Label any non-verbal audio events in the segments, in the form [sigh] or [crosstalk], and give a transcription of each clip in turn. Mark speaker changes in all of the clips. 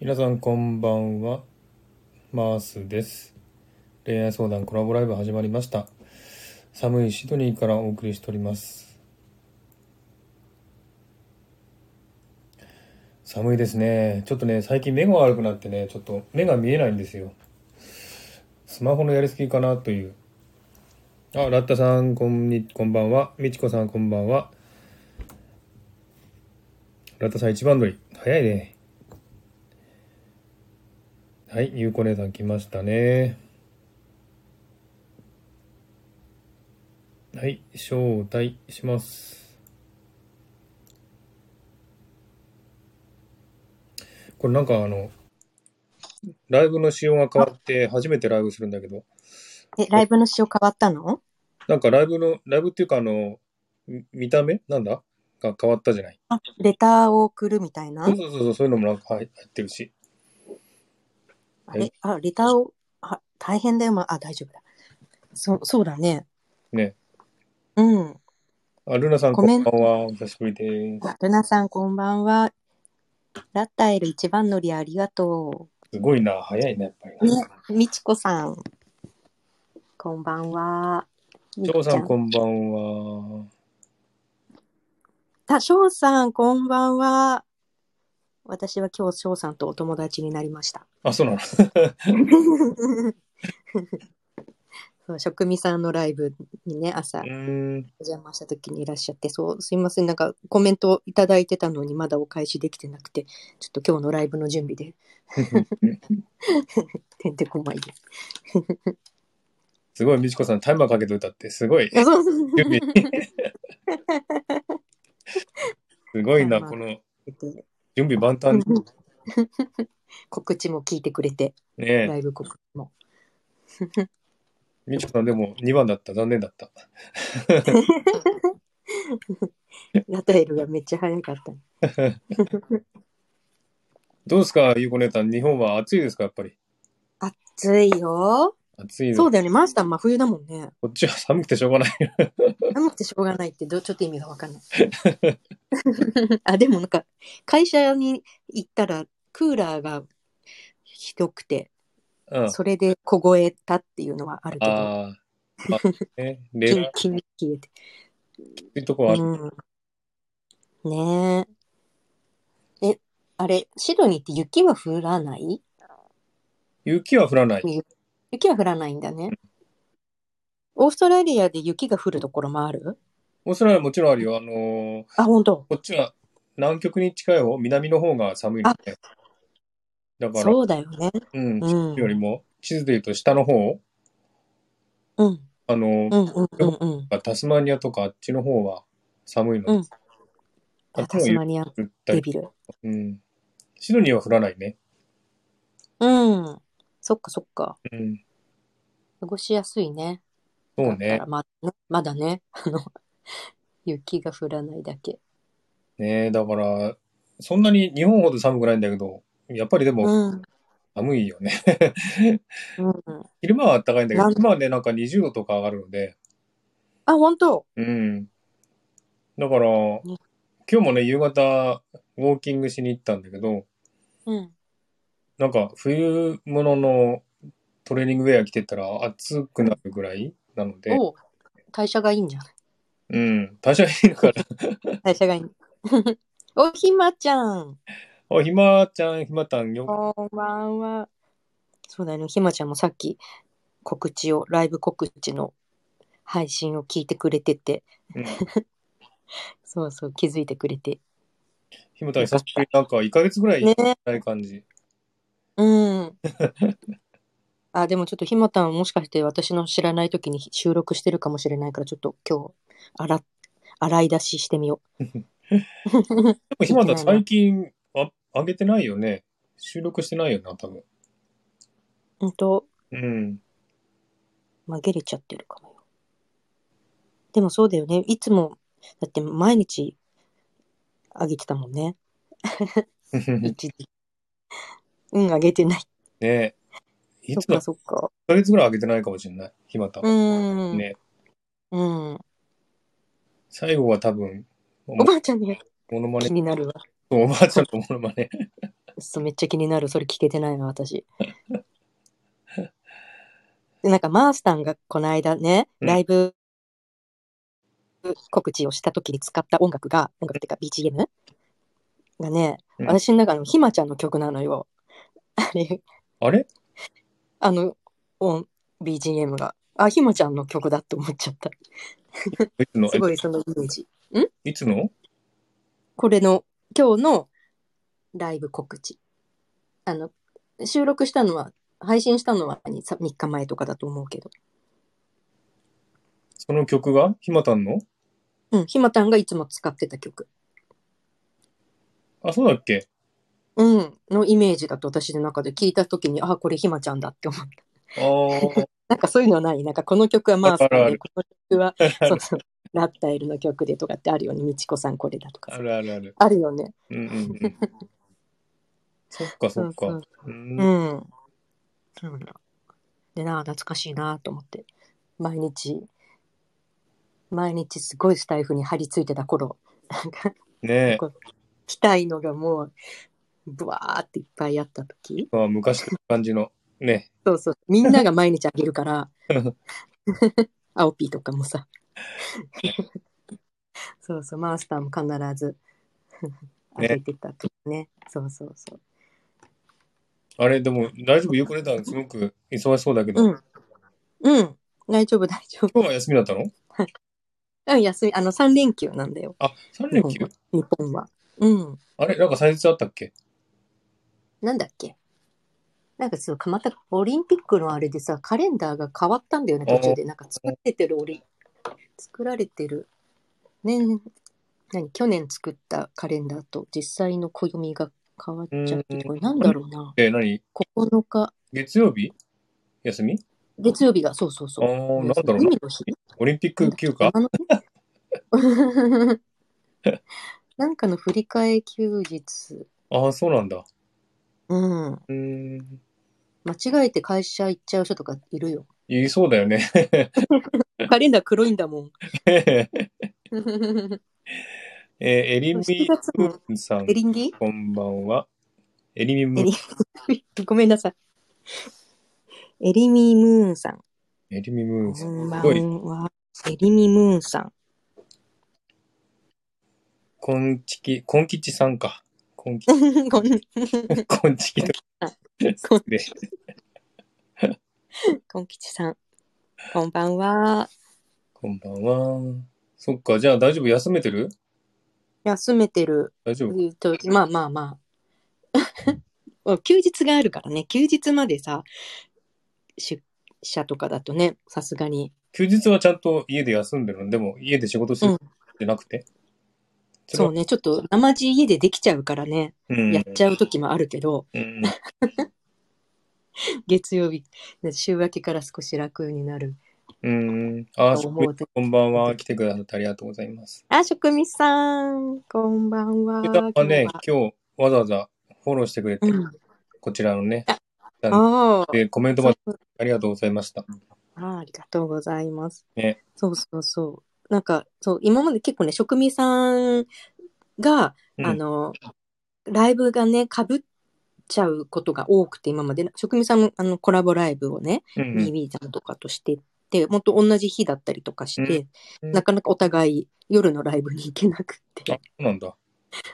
Speaker 1: 皆さんこんばんは。マースです。恋愛相談コラボライブ始まりました。寒いシドニーからお送りしております。寒いですね。ちょっとね、最近目が悪くなってね、ちょっと目が見えないんですよ。スマホのやりすぎかなという。あ、ラッタさん、こんに、こんばんは。みちこさん、こんばんは。ラッタさん、一番乗り。早いね。はい、ゆうこ姉さん来ましたね。はい、招待します。これなんかあの、ライブの仕様が変わって初めてライブするんだけど、
Speaker 2: え、ライブの仕様変わったの
Speaker 1: なんかライブの、ライブっていうかあの、み見た目なんだが変わったじゃない。
Speaker 2: あ、レターを送るみたいな
Speaker 1: そうそうそうそう、そういうのもなんか入入ってるし。
Speaker 2: あれあ、レターを、あ、大変だよ、まあ、あ、大丈夫だ。そ、そうだね。
Speaker 1: ね。
Speaker 2: うん。
Speaker 1: あ、ルナさんこ
Speaker 2: コメ
Speaker 1: ん
Speaker 2: ン
Speaker 1: ばんは。お久しぶりです。
Speaker 2: ルナさん、こんばんは。ラッタエル一番乗りありがと
Speaker 1: すごいな、早いな、やっぱり
Speaker 2: う。
Speaker 1: な。
Speaker 2: ね、みちこさん。こんばんは。み
Speaker 1: ジ
Speaker 2: っ
Speaker 1: ョー
Speaker 2: ち
Speaker 1: さ
Speaker 2: ゃ
Speaker 1: んこんばんは。
Speaker 2: あ、しょうさん、こんばんは。私は今日、しょうさんとお友達になりました。
Speaker 1: あ、そうなの。
Speaker 2: [laughs] そう、職味さんのライブにね、朝
Speaker 1: うーん。
Speaker 2: お邪魔した時にいらっしゃって、そう、すいません、なんかコメントいただいてたのにまだお返しできてなくて、ちょっと今日のライブの準
Speaker 1: [laughs]
Speaker 2: 備で、てんてこまいです。
Speaker 1: すごい、みちこさん、タイマーかけて歌って、すごい。
Speaker 2: [laughs] あそうそう
Speaker 1: 準備すごいな、
Speaker 2: タイマー
Speaker 1: この
Speaker 2: そう
Speaker 1: 準備万端。
Speaker 2: 告知も聞いてくれて、ラ [laughs]
Speaker 1: ねえ。
Speaker 2: イブ告知も。
Speaker 1: みちこさん、でも2番だった。残念だった。
Speaker 2: ラタエルがめっちゃ早かった。
Speaker 1: どうですか、ゆうこ姉さん。日本は暑いですか、やっぱり。
Speaker 2: 暑いよ。
Speaker 1: 暑いの。
Speaker 2: そうだよね、マースター真冬だもんね。
Speaker 1: こっちは寒くてしょ
Speaker 2: [laughs]
Speaker 1: うがない。
Speaker 2: 寒くてしょうがないってど、ちょっと意味がわかんない。 [laughs] あ、でもなんか、会社に行ったら、クーラーがひどくて、
Speaker 1: うん。あ
Speaker 2: それで凍えたっていうのはあるけど、
Speaker 1: あー。まあ
Speaker 2: [laughs]
Speaker 1: ね、
Speaker 2: キ
Speaker 1: 冷
Speaker 2: ンキンに冷えて。
Speaker 1: たいとこはある。
Speaker 2: うん、ねえ。え、あれ、シドニーって雪は降らない
Speaker 1: 雪は降らない。
Speaker 2: 雪は降らないんだね。オーストラリアで雪が降るところもある
Speaker 1: オーストラリアもちろんあるよ。あのー
Speaker 2: あ、本当。
Speaker 1: こっちは南極に近い方、南の方が寒いので。だから、
Speaker 2: そうだよね。
Speaker 1: うん、
Speaker 2: うん。
Speaker 1: よりも、地図で言うと下の方、
Speaker 2: うん。
Speaker 1: あの、
Speaker 2: うんうんうんうん。
Speaker 1: タスマニアとかあっちの方は寒いので、
Speaker 2: うん
Speaker 1: あっち
Speaker 2: タ
Speaker 1: の
Speaker 2: ス
Speaker 1: 方
Speaker 2: マニア
Speaker 1: 降った
Speaker 2: デ
Speaker 1: り、
Speaker 2: ビル。
Speaker 1: うん。シドニーは降らないね。
Speaker 2: うん。そっかそっか。
Speaker 1: うん。
Speaker 2: 過ごしやすいね。
Speaker 1: そう
Speaker 2: だ
Speaker 1: ね
Speaker 2: か。らままだね、 [laughs] あの、雪が降らないだけ。
Speaker 1: ねだから、そんなに日本ほど寒くないんだけど、やっぱりで
Speaker 2: う
Speaker 1: も
Speaker 2: ん。
Speaker 1: 寒いよね。 [laughs]
Speaker 2: うん、
Speaker 1: 昼間は暖かいんだけど、
Speaker 2: なん
Speaker 1: 昼間はね、なんか20度とか上がるので、
Speaker 2: あ、本当
Speaker 1: うん。だから、今日もね、夕方、ウォーキングしに行ったんだけど、
Speaker 2: うん。
Speaker 1: なんか冬物のトレーニングウェア着てたら暑くなるぐらいなので、
Speaker 2: おう代謝がいい
Speaker 1: [laughs]
Speaker 2: んじゃない
Speaker 1: うん、代謝がいい
Speaker 2: [laughs]
Speaker 1: から。
Speaker 2: 代謝がいい。おひまちゃん。
Speaker 1: あ、ひまちゃん、ひまたんよ。
Speaker 2: こんばんは。そうだよね。ひまちゃんもさっき告知を、ライブ告知の配信を聞いてくれてて、
Speaker 1: うん、
Speaker 2: [laughs] そうそう、気づいてくれて。
Speaker 1: ひまたん久しぶり、なんか1ヶ月ぐらい
Speaker 2: ね
Speaker 1: いない感じ。 [laughs]
Speaker 2: うん。あ、でもちょっとひまたんもしかして私の知らない時に収録してるかもしれないから、ちょっと今日、洗、洗い出ししてみよう。
Speaker 1: でもひまたん最近あ上げてないよね。収録してないよな、多分。
Speaker 2: ほんと、
Speaker 1: うん。
Speaker 2: 紛れちゃってるかもよ。でもそうだよね。いつも、だって毎日あげてたもんね。
Speaker 1: [laughs] ね
Speaker 2: 一時。うん、あげてない。
Speaker 1: え。い
Speaker 2: そっ
Speaker 1: つか
Speaker 2: か
Speaker 1: 1
Speaker 2: そっか。
Speaker 1: ヶ月ぐらい上げてないかもしれない、ひまた。
Speaker 2: うんん。
Speaker 1: ね
Speaker 2: うん。
Speaker 1: 最後は多分、
Speaker 2: おばあちゃんに
Speaker 1: モノマネ
Speaker 2: 気になるわ。
Speaker 1: おばあちゃんのモノマネ。 [laughs]
Speaker 2: そう、めっちゃ気になる。それ聞けてないの、私。でなんか、マースタンがこの間ね、
Speaker 1: うん
Speaker 2: ライブ告知をした時に使った音楽が、音楽っていうか BGM がね、
Speaker 1: うん
Speaker 2: 私の中のひまちゃんの曲なのよ。あれ、
Speaker 1: あれ
Speaker 2: あの、音、BGM が。あ、ひまちゃんの曲だって思っちゃった。
Speaker 1: いつの
Speaker 2: すごいそのイメージ。
Speaker 1: いつの
Speaker 2: これの今日のライブ告知。あの、収録したのは、配信したのは 3, 日前とかだと思うけど。
Speaker 1: その曲がひまたんの
Speaker 2: うん、ひまたんがいつも使ってた曲。
Speaker 1: あ、そうだっけ
Speaker 2: うん、のイメージだと私の中で聞いた時に、あ、これひまちゃんだって思った。
Speaker 1: あー
Speaker 2: [laughs] なんかそういうのはないなんかこの曲はマースタ
Speaker 1: ある
Speaker 2: ー
Speaker 1: あ
Speaker 2: で、
Speaker 1: る
Speaker 2: この曲は、
Speaker 1: [laughs]
Speaker 2: そうそう、ラッタイルの曲でとかってあるよね。みちこさんこれだとか
Speaker 1: [laughs] あ
Speaker 2: さ。
Speaker 1: るあるある。
Speaker 2: あるよね。
Speaker 1: うんうん
Speaker 2: [laughs]
Speaker 1: うん。そっかそっか。
Speaker 2: そう
Speaker 1: う
Speaker 2: うんん。そうなのでな、懐かしいなと思って。毎日、毎日すごいスタイフに張り付いてた頃、なんか、
Speaker 1: ねえ。
Speaker 2: 来たいのがもう、ブワーっていっぱいあった時
Speaker 1: まあ、昔の感じの。ね。
Speaker 2: そうそう。みんなが毎日あげるから、 [laughs] アオピーとかもさ。そうそう、マースターも必ずあげてたとかね。そうそうそう。
Speaker 1: あれ、でも、大丈夫よくれたんすごく忙しそうだけど。
Speaker 2: うんうん。大丈夫、大丈夫。
Speaker 1: 今日は休みだったの
Speaker 2: うん、休み、あの、3連休なんだよ。
Speaker 1: あ、3
Speaker 2: 日
Speaker 1: 連
Speaker 2: 本
Speaker 1: 休
Speaker 2: は。日本は。うん。
Speaker 1: あれなんか祭日あったっけ
Speaker 2: なんだっけなんかそう、またオリンピックのあれでさ、カレンダーが変わったんだよね、
Speaker 1: あー
Speaker 2: 途中で。なんか作っててるオリ、作られてる。年、何、去年作ったカレンダーと実際の暦が変わっちゃっ
Speaker 1: う
Speaker 2: て、
Speaker 1: ん
Speaker 2: これなんだろうな。
Speaker 1: え、何
Speaker 2: 9日、
Speaker 1: 月曜日休み
Speaker 2: 月曜日が、そうそうそ
Speaker 1: ああ
Speaker 2: う。
Speaker 1: ー、なんだろうな
Speaker 2: 海。の日
Speaker 1: オリンピック休暇
Speaker 2: あのね [laughs] なんかの振り替え休日。
Speaker 1: ああ、そうなんだ。
Speaker 2: うん。
Speaker 1: うーん。
Speaker 2: 間違えて会社行っちゃう人とかいるよ。
Speaker 1: 言いそうだよね。
Speaker 2: [laughs] カレンダー黒いんだ [laughs] もん。
Speaker 1: え
Speaker 2: エ
Speaker 1: ー、エリミ
Speaker 2: 7月も
Speaker 1: ウンさん、
Speaker 2: リンギ
Speaker 1: こんばんは。エリミム
Speaker 2: エリ [laughs] ごめんなさい。エリミムーンさん。
Speaker 1: エリミムーンさ
Speaker 2: こ
Speaker 1: ん。
Speaker 2: んば
Speaker 1: すごい。
Speaker 2: んは。エリミムーンさん。 [laughs]
Speaker 1: こんちき、こんきちさんか。こんき
Speaker 2: こんこん [laughs]
Speaker 1: こんちきと。
Speaker 2: こん
Speaker 1: で、
Speaker 2: こんきちさん。こんばんは。
Speaker 1: こんばんは。そっか、じゃあ大丈夫休めてる
Speaker 2: 休めてる。
Speaker 1: 大丈夫
Speaker 2: えっとまあまあまあ。 [laughs] 休日があるからね。休日までさ、出社とかだとね、さすがに。
Speaker 1: 休日はちゃんと家で休んでるのでも家で仕事するんじゃなくて、
Speaker 2: そうね。ちょっと、生地家でできちゃうからね。
Speaker 1: うん
Speaker 2: やっちゃう時もあるけど、
Speaker 1: うん
Speaker 2: 月曜日、週明けから少し楽になる
Speaker 1: うん。あー、
Speaker 2: と
Speaker 1: し
Speaker 2: 思うと
Speaker 1: こんばんは。来てくださってありがとうございます。
Speaker 2: あ、職味さん、こんばんは。
Speaker 1: ゆたはね
Speaker 2: 今、
Speaker 1: 今日わざわざフォローしてくれて、
Speaker 2: 日は
Speaker 1: こちらのね、
Speaker 2: うん、あー
Speaker 1: でコメントまで
Speaker 2: そう
Speaker 1: ありがとうございました。
Speaker 2: あー、ありがとうございます。
Speaker 1: ね
Speaker 2: そうそうそう。なんか、そう、今まで結構ね、職味さんが、
Speaker 1: うん
Speaker 2: あの、ライブがね、かぶっちゃうことが多くて、今まで、職味さんもあのコラボライブをね、
Speaker 1: うんうん
Speaker 2: BB ちゃんとかとしてて、もっと同じ日だったりとかして、
Speaker 1: うん
Speaker 2: なかなかお互い夜のライブに行けなく
Speaker 1: あ、そ
Speaker 2: て。
Speaker 1: うなんだ。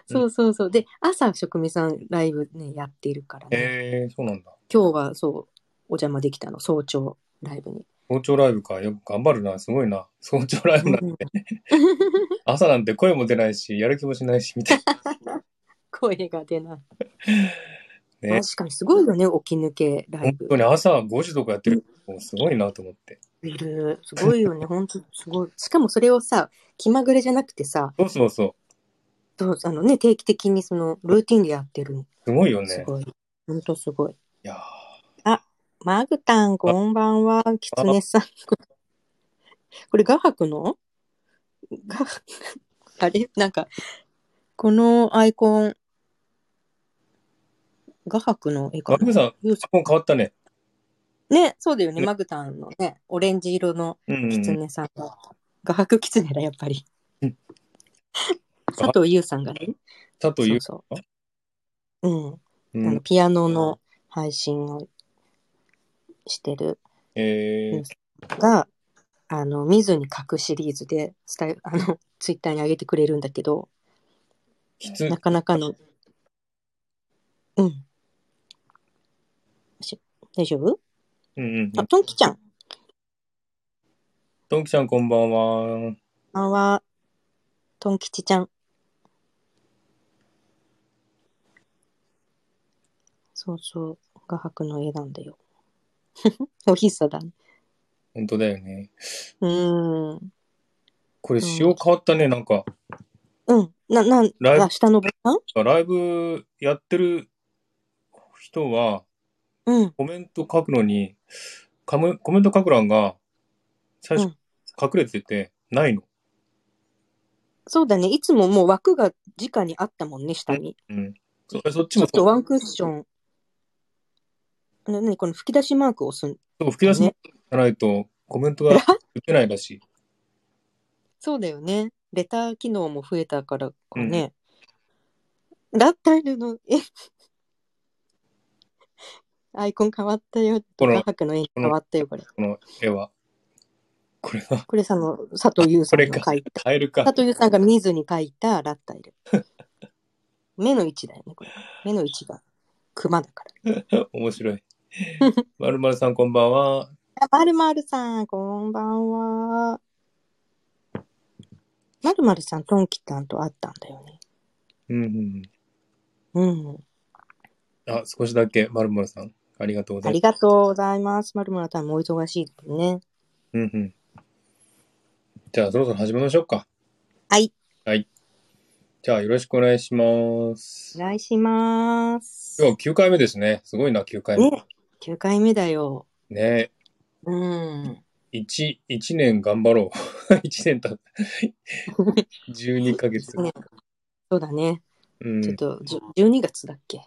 Speaker 2: そうそうそう。で、朝、職味さんライブね、やっているからね。
Speaker 1: へえー、そうなんだ。
Speaker 2: 今日はそう、お邪魔できたの、早朝ライブに。
Speaker 1: 早朝ライブか。よく頑張るな。すごいな。早朝ライブな。
Speaker 2: うん
Speaker 1: 朝なんて声も出ないし、やる気もしないし、みたい
Speaker 2: 声が出ない。
Speaker 1: なね。
Speaker 2: 確かにすごいよね、起き抜けライ
Speaker 1: 本
Speaker 2: ブ
Speaker 1: 当。に朝5時とかやってる。もうすごいなと思って。
Speaker 2: いる。すごいよね、本当すごい。しかもそれをさ、気まぐれじゃなくてさ、
Speaker 1: そうそうそ
Speaker 2: どうあのね、定期的にそのルーティンでやってるの。
Speaker 1: う。すごいよ
Speaker 2: す
Speaker 1: ね。
Speaker 2: ごい。本当すごい。
Speaker 1: いやー
Speaker 2: マグタン、こんばんは。キツネさん。これ、画伯の画伯あれなんか、このアイコン、画伯の絵か
Speaker 1: マグさ、
Speaker 2: なん
Speaker 1: もう変わったね。
Speaker 2: ね、そうだよね。
Speaker 1: ね
Speaker 2: マグタンのね、オレンジ色の
Speaker 1: うんうん、
Speaker 2: キツネさんが。画伯キツネだ、やっぱり
Speaker 1: うん。
Speaker 2: 佐藤優さんがね、
Speaker 1: 佐
Speaker 2: そ
Speaker 1: 藤優
Speaker 2: うそう。うん。
Speaker 1: う
Speaker 2: あの
Speaker 1: ん。
Speaker 2: ピアノの配信をしてる
Speaker 1: えー、
Speaker 2: が、あの、見ずに書くシリーズで、スタイ [laughs] あの、ツイッターに上げてくれるんだけど、
Speaker 1: きつ
Speaker 2: な、かなかの、うん。し大丈夫
Speaker 1: うんうんう
Speaker 2: あ、
Speaker 1: ん。
Speaker 2: トンキちゃん。
Speaker 1: トンキちゃんこんばんは。
Speaker 2: こんばんは。トン吉ちゃん。そうそう。画伯の絵なんだよ。 [laughs] おひさだね。
Speaker 1: 本当だよね。
Speaker 2: うーん。
Speaker 1: これ、
Speaker 2: うん
Speaker 1: 仕様変わったね、なんか。
Speaker 2: うん。な、なん、
Speaker 1: ライブ
Speaker 2: あ、下のボタン
Speaker 1: ライブやってる人は、
Speaker 2: うん。
Speaker 1: コメント書くのに、カムコメント書く欄が、最
Speaker 2: う
Speaker 1: 初
Speaker 2: ん、
Speaker 1: 隠れてて、ないの。
Speaker 2: そうだね。いつももう枠が直にあったもんね、下に。
Speaker 1: うん。そそっち
Speaker 2: ちょ
Speaker 1: も
Speaker 2: っとワンクッション。な、なにこの吹き出しマークを押すん。
Speaker 1: そう、吹き出しじゃないと、コメントが打てないらしい。
Speaker 2: [laughs] そうだよね。レター機能も増えたからかね。ラッタイルの絵、アイコン変わったよ。
Speaker 1: この
Speaker 2: 画伯の絵変わったよ、これ。
Speaker 1: この絵は。これは、
Speaker 2: これさんの佐藤優さんの
Speaker 1: こ
Speaker 2: 描いた。
Speaker 1: カエルか
Speaker 2: 佐。藤優さんが見ずに描いたラッタ
Speaker 1: [laughs]
Speaker 2: イル。目の位置だよね、これ。目の位置が熊だから。
Speaker 1: 面白い。まるまるさんこんばんは。
Speaker 2: あまるまるさん、こんばんは。まるまるさん、トンキタンと会ったんだよね。
Speaker 1: うんうん
Speaker 2: うん。
Speaker 1: うん。あ、少しだけ、まるまるさん。ありがとうござ
Speaker 2: あ
Speaker 1: い
Speaker 2: り
Speaker 1: ます。
Speaker 2: がとうございます。まるまるさんもお忙しいですね。
Speaker 1: うんうん。じゃあ、そろそろ始めましょうか。
Speaker 2: はい。
Speaker 1: じゃあ、よろしくお願いします
Speaker 2: お。願いします。
Speaker 1: 今日9回目ですね。すごいな、9回目。
Speaker 2: ね、9回目だよ。
Speaker 1: ね
Speaker 2: うん。
Speaker 1: 一一年頑張ろう。 [laughs] 一年
Speaker 2: [laughs]
Speaker 1: た十12ヶ月。
Speaker 2: ねそうだね。
Speaker 1: うん
Speaker 2: ちょっ。と、じゅ12月だっけ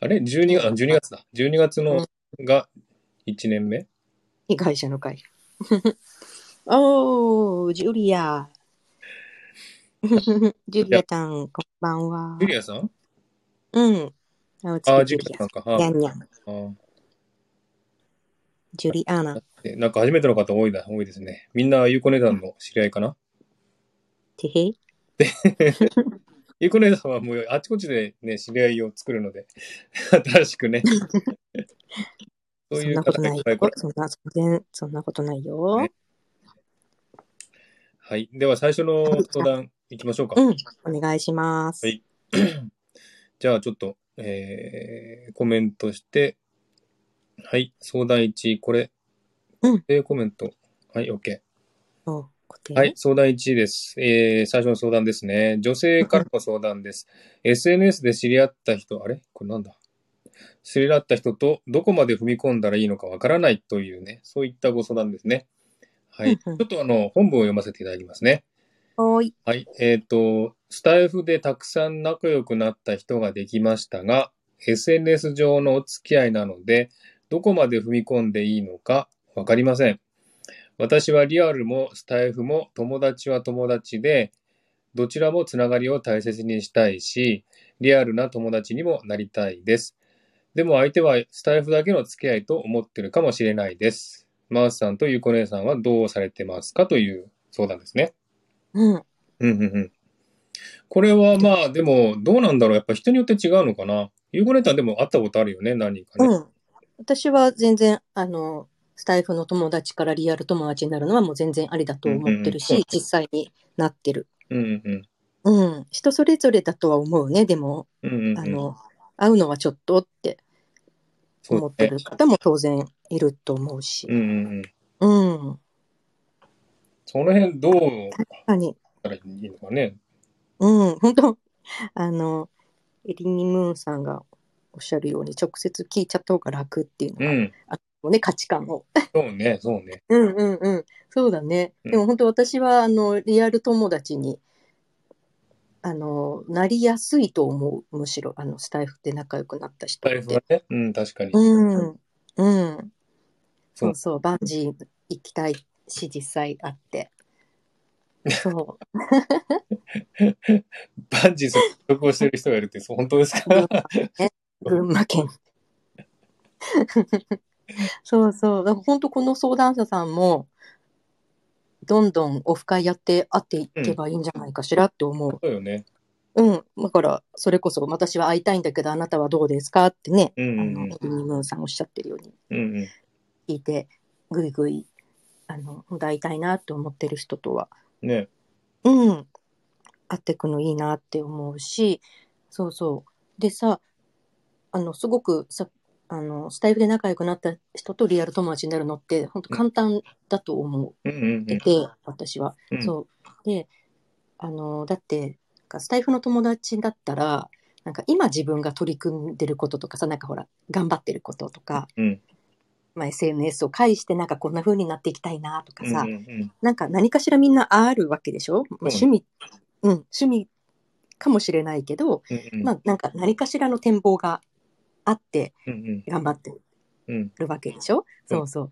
Speaker 1: あれ ?12 月、あ12月だ。12月のが1年目
Speaker 2: 被害者の会。 [laughs] おー、ジュ
Speaker 1: [laughs]
Speaker 2: リア。ジュリアちゃん、こんばんは
Speaker 1: ジュ。リアさん
Speaker 2: うん。あうち
Speaker 1: ああ、ジ
Speaker 2: ジ
Speaker 1: ュ
Speaker 2: ュ
Speaker 1: リ
Speaker 2: リ
Speaker 1: アさんか。
Speaker 2: ア。に
Speaker 1: は
Speaker 2: ゃ
Speaker 1: い
Speaker 2: んにゃん。
Speaker 1: あー
Speaker 2: ジュリアーナ。
Speaker 1: でなんか初めての方多いだ、多いですね。みんな、ゆうこねだんの知り合いかな
Speaker 2: てへい。
Speaker 1: ゆうこねだんはもうあちこちでね、知り合いを作るので、 [laughs] 新しく
Speaker 2: [laughs]
Speaker 1: ね。そ
Speaker 2: そ
Speaker 1: うんい
Speaker 2: な
Speaker 1: う
Speaker 2: こと
Speaker 1: 方
Speaker 2: な
Speaker 1: が
Speaker 2: い
Speaker 1: いっ
Speaker 2: よ
Speaker 1: ぱいから。。
Speaker 2: そんな、全然、そんなことないよ。
Speaker 1: ねはい。では、最初の相談いきましょうか。
Speaker 2: うん。お願いします。
Speaker 1: はいじゃあちょっと、えー、コメントして、はい、相談1、これ、
Speaker 2: うん
Speaker 1: 固定コメント。はい、OK。
Speaker 2: お固定
Speaker 1: はい、相談1です。えー、最初の相談ですね。女性からの相談です。SNS で知り合った人、あれこれなんだ知り合った人とどこまで踏み込んだらいいのかわからないというね、そういったご相談ですね。はい。ち
Speaker 2: うん
Speaker 1: ょ
Speaker 2: う
Speaker 1: っ
Speaker 2: ん
Speaker 1: とあの、本文を読ませていただきますね。
Speaker 2: おーい。
Speaker 1: はい。えっ、と、スタイフでたくさん仲良くなった人ができましたが、SNS 上のお付き合いなので、どこまで踏み込んでいいのかわかりません。私はリアルもスタイフも友達は友達で、どちらもつながりを大切にしたいし、リアルな友達にもなりたいです。でも相手はスタイフだけの付き合いと思ってるかもしれないです。マースさんとゆうこ姉さんはどうされてますかという相談ですね。
Speaker 2: う
Speaker 1: う
Speaker 2: ん。
Speaker 1: んうんうん。これはまあ、でも、どうなんだろう。やっぱ人によって違うのかな。ユーゴネタでも会ったことあるよね、何人か
Speaker 2: う
Speaker 1: ね。
Speaker 2: ん。私は全然、あの、スタイフの友達からリアル友達になるのはもう全然ありだと思ってるし、
Speaker 1: うんうん
Speaker 2: 実際になってる。
Speaker 1: うんうん
Speaker 2: うん。人それぞれだとは思うね。でも、
Speaker 1: うん。うんうんうん、
Speaker 2: あの、会うのはちょっとって
Speaker 1: そう
Speaker 2: 思って
Speaker 1: ね
Speaker 2: る方も当然いると思うし
Speaker 1: う。んうんうん。
Speaker 2: うん。
Speaker 1: その辺どうし
Speaker 2: 確かに。
Speaker 1: たらいいのかね。
Speaker 2: うん。本当あの、エリニムーンさんがおっしゃるように、直接聞いちゃった方が楽っていうの
Speaker 1: う
Speaker 2: が、
Speaker 1: ん。
Speaker 2: ね、価値観を。
Speaker 1: そうね、そうね。
Speaker 2: うんうんうん、そうだね。
Speaker 1: うん
Speaker 2: でも本当私はあのリアル友達にあのなりやすいと思う。むしろあのスタイフで仲良くなった人
Speaker 1: 財
Speaker 2: っ
Speaker 1: 布は
Speaker 2: て。
Speaker 1: ね。うん、確かに。
Speaker 2: うんうん。
Speaker 1: そ
Speaker 2: そううそうバンジー行きたい [laughs] し実際あって。そう
Speaker 1: バンジーする録をしてる人がいるって、そう本当ですか [laughs]
Speaker 2: 群馬県。 [laughs] そうそう。だから本当この相談者さんも、どんどんオフ会やって会っていけばいいんじゃないかしらって思う。
Speaker 1: そうよね。
Speaker 2: うん。だから、それこそ私は会いたいんだけど、あなたはどうですかってね、
Speaker 1: うん
Speaker 2: あ
Speaker 1: うん
Speaker 2: の、エビニムーンさんおっしゃってるように
Speaker 1: うんうん。
Speaker 2: 聞いて、ぐいぐい、あの、本当会いたいなって思ってる人とは、
Speaker 1: ね。
Speaker 2: うん。会ってくのいいなって思うし、そうそう。でさ、あの、すごくさ、あの、スタイフで仲良くなった人とリアル友達になるのって、本当簡単だと思
Speaker 1: うんうん
Speaker 2: ってて、私は。
Speaker 1: うん。う。
Speaker 2: そう。で、あの、だって、なんかスタイフの友達だったら、なんか今自分が取り組んでることとかさ、なんかほら、頑張ってることとか、
Speaker 1: うん。
Speaker 2: まあ、SNS を介してなんかこんな風になっていきたいなとかさ、
Speaker 1: うんうん
Speaker 2: なんか何かしらみんなあるわけでしょ、まあ、
Speaker 1: う
Speaker 2: 趣味、うん、趣味かもしれないけど、
Speaker 1: うんうん。
Speaker 2: まあなんか何かしらの展望があって
Speaker 1: うん
Speaker 2: 頑張って
Speaker 1: うん。うん。
Speaker 2: るわけでしょ、そうそう。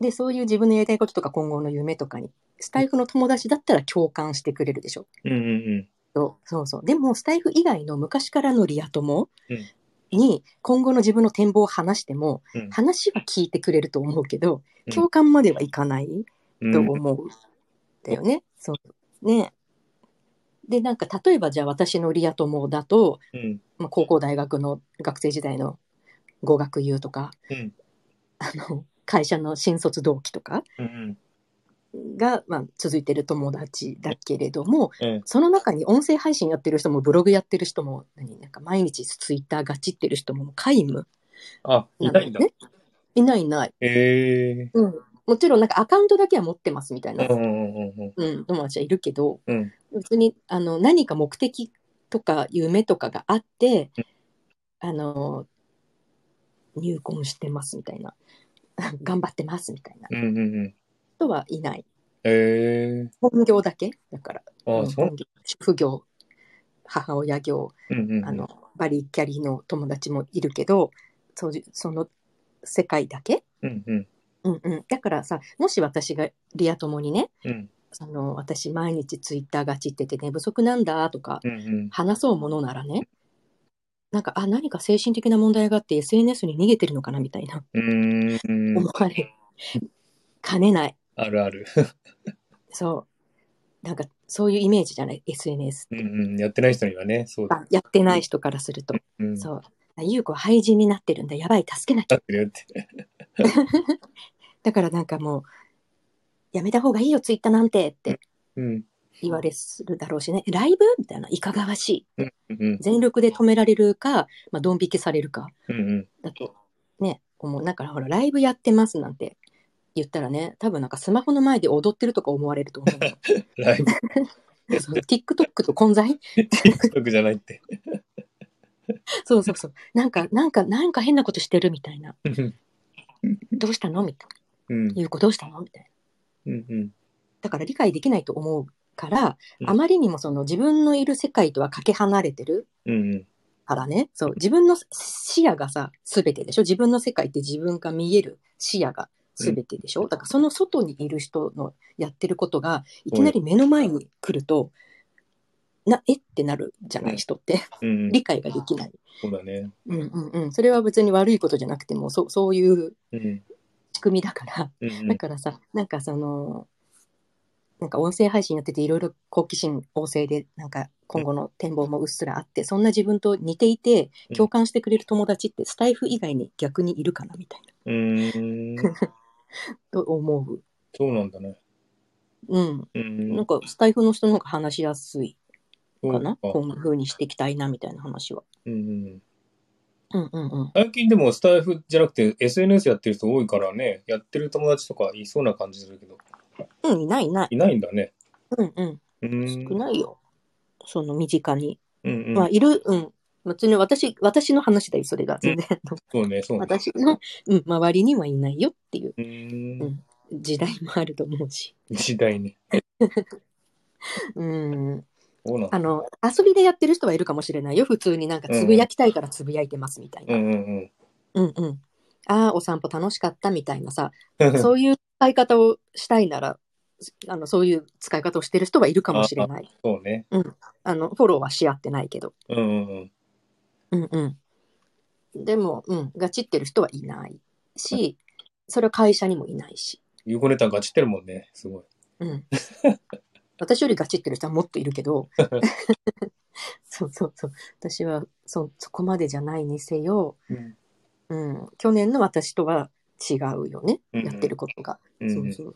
Speaker 2: で、そういう自分のやりたいこととか今後の夢とかに、スタイフの友達だったら共感してくれるでしょ
Speaker 1: うんうんうん。
Speaker 2: そうそうそう。でも、スタイフ以外の昔からのリア友
Speaker 1: うん
Speaker 2: に、今後の自分の展望を話しても、
Speaker 1: うん
Speaker 2: 話は聞いてくれると思うけど
Speaker 1: う、ん
Speaker 2: 共感まではいかない。
Speaker 1: うん
Speaker 2: と思う。だよね。そう。ね。で、なんか、例えばじゃあ私のリア友だと、
Speaker 1: うん
Speaker 2: まあ、高校大学の学生時代の語学友とか、
Speaker 1: うん
Speaker 2: あの、会社の新卒同期とか
Speaker 1: うん
Speaker 2: が、まあ、続いてる友達だけれども、
Speaker 1: うん
Speaker 2: その中に音声配信やってる人も、ブログやってる人も、何、なんか毎日ツイッターガチってる人も皆無
Speaker 1: あ、い
Speaker 2: な
Speaker 1: た
Speaker 2: の
Speaker 1: いん
Speaker 2: ね
Speaker 1: だ。。
Speaker 2: いないいない。
Speaker 1: へえ。
Speaker 2: うん。もちろん、なんかアカウントだけは持ってますみたい
Speaker 1: うん
Speaker 2: な
Speaker 1: うんうんうん。
Speaker 2: うん、友達はいるけど、
Speaker 1: うん
Speaker 2: 別にあの何か目的とか夢とかがあって、あの入婚してますみたいな [laughs] 頑張ってますみたいな
Speaker 1: うんうんうん。
Speaker 2: 人はいない
Speaker 1: へえ。
Speaker 2: 本業だけだから
Speaker 1: あ、
Speaker 2: うん
Speaker 1: そう。
Speaker 2: 本業主婦業母親業
Speaker 1: うんうんうん。
Speaker 2: あの、バリキャリの友達もいるけどそういうその世界だけ、
Speaker 1: うんうん
Speaker 2: うんうん、だからさもし私がリア友にね
Speaker 1: うん
Speaker 2: その私毎日ツイッターがちってて寝不足なんだとか
Speaker 1: うんうん。
Speaker 2: 話そうものならねなんかあ何か精神的な問題があって SNS に逃げてるのかなみたいな
Speaker 1: うーん
Speaker 2: 思。われかねない
Speaker 1: あるある。
Speaker 2: そうなんかそういうイメージじゃない SNS
Speaker 1: うんうん。やってない人にはね、そうだ。
Speaker 2: あやってない人からすると、
Speaker 1: うん。
Speaker 2: そう優子は廃人になってるんだやばい助けなきゃ
Speaker 1: だってるよって。
Speaker 2: だからなんかもうやめた方がいいよツイッターなんてって
Speaker 1: うん。
Speaker 2: 言われするだろうしねライブみたいないかがわしい
Speaker 1: うん
Speaker 2: 全力で止められるか、まあ、ドン引きされるか
Speaker 1: うんうん。
Speaker 2: だとね、思う。だからほら、ライブやってますなんて言ったらね、多分なんかスマホの前で踊ってるとか思われると思うの。
Speaker 1: ライブ [laughs]
Speaker 2: そう TikTok と混在
Speaker 1: TikTok じゃないって。
Speaker 2: そうそうそう。なんか、なんか、なんか変なことしてるみたいな。
Speaker 1: うん
Speaker 2: どうしたのみたいな。
Speaker 1: うん
Speaker 2: ゆう子どうしたのみたいな。
Speaker 1: うんうん。
Speaker 2: だから理解できないと思うから
Speaker 1: う、ん
Speaker 2: あまりにもその自分のいる世界とはかけ離れてる
Speaker 1: うんうん。
Speaker 2: からね、そう、自分の視野がさ、すべてでしょ自分の世界って自分が見える視野がすべてでしょ、だからその外にいる人のやってることが、いきなり目の前に来ると、な、えってなるじゃな
Speaker 1: うん
Speaker 2: い人って、
Speaker 1: うんうん。
Speaker 2: 理解ができない。
Speaker 1: そうだね。
Speaker 2: うんうんうん。それは別に悪いことじゃなくても、そう、そういう
Speaker 1: うん
Speaker 2: 仕組みだから、
Speaker 1: うんう
Speaker 2: だ
Speaker 1: ん。
Speaker 2: からさ、なんかその、なんか音声配信やってていろいろ好奇心旺盛で、なんか今後の展望もうっすらあって、そんな自分と似ていて
Speaker 1: うん、
Speaker 2: 共感してくれる友達ってスタイフ以外に逆にいるかなみたいう
Speaker 1: ーん。
Speaker 2: な、と思う。
Speaker 1: そうなんだね。
Speaker 2: うん。
Speaker 1: うん。
Speaker 2: なんかスタイフの人の方が話しやすい
Speaker 1: そう
Speaker 2: かな。
Speaker 1: か
Speaker 2: こういう風にしていきたいなみたいな話は。
Speaker 1: うんうん。
Speaker 2: うんうんうん。
Speaker 1: 最近でもスタイフじゃなくて SNS やってる人多いからね、やってる友達とかいそうな感じするけど、
Speaker 2: うん、いないいない。
Speaker 1: いないんだね。
Speaker 2: うんうん。
Speaker 1: うーん。
Speaker 2: 少ないよ。その身近に。
Speaker 1: うんうん。
Speaker 2: まあ、いる、うん。別に私、私の話だよ、それが。全然、
Speaker 1: そうね、そうね。
Speaker 2: 私の、うん、周りにはいないよっていう
Speaker 1: うー
Speaker 2: うんん。時代もあると思うし。
Speaker 1: 時代ね。
Speaker 2: うん。
Speaker 1: そうなんだ
Speaker 2: あの、遊びでやってる人はいるかもしれないよ。普通になんかつぶやきたいからつぶやいてますみたいうな。
Speaker 1: んうん
Speaker 2: うんうん。ああ、お散歩楽しかったみたいなさ、
Speaker 1: うん。
Speaker 2: そういう使い方をしたいなら、あの、そういう使い方をしてる人はいるかもしれない。
Speaker 1: [laughs] そうね。
Speaker 2: あの、フォローはし合ってないけど。
Speaker 1: うんうんうん。
Speaker 2: うんうん。でも、うん、ガチってる人はいないし、それは会社にもいないし。
Speaker 1: ゆうこネタガチってるもんね。すごい。 [laughs]
Speaker 2: うん。私よりガチってる人はもっといるけど、そうそうそう。私はそ、そこまでじゃないにせよ、
Speaker 1: うん。
Speaker 2: うん、去年の私とは違うよね。
Speaker 1: うんうん
Speaker 2: やってることが。
Speaker 1: うん
Speaker 2: そうそう。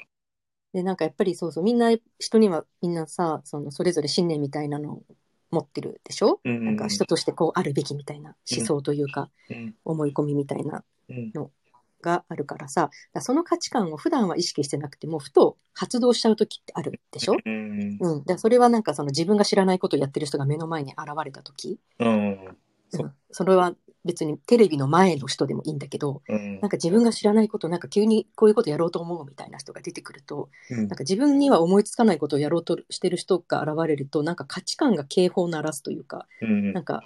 Speaker 2: で、なんかやっぱりそうそう、みんな、人にはみんなさ、その、それぞれ信念みたいなのを持ってるでしょ
Speaker 1: うんうん。
Speaker 2: なんか人としてこうあるべきみたいな思想というか、
Speaker 1: うん
Speaker 2: 思い込みみたいな
Speaker 1: うん。
Speaker 2: があるからさ、だからその価値観を普段は意識してなくても、ふと発動しちゃう時ってあるでしょ
Speaker 1: うん
Speaker 2: うん。だからそれはなんかその自分が知らないことをやってる人が目の前に現れた時、
Speaker 1: うん。そう
Speaker 2: うんそれは別にテレビの前の人でもいいんだけど、
Speaker 1: うん
Speaker 2: なんか自分が知らないこと、なんか急にこういうことやろうと思うみたいな人が出てくると、
Speaker 1: うん
Speaker 2: なんか自分には思いつかないことをやろうとしてる人が現れると、なんか価値観が警報を鳴らすというか、
Speaker 1: うん
Speaker 2: なんか、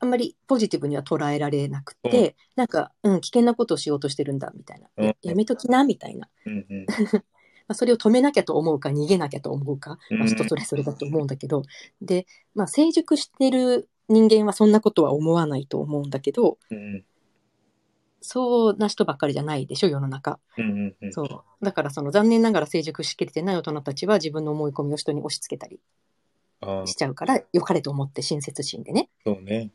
Speaker 2: あんまりポジティブには捉えられなくて、なんか、うん、危険なことをしようとしてるんだ、みたいな。
Speaker 1: うん
Speaker 2: ややめときな、みたいな。
Speaker 1: うんうん
Speaker 2: まあ、それを止めなきゃと思うか、逃げなきゃと思うか、ま
Speaker 1: う
Speaker 2: あ、
Speaker 1: ん
Speaker 2: 人それぞれだと思うんだけど、で、まあ、成熟してる人間はそんなことは思わないと思うんだけど、
Speaker 1: うん
Speaker 2: そうな人ばっかりじゃないでしょ、世の中。
Speaker 1: うんうん
Speaker 2: そう。だから、その、残念ながら成熟しきれてない大人たちは自分の思い込みを人に押し付けたり
Speaker 1: ああ
Speaker 2: しちゃうから、良かれと思って親切心でね。
Speaker 1: そうね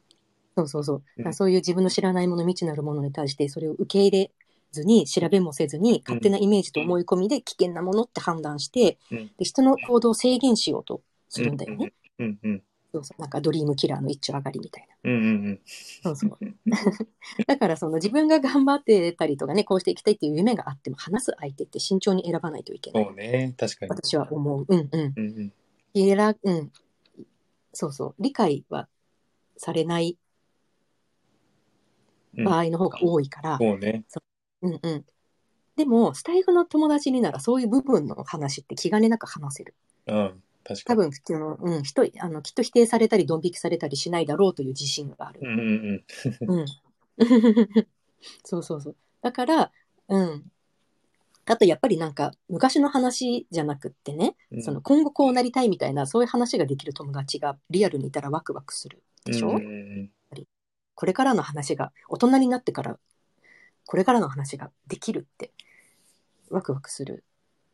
Speaker 2: そうそうそう。
Speaker 1: うん
Speaker 2: だからそういう自分の知らないもの、未知なるものに対して、それを受け入れずに、調べもせずに、勝手なイメージと思い込みで危険なものって判断して、
Speaker 1: うん
Speaker 2: で人の行動を制限しようとするんだよね。
Speaker 1: うんうん
Speaker 2: そうそうなんかドリームキラーの一丁上がりみたいな。
Speaker 1: うんうん
Speaker 2: そうそう。 [laughs] だからその自分が頑張ってたりとかね、こうしていきたいっていう夢があっても、話す相手って慎重に選ばないといけな
Speaker 1: そ。
Speaker 2: いう
Speaker 1: ね確かに
Speaker 2: 私は思う。うんうん。
Speaker 1: うんうん
Speaker 2: いら、うん。そうそう。理解はされない場合の方が多いから、
Speaker 1: そうね
Speaker 2: うんうん。でも、スタイフの友達にならそういう部分の話って気兼ねなく話せる。
Speaker 1: うん確か
Speaker 2: 多
Speaker 1: に
Speaker 2: 分、そのうん、人、あの、きっと否定されたり、ドン引きされたりしないだろうという自信がある。
Speaker 1: うんうんうん
Speaker 2: うん。 [laughs] そうそうそう。だから、うん。あと、やっぱりなんか、昔の話じゃなくってね、
Speaker 1: うん
Speaker 2: その、今後こうなりたいみたいな、そういう話ができる友達がリアルにいたらワクワクするでしょ、
Speaker 1: うんうん
Speaker 2: これからの話が大人になってからこれからの話ができるってワクワクする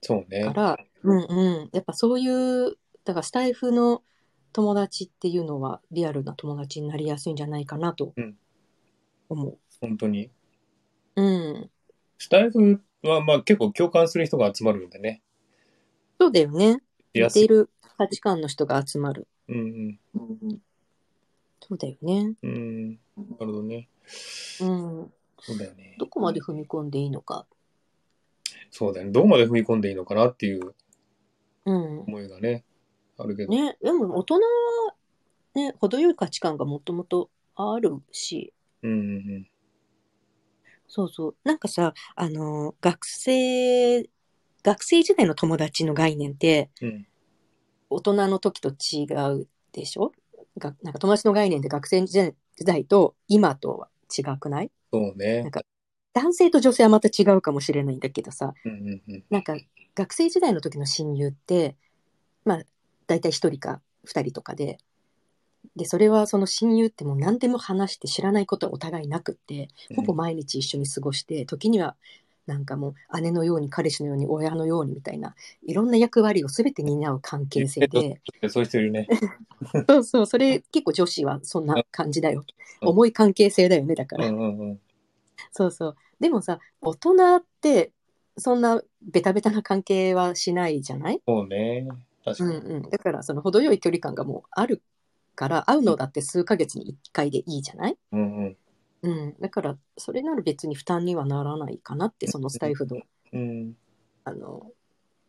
Speaker 1: そうね
Speaker 2: から、うんうん、やっぱそういうだからスタイフの友達っていうのはリアルな友達になりやすいんじゃないかなと
Speaker 1: うん
Speaker 2: 思
Speaker 1: 本当に
Speaker 2: う。うん、
Speaker 1: スタイフはまあ結構共感する人が集まるのでね
Speaker 2: そうだよね。似
Speaker 1: 安
Speaker 2: て
Speaker 1: い
Speaker 2: る価値観の人が集まる。
Speaker 1: うん
Speaker 2: そうだよね。
Speaker 1: うんうんなるほどね
Speaker 2: うん、
Speaker 1: そうだよね
Speaker 2: どこまで踏み込んでいいのか。
Speaker 1: そうだよねどこまで踏み込んでいいのかなっていう
Speaker 2: うん、
Speaker 1: 思いがねあるけど
Speaker 2: ね、でも大人はね、程よい価値観がもともとあるし、
Speaker 1: うんうん
Speaker 2: そうそう。なんかさ、あの、学生、学生時代の友達の概念って、
Speaker 1: うん
Speaker 2: 大人の時と違うでしょがなんか友達の概念って学生時代と今とは違くない
Speaker 1: そうね
Speaker 2: なんか男性と女性はまた違うかもしれないんだけどさ、
Speaker 1: うんうんうん
Speaker 2: なんか学生時代の時の親友って、まあ、大体一人か二人とかで、で、それはその親友ってもう何でも話して知らないことはお互いなくって、ほぼ毎日一緒に過ごして、時にはなんかもう姉のように彼氏のように親のようにみたいな、いろんな役割を全て担う関係
Speaker 1: [laughs]
Speaker 2: 性で、
Speaker 1: でそういう人いる
Speaker 2: [laughs]
Speaker 1: ね。
Speaker 2: そうそう、それ結構女子はそんな感じだよ。
Speaker 1: うん
Speaker 2: 重い関係性だよね、だか
Speaker 1: う
Speaker 2: ら。
Speaker 1: んうんうん。
Speaker 2: そうそう。でもさ、大人ってそんなベタベタな関係はしないじゃない
Speaker 1: そうね。確か
Speaker 2: うん
Speaker 1: に。
Speaker 2: うん、だからその程よい距離感がもうあるから会うのだって数ヶ月に1回でいいじゃない、
Speaker 1: うんうん。
Speaker 2: うん、だからそれなら別に負担にはならないかなってそのスタイフの
Speaker 1: うん
Speaker 2: あの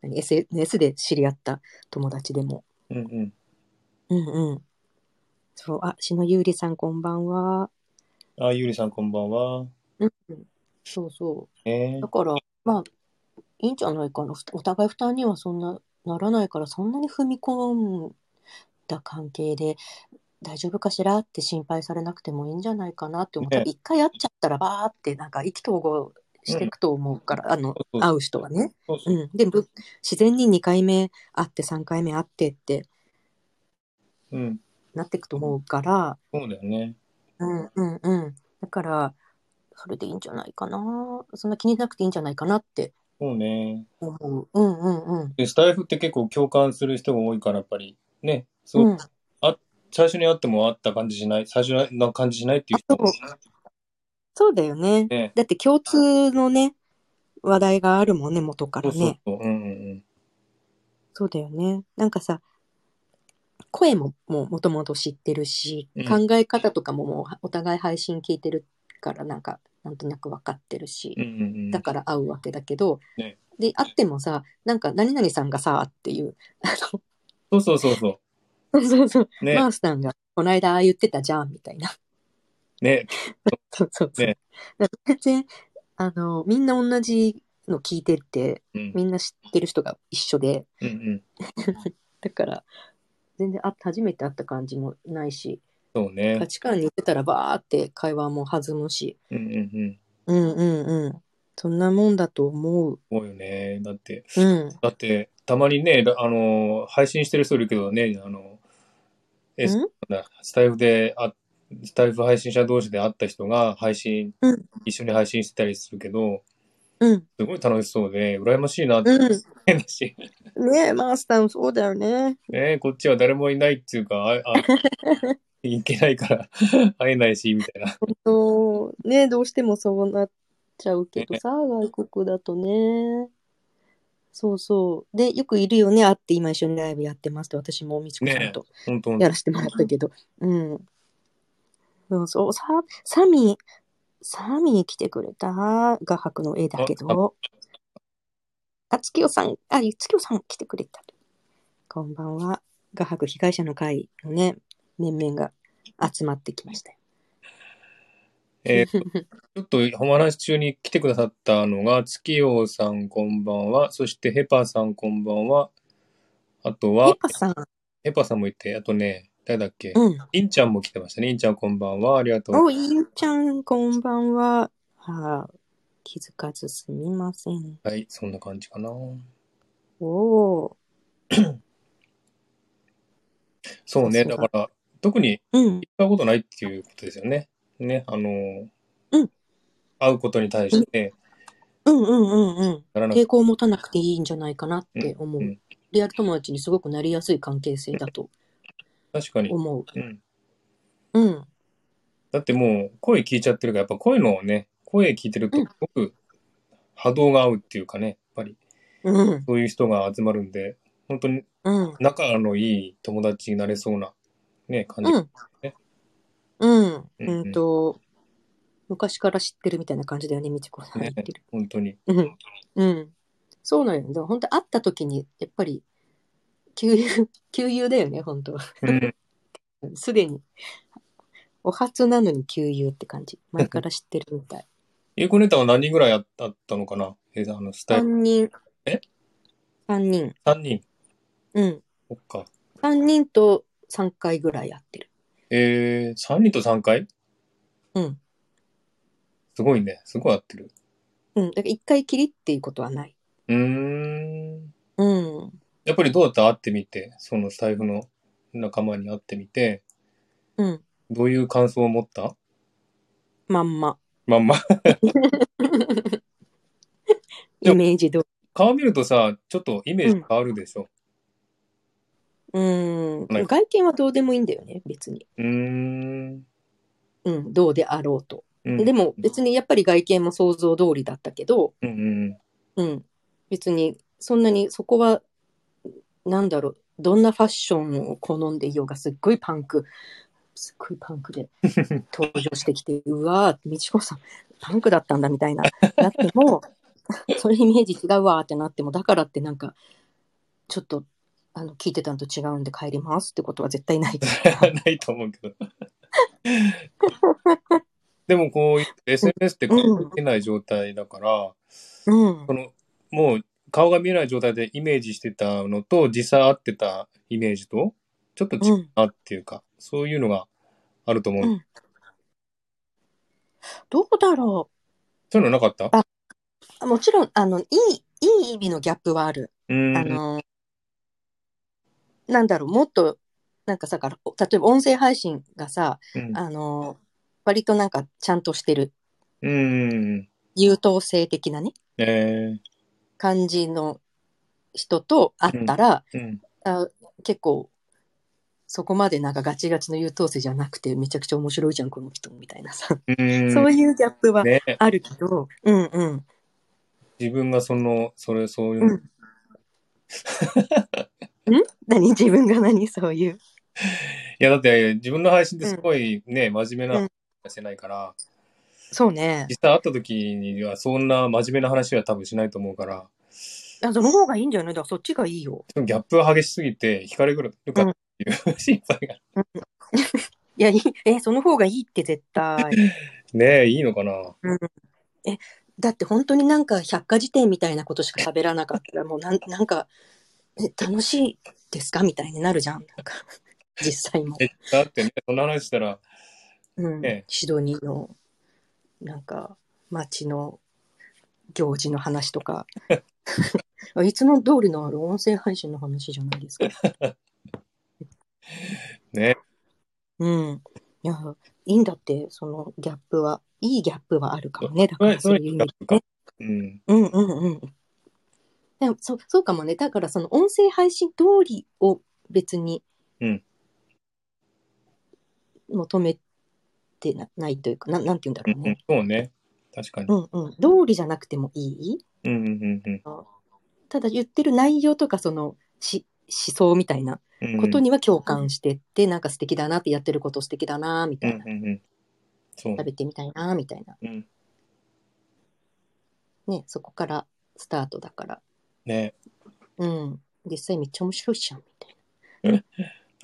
Speaker 2: 何 SNS で知り合った友達でも。
Speaker 1: うんうん。
Speaker 2: うんうん、そうあ篠ゆうりさんこんばんは。
Speaker 1: あ、ゆりさんこんばんは。
Speaker 2: うんうん、そうそ
Speaker 1: ね
Speaker 2: うだからまあいいんじゃないかなふたお互い負担にはそんなならないからそんなに踏み込んだ関係で大丈夫かしらって心配されなくてもいいんじゃないかなって思った
Speaker 1: ね
Speaker 2: 一回会っちゃったらばーってなんか意気投合していくと思うから、あの、
Speaker 1: そうそう
Speaker 2: 会う人はね。。
Speaker 1: そうそううん
Speaker 2: で、ぶ自然に2回目会って、3回目会ってって
Speaker 1: うん。
Speaker 2: なっていくと思うから、
Speaker 1: そうだよね。
Speaker 2: うんうんうん。だから、それでいいんじゃないかな。そんな気になくていいんじゃないかなって
Speaker 1: そうね。
Speaker 2: 思う。うんうんうん。
Speaker 1: で、スタイフって結構共感する人が多いから、やっぱり、ね、すごく
Speaker 2: うん、
Speaker 1: 最初に会っても会った感じしない、最初の感じしないっていう人も
Speaker 2: あそうだよね。
Speaker 1: ね。
Speaker 2: だって共通のね、話題があるもんね、元か
Speaker 1: そ
Speaker 2: ら
Speaker 1: う
Speaker 2: ね。
Speaker 1: そうそう。うんうん
Speaker 2: そうだよね。なんかさ、声ももうもともと知ってるし、
Speaker 1: うん
Speaker 2: 考え方とかももうお互い配信聞いてるから、なんか、なんとなく分かってるし
Speaker 1: うん。う、んうんう
Speaker 2: だ
Speaker 1: ん。
Speaker 2: から会うわけだけど、
Speaker 1: ね
Speaker 2: で、会ってもさ、なんか、何々さんがさ、っていう、あの、
Speaker 1: そうそうそうそ
Speaker 2: そうそうそう、
Speaker 1: う。ね
Speaker 2: マ。ースさんが、この間ああ言ってたじゃん、みたいな。
Speaker 1: [laughs] ね。
Speaker 2: そうそうそう。
Speaker 1: ね
Speaker 2: だから全然、あの、みんな同じの聞いてて、
Speaker 1: うん。
Speaker 2: みんな知ってる人が一緒で、
Speaker 1: うんうん。
Speaker 2: だから、全然あ初めて会った感じもないし、
Speaker 1: そうね
Speaker 2: 価。値観に似てたらバーって会話も弾むし、
Speaker 1: うんうんうん。
Speaker 2: うんうんうん。そんなもんだと思う。
Speaker 1: 多いよね。だって、
Speaker 2: うん。
Speaker 1: だって、たまにね、らあの、配信してる人いるけどね、あの、え、
Speaker 2: ん
Speaker 1: そうだスタイフで、あスタイフ配信者同士で会った人が配信
Speaker 2: うん、
Speaker 1: 一緒に配信してたりするけど、
Speaker 2: うん。
Speaker 1: すごい楽しそうで、羨ましいなって
Speaker 2: う
Speaker 1: 変だし、
Speaker 2: ん。ねえ、マースターもそうだよね。
Speaker 1: ねこっちは誰もいないっていうか、あ、あいけないから、会えないし、みたいな。
Speaker 2: 本当ねえどうしてもそうなっちゃうけどさ、外国だとね。そうそう。で、よくいるよね。会って今一緒にライブやってますって、私もみちこさんと
Speaker 1: 本当
Speaker 2: やらせてもらったけど。うん。そうそう。ササミー、サミー来てくれた画伯の絵だけど。あ、月夜さん、あ、月夜さん来てくれた。こんばんは。画伯被害者の会のね、面々が集まってきましたよ。
Speaker 1: えーちょっとお話し中に来てくださったのが、月陽さんこんばんは、そしてヘパさんこんばんは、あと
Speaker 2: エ
Speaker 1: は、
Speaker 2: パさん、
Speaker 1: ヘパさんもいて、あとね、誰だっけ、
Speaker 2: うん。
Speaker 1: インちゃんも来てましたね。インちゃんこんばんは、ありがとう。
Speaker 2: お、いゆちゃん、こんばんは。はあ、気づかずすみません。
Speaker 1: はい、そんな感じかな。
Speaker 2: おお。
Speaker 1: そうね、
Speaker 2: そう
Speaker 1: だ
Speaker 2: だ
Speaker 1: から、特に
Speaker 2: うん、
Speaker 1: 使うことないっていうことですよね。ね、あの、
Speaker 2: うん
Speaker 1: 会うことに対して
Speaker 2: うん、うん、うん、うん。
Speaker 1: ならなく
Speaker 2: 抵抗を持たなくていいんじゃないかなって思う。
Speaker 1: うんうん
Speaker 2: リアル友達にすごくなりやすい関係性だと
Speaker 1: 確かに。
Speaker 2: 思う。
Speaker 1: うん。
Speaker 2: うん、
Speaker 1: だってもう、声聞いちゃってるから、やっぱ声のね、声聞いてると、すごく波動が合うっていうかね、やっぱり。
Speaker 2: うん、
Speaker 1: そういう人が集まるんで、本当に
Speaker 2: うん、
Speaker 1: 仲のいい友達になれそうな、ね、感じ。
Speaker 2: うん
Speaker 1: ね。
Speaker 2: うん、
Speaker 1: う
Speaker 2: うん
Speaker 1: うん
Speaker 2: んと、昔から知ってるみたいな感じだよね、みちこさん言
Speaker 1: ね
Speaker 2: ってる。
Speaker 1: 本当に。
Speaker 2: うん。うん。そうなんよ。でも本当会った時に、やっぱり、 [laughs] 給油、給油だよね、本当
Speaker 1: うん。
Speaker 2: すでに。お初なのに給油って感じ。前から知ってるみ
Speaker 1: [laughs]
Speaker 2: たい。
Speaker 1: ゆうこネタは何人ぐらいあったあったのかなえー、あの、スタイル。
Speaker 2: 3人。
Speaker 1: え
Speaker 2: ?3 人。
Speaker 1: 3人。
Speaker 2: うん。
Speaker 1: そっか。
Speaker 2: 3人と3回ぐらいやってる。
Speaker 1: えー、3人と3回
Speaker 2: うん。
Speaker 1: すごいね。すごい合ってる。
Speaker 2: うん。だから1回きりっていうことはない。
Speaker 1: うーん。
Speaker 2: うん。
Speaker 1: やっぱりどうやって会ってみて、そのスタイフの仲間に会ってみて、
Speaker 2: うん。
Speaker 1: どういう感想を持った
Speaker 2: まんま。
Speaker 1: まあまあ、 [laughs] で
Speaker 2: イ
Speaker 1: も
Speaker 2: メージ通り。
Speaker 1: 顔見るとさ、ちょっとイメージ変わるでしょ。
Speaker 2: うん。
Speaker 1: ない
Speaker 2: 外見はどうでもいいんだよね、別に。
Speaker 1: うーん。
Speaker 2: うん。どうであろうと。
Speaker 1: うん。
Speaker 2: でも別にやっぱり外見も想像通りだったけど、
Speaker 1: うんうん [laughs]
Speaker 2: うん、別にそんなにそこはなんだろうどんなファッションを好んでいようがすっごいパンクすっごいパンクで登場してきてうわー美智子さんパンクだったんだみたいななってもそれイメージ違うわーってなってもだからってなんかちょっとあの聞いてたのと違うんで帰りますってことは絶対ない。
Speaker 1: うん。ないと思うけど。 [laughs] でもこう、SNS って顔が見えない状態だから、
Speaker 2: うん
Speaker 1: その、もう顔が見えない状態でイメージしてたのと、実際会ってたイメージと、ちょっと違うなっていうか、そういうのがあると思う。
Speaker 2: うんどうだろう
Speaker 1: そういうのなかった
Speaker 2: ああもちろん、あの、いい、いい意味のギャップはある。
Speaker 1: うん。
Speaker 2: あの、なんだろう、もっと、なんかさ、から例えば音声配信がさ、
Speaker 1: うん
Speaker 2: あの、割となんかちゃんとしてる、
Speaker 1: うん。
Speaker 2: 優等生的なね、
Speaker 1: え
Speaker 2: 感じの人と会ったら、
Speaker 1: ー、うん。
Speaker 2: あ結構、そこまでなんかガチガチの優等生じゃなくて、めちゃくちゃ面白いじゃん、この人、みたいなさ。
Speaker 1: うん。
Speaker 2: そういうギャップは
Speaker 1: ね。
Speaker 2: あるけど、うんうん。
Speaker 1: 自分がその、それ、そういうの、
Speaker 2: うん何自分が何そういう。
Speaker 1: いや、だって、自分の配信ってすごいね、真面目な
Speaker 2: う
Speaker 1: 話
Speaker 2: ん
Speaker 1: してないから、
Speaker 2: そうね。
Speaker 1: 実際会った時には、そんな真面目な話は多分しないと思うから、
Speaker 2: あその方がいいんじゃないだからそっちがいいよ。
Speaker 1: そのギャップが激しすぎて、惹かれるかっていう、心配が。
Speaker 2: いや、いい [laughs] え、その方がいいって絶
Speaker 1: [laughs]
Speaker 2: 対。
Speaker 1: ねえ、いいのかな
Speaker 2: だって本当になんか百科事典みたいなことしか喋らなかったら、もうなんなんか、え、楽しいですかみたいになるじゃん。なんか、 [laughs] 実際も。
Speaker 1: えだってね、そんな話したら、
Speaker 2: うん
Speaker 1: ええ。
Speaker 2: シドニーの、なんか、街の行事の話
Speaker 1: [laughs]
Speaker 2: とか。いつも通りのある音声配信の話じゃな
Speaker 1: [laughs]
Speaker 2: いですか。
Speaker 1: ね、
Speaker 2: うん。いや、いいんだって、そのギャップは、いいギャップはあるからね。だからそういう意味でね。
Speaker 1: うん、
Speaker 2: うんうんうん。でもそそうかもね。だからその音声配信通りを別に
Speaker 1: うん
Speaker 2: 求めてなないというかな、なんて言うんだ
Speaker 1: う
Speaker 2: ろうんね
Speaker 1: ん。、そうね、確かに
Speaker 2: う。んうん。通りじゃなくてもいい
Speaker 1: うん、うん、うん
Speaker 2: ただ言ってる内容とかそのし思想みたいな
Speaker 1: うん。
Speaker 2: ことには共感してって、なんか素敵だなってやってること素敵だなみ
Speaker 1: う
Speaker 2: た
Speaker 1: ん、
Speaker 2: いうな、
Speaker 1: ん、うんうん。そう
Speaker 2: 食。べてみたいなみたいな。
Speaker 1: うん、
Speaker 2: ね、そこからスタートだから。
Speaker 1: ね
Speaker 2: うん。実際めっちゃ面白いじゃんみたいな。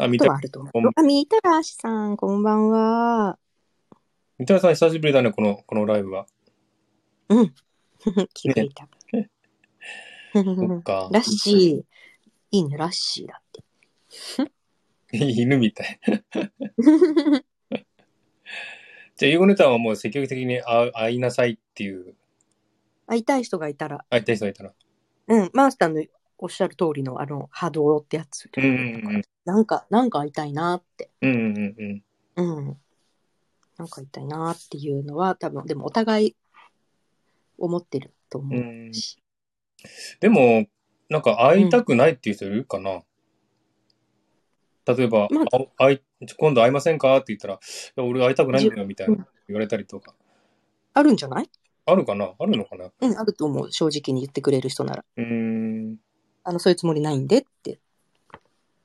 Speaker 1: あ、三
Speaker 2: ことは
Speaker 1: 田
Speaker 2: あると思
Speaker 1: こ
Speaker 2: うん
Speaker 1: ば
Speaker 2: よ。あ、みたらしさん、こんばんは。
Speaker 1: 三田さん、久しぶりだね、この、このライブは。
Speaker 2: うん。 [laughs] 気づいた。
Speaker 1: そっか。
Speaker 2: ラッシー。いいね、ラッシーだって。
Speaker 1: [laughs] 犬みたい。じゃあ、英語ネタはもう積極的に会う会いなさいっていう、
Speaker 2: [laughs] 会いたい人がいたら、
Speaker 1: 会いたい人がいたら。
Speaker 2: うん、マースターのおっしゃる通りの、あの、波動ってやつ。
Speaker 1: うん、うん、
Speaker 2: なんか、なんか会いたいなって。
Speaker 1: うん。うん、うん、うん。
Speaker 2: うん。なんか会いたいなっていうのは、多分、でもお互い思ってると
Speaker 1: う
Speaker 2: 思
Speaker 1: ん
Speaker 2: うし。
Speaker 1: でも、なんか会いたくないっていう人いるかな、例えば、
Speaker 2: ま
Speaker 1: あ会い今度会いませんかって言ったら、いや俺会いたくないんだよみたいな言われたりとか。
Speaker 2: あるんじゃない
Speaker 1: あるかなあるのかな
Speaker 2: うん、あると思う。正直に言ってくれる人なら。
Speaker 1: うーん。
Speaker 2: あの、そういうつもりないんでって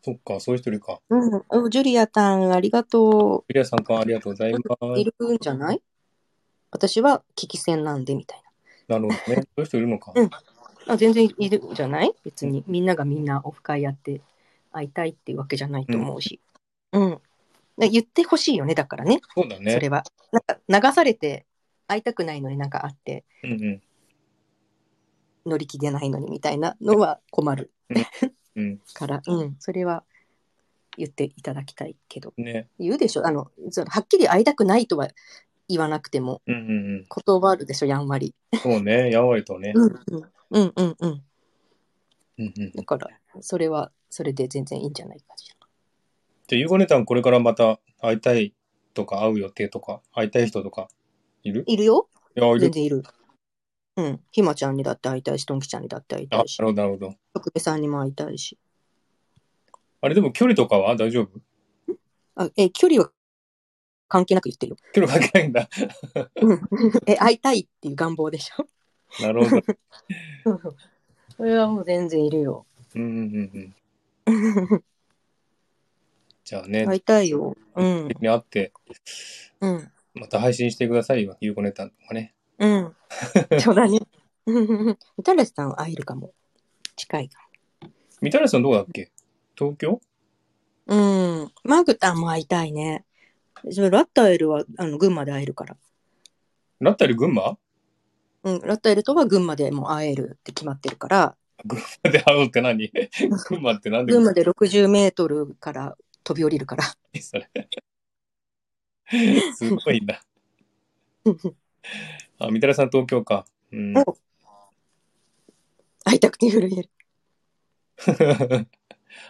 Speaker 1: そっか、そういう人いるか。
Speaker 2: うん、おジュリアさん、ありがと
Speaker 1: クリアさんか、ありがとうございま
Speaker 2: う。い
Speaker 1: す。
Speaker 2: るんじゃない私は危機戦なんで、みたい
Speaker 1: な
Speaker 2: [laughs]
Speaker 1: るほどね。そういう人いるのか。
Speaker 2: うんな。あ全然いるんじゃない別に。みんながみんなオフ会やって会いたいっていうわけじゃないと思うし。うん。で言ってほしいよね、だからね、
Speaker 1: そうだ
Speaker 2: そ
Speaker 1: ね。
Speaker 2: れは。なんか流されて、会いたくないのになんか会って、
Speaker 1: うんうん。
Speaker 2: 乗り気でないのにみたいなのは困る
Speaker 1: うん。
Speaker 2: [laughs] から、うん、それは言っていただきたいけど。
Speaker 1: ね。
Speaker 2: 言うでしょあの、そのはっきり会いたくないとは言わなくても、
Speaker 1: うんうん
Speaker 2: 断るでしょ、やんわり。
Speaker 1: うん。そうね。やんわりとね。
Speaker 2: うんうんうんうん。
Speaker 1: うんうん。
Speaker 2: だから、それは、それで全然いいんじゃないかし
Speaker 1: じゃあ、ゆうごねたん、これからまた会いたいとか、会う予定とか、会いたい人とか、いる
Speaker 2: ら。いるよ
Speaker 1: いや、いる。
Speaker 2: 全然いる。うん。ひまちゃんにだって会いたいし、とんきちゃんにだって会い
Speaker 1: あ、
Speaker 2: た
Speaker 1: ない
Speaker 2: し、
Speaker 1: るほど、なるほど。
Speaker 2: 徳部さんにも会いたいし。
Speaker 1: あれ、でも距離とかは大丈夫
Speaker 2: あ、え、距離は関係なく言ってるよ。 [laughs]
Speaker 1: 距離関係ないんだ。
Speaker 2: え、会いたいっていう願望でしょ
Speaker 1: なるほど。
Speaker 2: そうそうそれはもう全 [laughs] 然いるよ。
Speaker 1: うんうんうんうん。じゃあね、
Speaker 2: [laughs] 会いたいよ。うん。
Speaker 1: に会って、
Speaker 2: うん。
Speaker 1: また配信してくださいよ、ゆうこねたんとかね。
Speaker 2: [laughs] うん。そうだね。 [laughs] みたらしさん会えるかも。近いか
Speaker 1: みたらしさんどこだっけ東京
Speaker 2: も。うん。マグタンも会いたいね。それラッタエルは、あの、群馬で会えるから。
Speaker 1: なったり群馬 [laughs]
Speaker 2: うん、ラッタエルとは群馬でもう会えるって決まってるから、
Speaker 1: で会うって何 [laughs] 群馬ってなんで
Speaker 2: 群馬で60メートルから飛び降りるから。 [laughs]
Speaker 1: それ。すごいな。あ、みたらしさん東京か。うん。
Speaker 2: お会いたくて震える。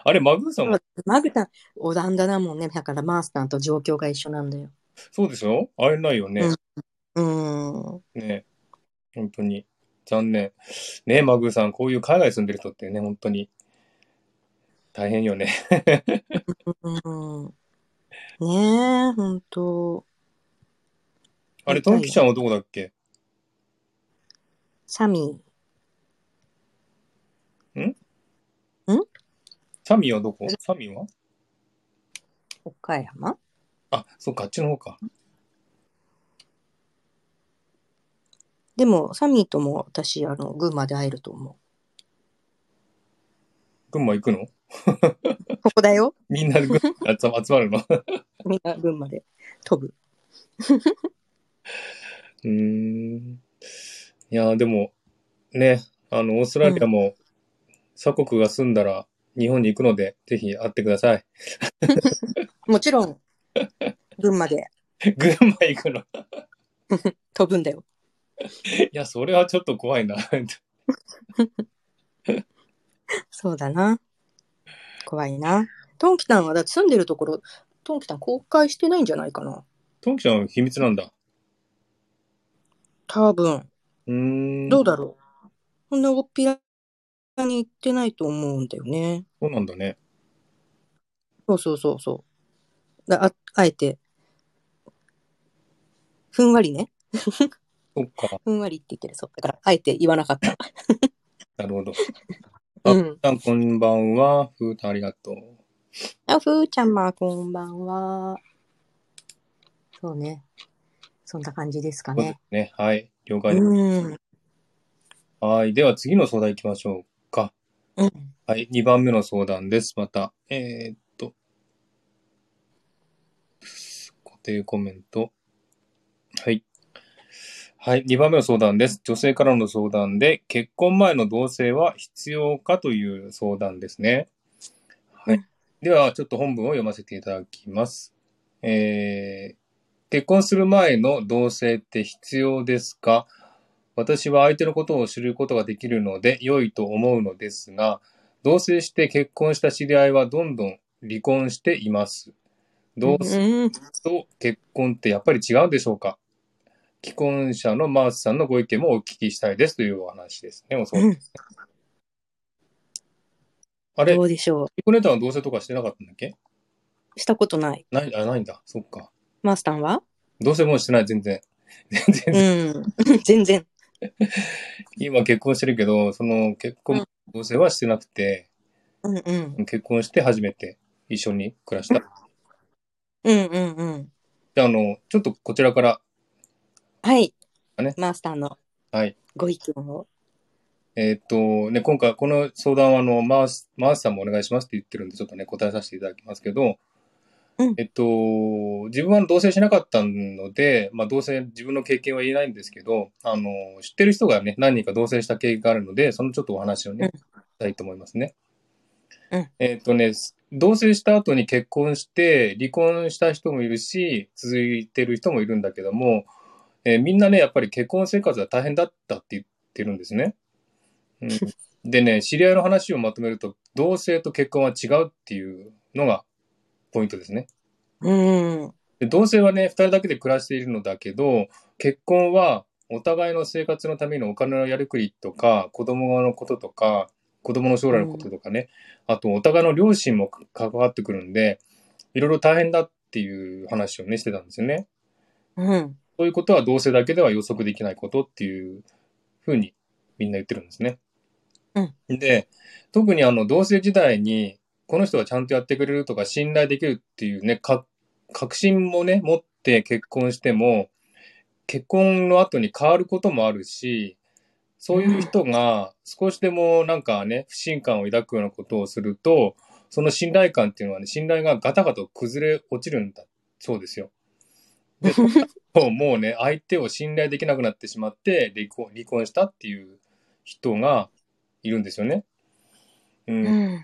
Speaker 1: あれ、マグーさんも、
Speaker 2: マグタン、オランダだもんね。だからマースタンと状況が一緒なんだよ。
Speaker 1: そうでしょ会えないよね。
Speaker 2: うーん。
Speaker 1: ね本当に。残念。ねマグーさん、こういう海外住んでる人ってね、本当に。大変よね。
Speaker 2: うん。ねえ、ほんと。
Speaker 1: あれ、トンキちゃんはどこだっけ
Speaker 2: サミ
Speaker 1: サミはどこサミは
Speaker 2: ー、岡山
Speaker 1: あ、そうか、あっちの方か。
Speaker 2: でも、サミーとも私、あの、群馬で会えると思
Speaker 1: 群馬行くの
Speaker 2: う。ここだよ。
Speaker 1: みんなで群馬集ま集まるのう
Speaker 2: みんな群馬で飛ぶ。
Speaker 1: ーん。いやー、でも、ね、あの、オーストラリアも、鎖国が済んだら、日本に行くので、ぜひ会ってください。 [laughs]
Speaker 2: もちろ [laughs] ん、群馬で
Speaker 1: 群馬行くの。
Speaker 2: 飛ぶんだよ。
Speaker 1: いや、それはちょっと怖いな。 [laughs]
Speaker 2: そうだな。怖いな。トンキタンは、だって住んでるところ、トンキタン公開してないんじゃないかな。
Speaker 1: トンキちゃんは秘密なんだ。
Speaker 2: 多分。
Speaker 1: うーん。
Speaker 2: どう
Speaker 1: だ
Speaker 2: だろう。こんなおっぴらに行ってないと思うんだよね。
Speaker 1: そうなんだね。
Speaker 2: そうそうそうそう。だああえて、ふんわりね。
Speaker 1: そっか。
Speaker 2: ふんわりって言ってるそう。だから、あえて言わなかった。
Speaker 1: なるほど。あ
Speaker 2: うん。
Speaker 1: さん、こんばんは。ふーたん、ありがとう。
Speaker 2: あ、ふーちゃんま、こんばんは。そうね。そんな感じですか
Speaker 1: そうですね。
Speaker 2: ね。
Speaker 1: はい。了解です。
Speaker 2: うん。
Speaker 1: はい。では、次の相談行きましょうか。
Speaker 2: うん
Speaker 1: はい。2番目の相談です。また。えー、っと。固定コメント。はい。はい。2番目の相談です。女性からの相談で、結婚前の同棲は必要かという相談ですね。は
Speaker 2: う
Speaker 1: い。では、ちょっと本文を読ませていただきます。えー、結婚する前の同棲って必要ですか私は相手のことを知ることができるので良いと思うのですが、同棲して結婚した知り合いはどんどん離婚しています。同棲
Speaker 2: うん。
Speaker 1: と結婚ってやっぱり違うんでしょうか既婚者のマースさんのご意見もお聞きしたいですというお話ですね。お相談ですねあれ、
Speaker 2: ど
Speaker 1: リ
Speaker 2: うでしょ
Speaker 1: コネタは同棲とかしてなかったんだっけ
Speaker 2: う。したことない。
Speaker 1: ない、あ、ないんだ。そっか。
Speaker 2: マースタンは
Speaker 1: 同棲もしてない、全然。全然
Speaker 2: う。ん。全然。
Speaker 1: 今結婚してるけど、その結
Speaker 2: う
Speaker 1: 婚
Speaker 2: ん、
Speaker 1: 同棲はしてなくて、
Speaker 2: うんうん。
Speaker 1: 結婚して初めて一緒に暮らした。
Speaker 2: うんうんうん。
Speaker 1: で、あの、ちょっとこちらから、
Speaker 2: はい
Speaker 1: だね。
Speaker 2: マースタンの
Speaker 1: はい。
Speaker 2: ご意見を。
Speaker 1: えーっと、ね、今回この相談は、あの、マース、マースさんもお願いしますって言ってるんで、ちょっとね、答えさせていただきますけど、
Speaker 2: うん
Speaker 1: えっと、自分は同棲しなかったので、まあ、同棲、自分の経験は言えないんですけど、あの、知ってる人がね、何人か同棲した経験があるので、そのちょっとお話をね、したいと思いますね。
Speaker 2: うん
Speaker 1: えーっとね、同棲した後に結婚して、離婚した人もいるし、続いてる人もいるんだけども、えーみんなね、やっぱり結婚生活は大変だったって言ってるんですね。うんでね、知り合いの話をまとめると、同性と結婚は違うっていうのがポイントですね。
Speaker 2: うん。
Speaker 1: で同性はね、二人だけで暮らしているのだけど、結婚はお互いの生活のためのお金のやりくりとか、子供のこととか、子供の将来のこととかね、あとお互いの両親も関わってくるんで、いろいろ大変だっていう話をね、してたんですよね。
Speaker 2: うん。
Speaker 1: そういうことは同性だけでは予測できないことっていうふうにみんな言ってるんですね。で、特にあの同性時代にこの人はちゃんとやってくれるとか信頼できるっていうね、か確信もね、持って結婚しても、結婚の後に変わることもあるし、そういう人が少しでもなんかね、不信感を抱くようなことをすると、その信頼感っていうのはね、信頼がガタガタ崩れ落ちるんだそうですよ。で、もうもうね、相手を信頼できなくなってしまって離婚、離婚したっていう人がいるんですよね。う。
Speaker 2: うんん。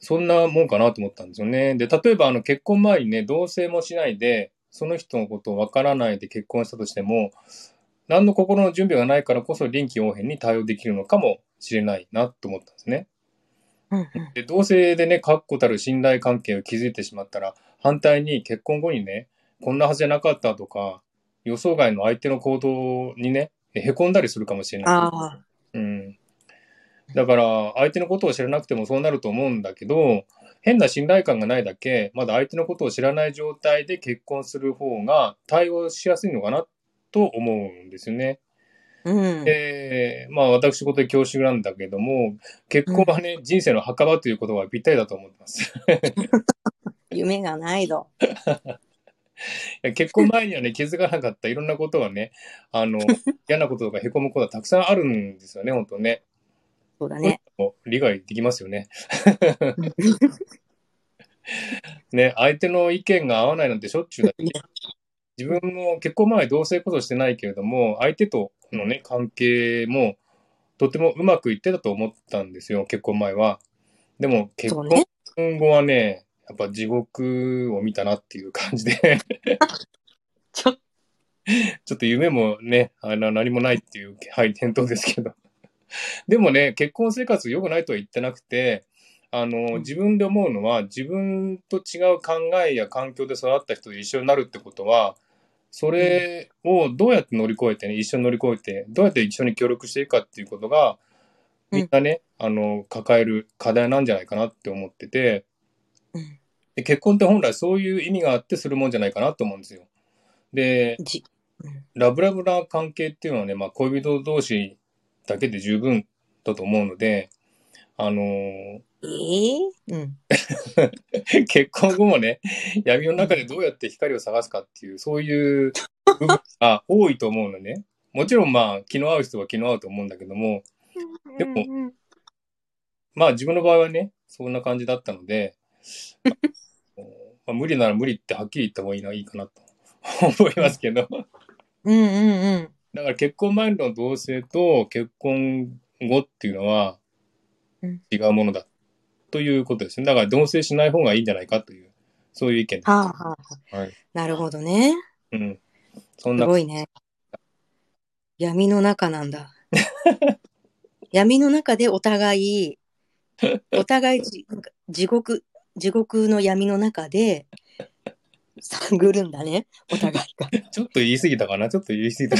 Speaker 1: そんなもんかなと思ったんですよね。で、例えばあの結婚前にね、同棲もしないで、その人のことをわからないで結婚したとしても、何の心の準備がないからこそ臨機応変に対応できるのかもしれないなと思ったんですね。
Speaker 2: うんうん
Speaker 1: で同性でね確固たる信頼関係を築いてしまったら反対に結婚後にねこんなはずじゃなかったとか予想外の相手の行動にねへこんだりするかもしれない。
Speaker 2: あ
Speaker 1: うん、だから相手のことを知らなくてもそうなると思うんだけど変な信頼感がないだけまだ相手のことを知らない状態で結婚する方が対応しやすいのかなと思うんですよね。
Speaker 2: うん。
Speaker 1: えーまあ私事で恐縮なんだけども、結婚はね、人生の墓場という言葉はぴったりだと思って
Speaker 2: [laughs]
Speaker 1: ます。
Speaker 2: 夢がないぞ。
Speaker 1: いや結婚前にはね、気づかなかったいろんなことがね、あ
Speaker 2: [laughs]
Speaker 1: の、嫌なこととか凹むことはたくさんあるんですよね、本当ね。
Speaker 2: そうだね。
Speaker 1: もう理解できますよね。ね、相手の意見が合わないなんてしょっちゅうだし自分も結婚前同性こそしてないけれども、相手とのね、関係もとてもうまくいってたと思ったんですよ、結婚前は。でも結
Speaker 2: そう
Speaker 1: 婚
Speaker 2: ね。
Speaker 1: 後はね、やっぱ地獄を見たなっていう感じで、
Speaker 2: [laughs] ちょっ
Speaker 1: ちょっと夢もね、あの何もないっていう、はい、転倒ですけど。でもね、結婚生活良くないとは言ってなくて、あの、自分で思うのは、自分と違う考えや環境で育った人と一緒になるってことは、それをどうやって乗り越えてね、一緒に乗り越えて、どうやって一緒に協力していくかっていうことが、
Speaker 2: うん
Speaker 1: みんなね、あの、抱える課題なんじゃないかなって思ってて、
Speaker 2: うん
Speaker 1: で結婚って本来そういう意味があってするもんじゃないかなと思うんですよ。で、
Speaker 2: じ
Speaker 1: ラブラブな関係っていうのはね、まあ、恋人同士だけで十分だと思うので、あのー [laughs]
Speaker 2: えーうん。
Speaker 1: 結婚後もね、闇の中でどうやって光を探すかっていう、そういう部分が多いと思うのね。もちろんまあ、気の合う人は気の合うと思うんだけども、でも
Speaker 2: うんうん
Speaker 1: まあ自分の場合はね、そんな感じだったので、 [laughs] まあ、無理なら無理ってはっきり言った方がいいな、いいかなと思いますけど。
Speaker 2: うんうん
Speaker 1: だから結婚前の同性と結婚後っていうのは
Speaker 2: うん
Speaker 1: 違うものだということですね。だから同性しない方がいいんじゃないかという、そういう意見で
Speaker 2: はあはあはあ
Speaker 1: はい
Speaker 2: なるほどね。
Speaker 1: す。うん。そん
Speaker 2: す
Speaker 1: な、
Speaker 2: ごいね。闇の中なん [laughs] だ。闇の中でお互い、お互いじなんか地獄、地獄の闇の中で探るんだね、お互いが。
Speaker 1: ちょっと言い過ぎたかなちょっと言い過ぎた。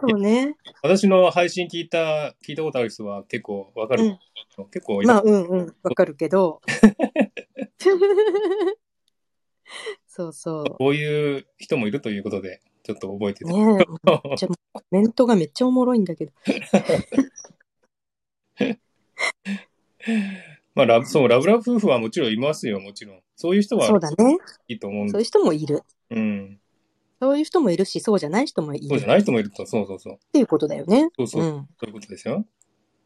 Speaker 2: そうね。
Speaker 1: 私の配信聞いた、聞いたことある人は結構わかる。結構いる
Speaker 2: まあ、うんうん、わかるけど。そうそ
Speaker 1: こういう人もいるということで、ちょっと覚えて
Speaker 2: う。
Speaker 1: て。
Speaker 2: [laughs] ねえ、コメントがめっちゃおもろいんだけど。
Speaker 1: まあ、ラブ、そう、ラブラブ夫婦はもちろんいますよ、もちろん。そういう人は
Speaker 2: そうだね。
Speaker 1: いいと思うんで
Speaker 2: そういう人もいる。
Speaker 1: うん。
Speaker 2: そういう人もいるし、そうじゃない人もい
Speaker 1: そう
Speaker 2: る
Speaker 1: じゃ
Speaker 2: っ
Speaker 1: ない人もいると、そうそうそう。
Speaker 2: ていうことだよね。
Speaker 1: そうそうう、
Speaker 2: ん。
Speaker 1: そういうことですよ。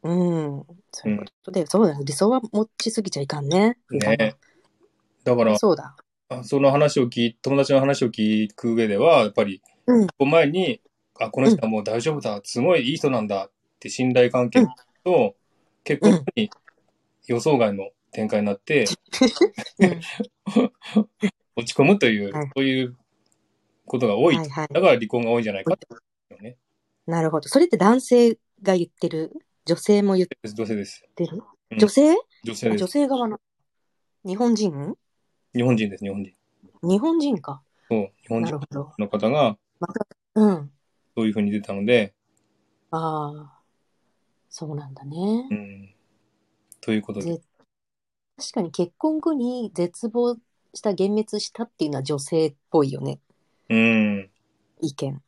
Speaker 2: うん。そういうことで、そうだね。理想は持ちすぎちゃいかんね。
Speaker 1: ね。だから、
Speaker 2: そうだ。
Speaker 1: あその話を聞い、友達の話を聞く上では、やっぱり、
Speaker 2: うん。
Speaker 1: こう前に、あ、この人はもう大丈夫だ、すごいいい人なんだって信頼関係と、結婚後に予想外の展開になって、
Speaker 2: うん
Speaker 1: 落ち込むという、
Speaker 2: はい
Speaker 1: そういうことが多い。
Speaker 2: はいはい。
Speaker 1: だから離婚が多いんじゃないかってことですよね。
Speaker 2: なるほど。それって男性が言ってる。女性も言っ
Speaker 1: 女性です。
Speaker 2: てる。
Speaker 1: うん
Speaker 2: 女性、
Speaker 1: 女性
Speaker 2: あ
Speaker 1: です
Speaker 2: 女。性側の。日本人
Speaker 1: 日本人です、日本人。
Speaker 2: 日本人か。
Speaker 1: そう、日本
Speaker 2: な
Speaker 1: 人
Speaker 2: るほど。
Speaker 1: の方が
Speaker 2: また、うん。
Speaker 1: そういうふうに出たので、
Speaker 2: ああ。そうなんだね
Speaker 1: う。ん。ということで。
Speaker 2: ぜ確かに結婚後に絶望した、幻滅したっていうのは女性っぽいよね。
Speaker 1: うん。
Speaker 2: 意見。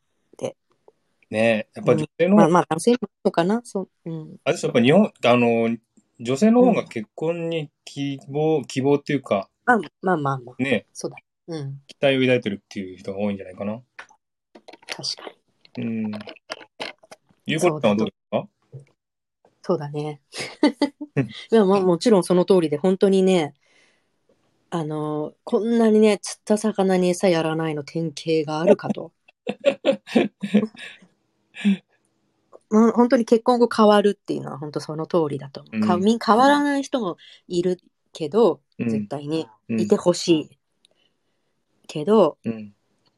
Speaker 1: ねやっぱ女性の、
Speaker 2: まあ
Speaker 1: 方
Speaker 2: まあ、男性もそうかな。そう。うん。
Speaker 1: あれですよやっぱ日本、あの、女性の方が結婚に希望、希望っていうか、
Speaker 2: まあまあまあまあ。
Speaker 1: ね、
Speaker 2: そうだ。うん。
Speaker 1: 期待を抱いてるっていう人が多いんじゃないかな。
Speaker 2: 確かに。
Speaker 1: うん。ゆうこちゃんはどうですか
Speaker 2: そうだ
Speaker 1: [laughs]
Speaker 2: ね
Speaker 1: うん。
Speaker 2: いや、まあ、もちろんその通りで、本当にね、あのーこんなにね、釣った魚に餌やらないの典型があるか
Speaker 1: [laughs]
Speaker 2: と。うん本当に結婚後変わるっていうのは本当その通りだと思う。か
Speaker 1: うん
Speaker 2: み変わらない人もいるけど、
Speaker 1: うん
Speaker 2: 絶対に
Speaker 1: うん
Speaker 2: いてほしい。けど、
Speaker 1: うん。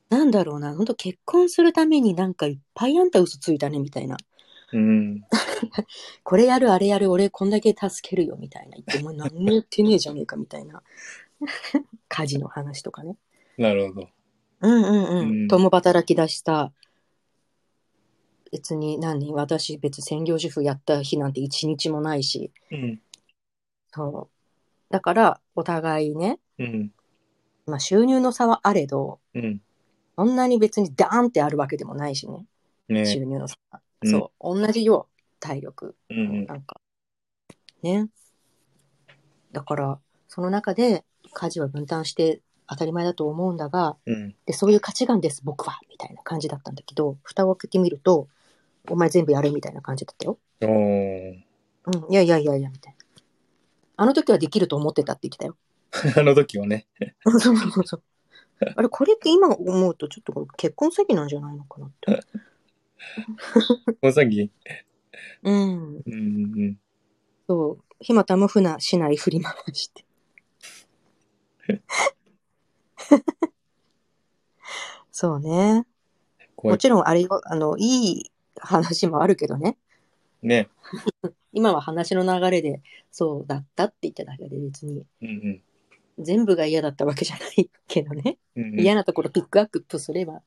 Speaker 2: なんだろうな、本当結婚するためになんかいっぱいあんた嘘ついたねみたいな。
Speaker 1: うん。
Speaker 2: これやる、あれやる、俺こんだけ助けるよみたいな。言 [laughs] って、お前何も言ってねえじゃねえかみたいな。家事の話とかね。
Speaker 1: なるほど。
Speaker 2: うんうんう
Speaker 1: うん
Speaker 2: ん。共働き出した。別に何私別に専業主婦やった日なんて一日もないし。
Speaker 1: うん。
Speaker 2: そう。だから、お互いね、
Speaker 1: うん。
Speaker 2: まあ収入の差はあれど、
Speaker 1: うん。
Speaker 2: そんなに別にダーンってあるわけでもないしね。
Speaker 1: ね
Speaker 2: 収入の差が、
Speaker 1: うん
Speaker 2: そう同じよ体力
Speaker 1: うんうん。
Speaker 2: なんかねだからその中で家事は分担して当たり前だと思うんだが
Speaker 1: うん。
Speaker 2: でそういう価値観です僕はみたいな感じだったんだけど蓋を開けてみるとお前全部やれみたいな感じだったよ、
Speaker 1: おー [laughs]
Speaker 2: うん、いやいやいやいやみたいなあの時はできると思ってたって言ってたよ [laughs]
Speaker 1: あの時はね。
Speaker 2: そうそうそうそうあれこれって今思うとちょっとこれ結婚詐欺なんじゃないのかなって
Speaker 1: おさぎ。
Speaker 2: うん
Speaker 1: うんうん
Speaker 2: そう、ひまた無ふな市内振り回して。 [laughs] そうね。
Speaker 1: 怖
Speaker 2: も
Speaker 1: い。
Speaker 2: ちろんあれよ、あの、いい話もあるけどね。
Speaker 1: ね。
Speaker 2: 今は話の流れで、そうだったって言っただけで別に、
Speaker 1: うん
Speaker 2: 全部が嫌だったわけじゃないけどね。
Speaker 1: うん。うんうん
Speaker 2: 嫌なところピックアップすれば、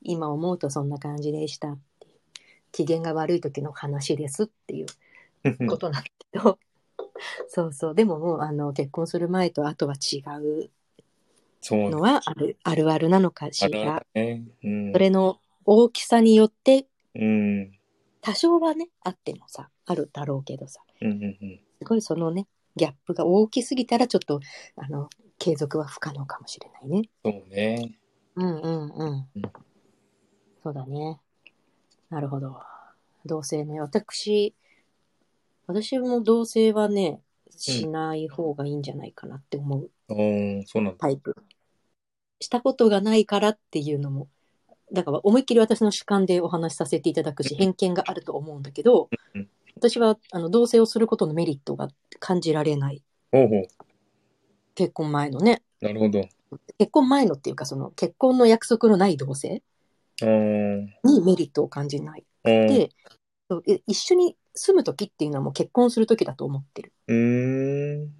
Speaker 2: 今思うとそんな感じでしたっていう。機嫌が悪い時の話ですっていうこと [laughs] なんだけど、そうそうでももうあの結婚する前と後は違う
Speaker 1: [laughs] そう
Speaker 2: のはあるあるあるなのかし
Speaker 1: あるあ
Speaker 2: ら
Speaker 1: るね。うん
Speaker 2: そ。れの大きさによって
Speaker 1: うん。
Speaker 2: 多少はねあってもさあるだろうけどさ
Speaker 1: うんうんうん。
Speaker 2: すごいそのねギャップが大きすぎたらちょっとあの継続は不可能かもしれないね。
Speaker 1: そうね。
Speaker 2: うんうんうん。そうだね。なるほど。同性ね。私、私も同性はね、しない方がいいんじゃないかなって思う
Speaker 1: おーそうなんだ。
Speaker 2: タイプ。したことがないからっていうのも、だから思いっきり私の主観でお話しさせていただくし、偏見があると思うんだけど
Speaker 1: うん、
Speaker 2: 私はあの同性をすることのメリットが感じられない。
Speaker 1: ほうほう。
Speaker 2: 結婚前のね。
Speaker 1: なるほど。
Speaker 2: 結婚前のっていうか、その結婚の約束のない同性
Speaker 1: おー
Speaker 2: にメリットを感じない。
Speaker 1: おー
Speaker 2: で、そうえ一緒に住む時っていうのはもう結婚する時だと思ってる。
Speaker 1: うーん。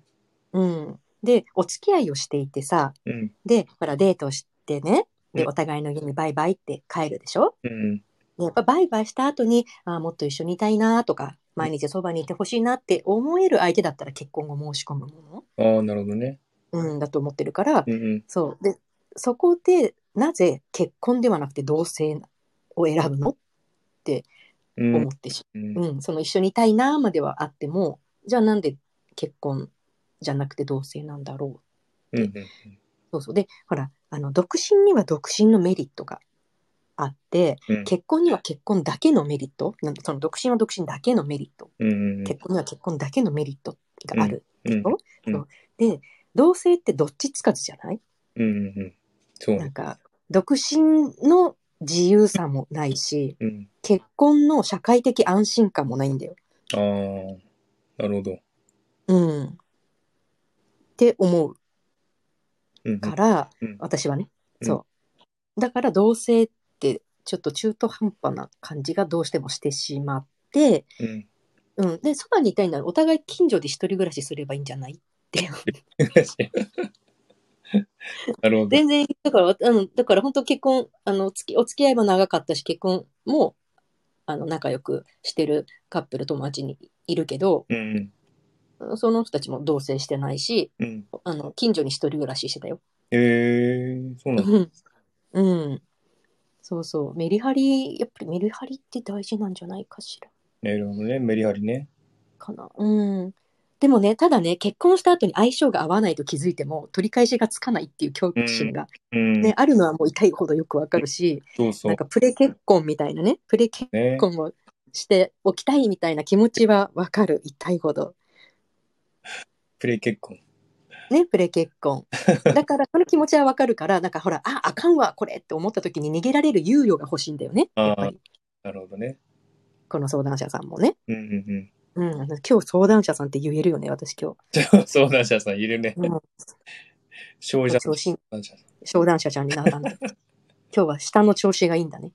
Speaker 2: うん、でお付き合いをしていてさ
Speaker 1: うん。
Speaker 2: でほらデートをしてね
Speaker 1: う
Speaker 2: で
Speaker 1: ん
Speaker 2: お互いの家にバイバイって帰るでしょ
Speaker 1: うん。
Speaker 2: でやっぱバイバイした後にあーもっと一緒にいたいなとか毎日そばにいてほしいなって思える相手だったら結婚を申し込むも
Speaker 1: ああ、なるほどね。
Speaker 2: の、うん、だと思ってるから
Speaker 1: うんうん。
Speaker 2: そうでそこでなぜ結婚ではなくて同性を選ぶの
Speaker 1: うん
Speaker 2: 思ってしまう
Speaker 1: うん
Speaker 2: うん、その一緒にいたいなまではあってもじゃあなんで結婚じゃなくて同性なんだろう
Speaker 1: うんうん
Speaker 2: そうそうでほらあの独身には独身のメリットがあって
Speaker 1: うん
Speaker 2: 結婚には結婚だけのメリットなんその独身は独身だけのメリット
Speaker 1: うんうん
Speaker 2: 結婚には結婚だけのメリットがある、
Speaker 1: うんうん
Speaker 2: そうで同性ってどっちつかずじゃない
Speaker 1: うんうんそう
Speaker 2: なん
Speaker 1: ね。
Speaker 2: か独身の自由さもないし
Speaker 1: うん。
Speaker 2: 結婚の社会的安心感もないんだよ
Speaker 1: ああ、なるほど。
Speaker 2: うんって思う
Speaker 1: うんうん。
Speaker 2: から、
Speaker 1: うん
Speaker 2: 私はね、
Speaker 1: うん
Speaker 2: そうだから同性ってちょっと中途半端な感じがどうしてもしてしまって、
Speaker 1: うん。 [laughs]
Speaker 2: うん、でそばにいたいならお互い近所で一人暮らしすればいいんじゃないって
Speaker 1: なるほど。
Speaker 2: 全然だからあのだから本当結婚あのつきお付き合いも長かったし結婚もあの仲良くしてるカップル友達にいるけど
Speaker 1: うん
Speaker 2: その人たちも同棲してないし
Speaker 1: うんうん。
Speaker 2: あの近所に一人暮らししてたよ。
Speaker 1: えー、そうなんだ。
Speaker 2: うんうん。そうそう。メリハリ、やっぱりメリハリって大事なんじゃないかしら。
Speaker 1: なるほどね。メリハリね。
Speaker 2: かな。うん。でもね、ただね、結婚した後に相性が合わないと気づいても、取り返しがつかないっていう恐怖心が、
Speaker 1: うん。
Speaker 2: ね、あるのはもう痛いほどよくわかるし、
Speaker 1: そうそ
Speaker 2: な。
Speaker 1: うん
Speaker 2: かプレ結婚みたいなね、プレ結
Speaker 1: ね。
Speaker 2: 婚をしておきたいみたいな気持ちはわかる、痛いほど。
Speaker 1: プレイ結婚。
Speaker 2: ね、プレ結婚。だから、その気持ちはわかるから、なんかほら、あ、あかんわ、これって思った時に逃げられる猶予が欲しいんだよね、やっぱり。
Speaker 1: なるほどね。
Speaker 2: この相談者さんもね。
Speaker 1: うんうん
Speaker 2: うん、今日相談者さんって言えるよね、私今
Speaker 1: うん。相談者さんいるね
Speaker 2: 日。。うん、
Speaker 1: 少女
Speaker 2: 調子
Speaker 1: 相談者さん。 [laughs]
Speaker 2: 相談者ちゃんになったんだ。今日は舌の調子がいいんだね。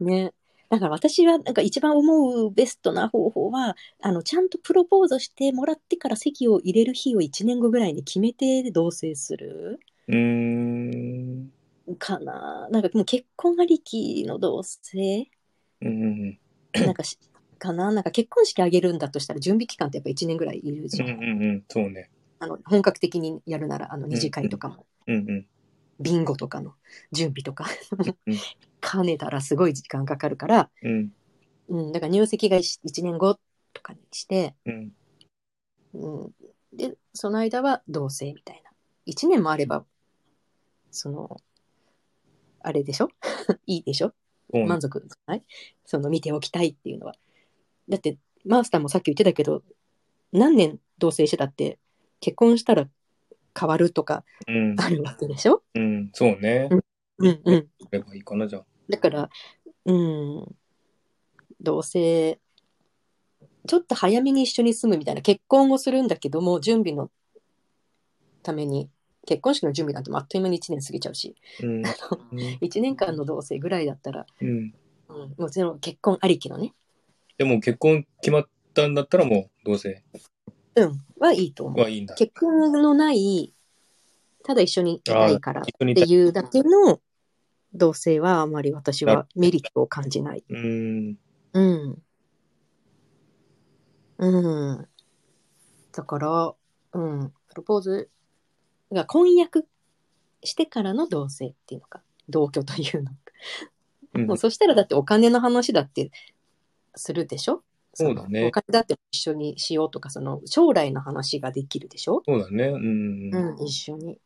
Speaker 2: ね。だから私はなんか一番思うベストな方法は、あの、ちゃんとプロポーズしてもらってから席を入れる日を1年後ぐらいに決めて同棲する
Speaker 1: うーん。
Speaker 2: かな。なんかもう結婚ありきの
Speaker 1: [laughs]
Speaker 2: 同棲
Speaker 1: うんうん
Speaker 2: なんかし、かな。なんか結婚式あげるんだとしたら準備期間ってやっぱ1年ぐらいいるじ
Speaker 1: う
Speaker 2: ゃん。
Speaker 1: んうんうん。そうね。
Speaker 2: あの、本格的にやるなら、あの、二次会とかも。
Speaker 1: うんうん。
Speaker 2: ビンゴとかの準備とか
Speaker 1: うん
Speaker 2: 兼ねたらすごい時間かかるから、
Speaker 1: うん
Speaker 2: うん、だから入籍が 1, 年後とかにして、
Speaker 1: うん。
Speaker 2: うん、でその間は同棲みたいな1年もあればそのあれでしょ [laughs] いいでしょ
Speaker 1: そうね
Speaker 2: 満。足じゃないその見ておきたいっていうのはだってマースターもさっき言ってたけど何年同棲してたって結婚したら変わるとか
Speaker 1: うん
Speaker 2: あるわけでしょ、
Speaker 1: うん。そうね。
Speaker 2: うんうん、
Speaker 1: すればいいかな、じゃあ。
Speaker 2: だから、うん、同棲、ちょっと早めに一緒に住むみたいな、結婚をするんだけども、準備のために、結婚式の準備なんてもうあっという間に1年過ぎちゃうし、
Speaker 1: うん。
Speaker 2: 1年間の同棲ぐらいだったら、 [laughs]
Speaker 1: うん。
Speaker 2: うん、もちろん結婚ありきのね、
Speaker 1: でも結婚決まったんだったらもう同棲
Speaker 2: うん、はいいと思う。
Speaker 1: はいいんだ。
Speaker 2: 結婚のない、ただ一緒にいたいからっ
Speaker 1: 一緒にい
Speaker 2: て
Speaker 1: たい
Speaker 2: いうだけの同棲はあまり私はメリットを感じない。
Speaker 1: うん。
Speaker 2: うん。うん。だから、うん、プロポーズが婚約してからの同棲っていうのか、同居というの
Speaker 1: う
Speaker 2: か。
Speaker 1: ん
Speaker 2: もうそしたらだってお金の話だってするでしょ
Speaker 1: そうだね
Speaker 2: のお金だって一緒にしようとか、その将来の話ができるでしょ、
Speaker 1: そうだね。うん。
Speaker 2: うん、一緒に。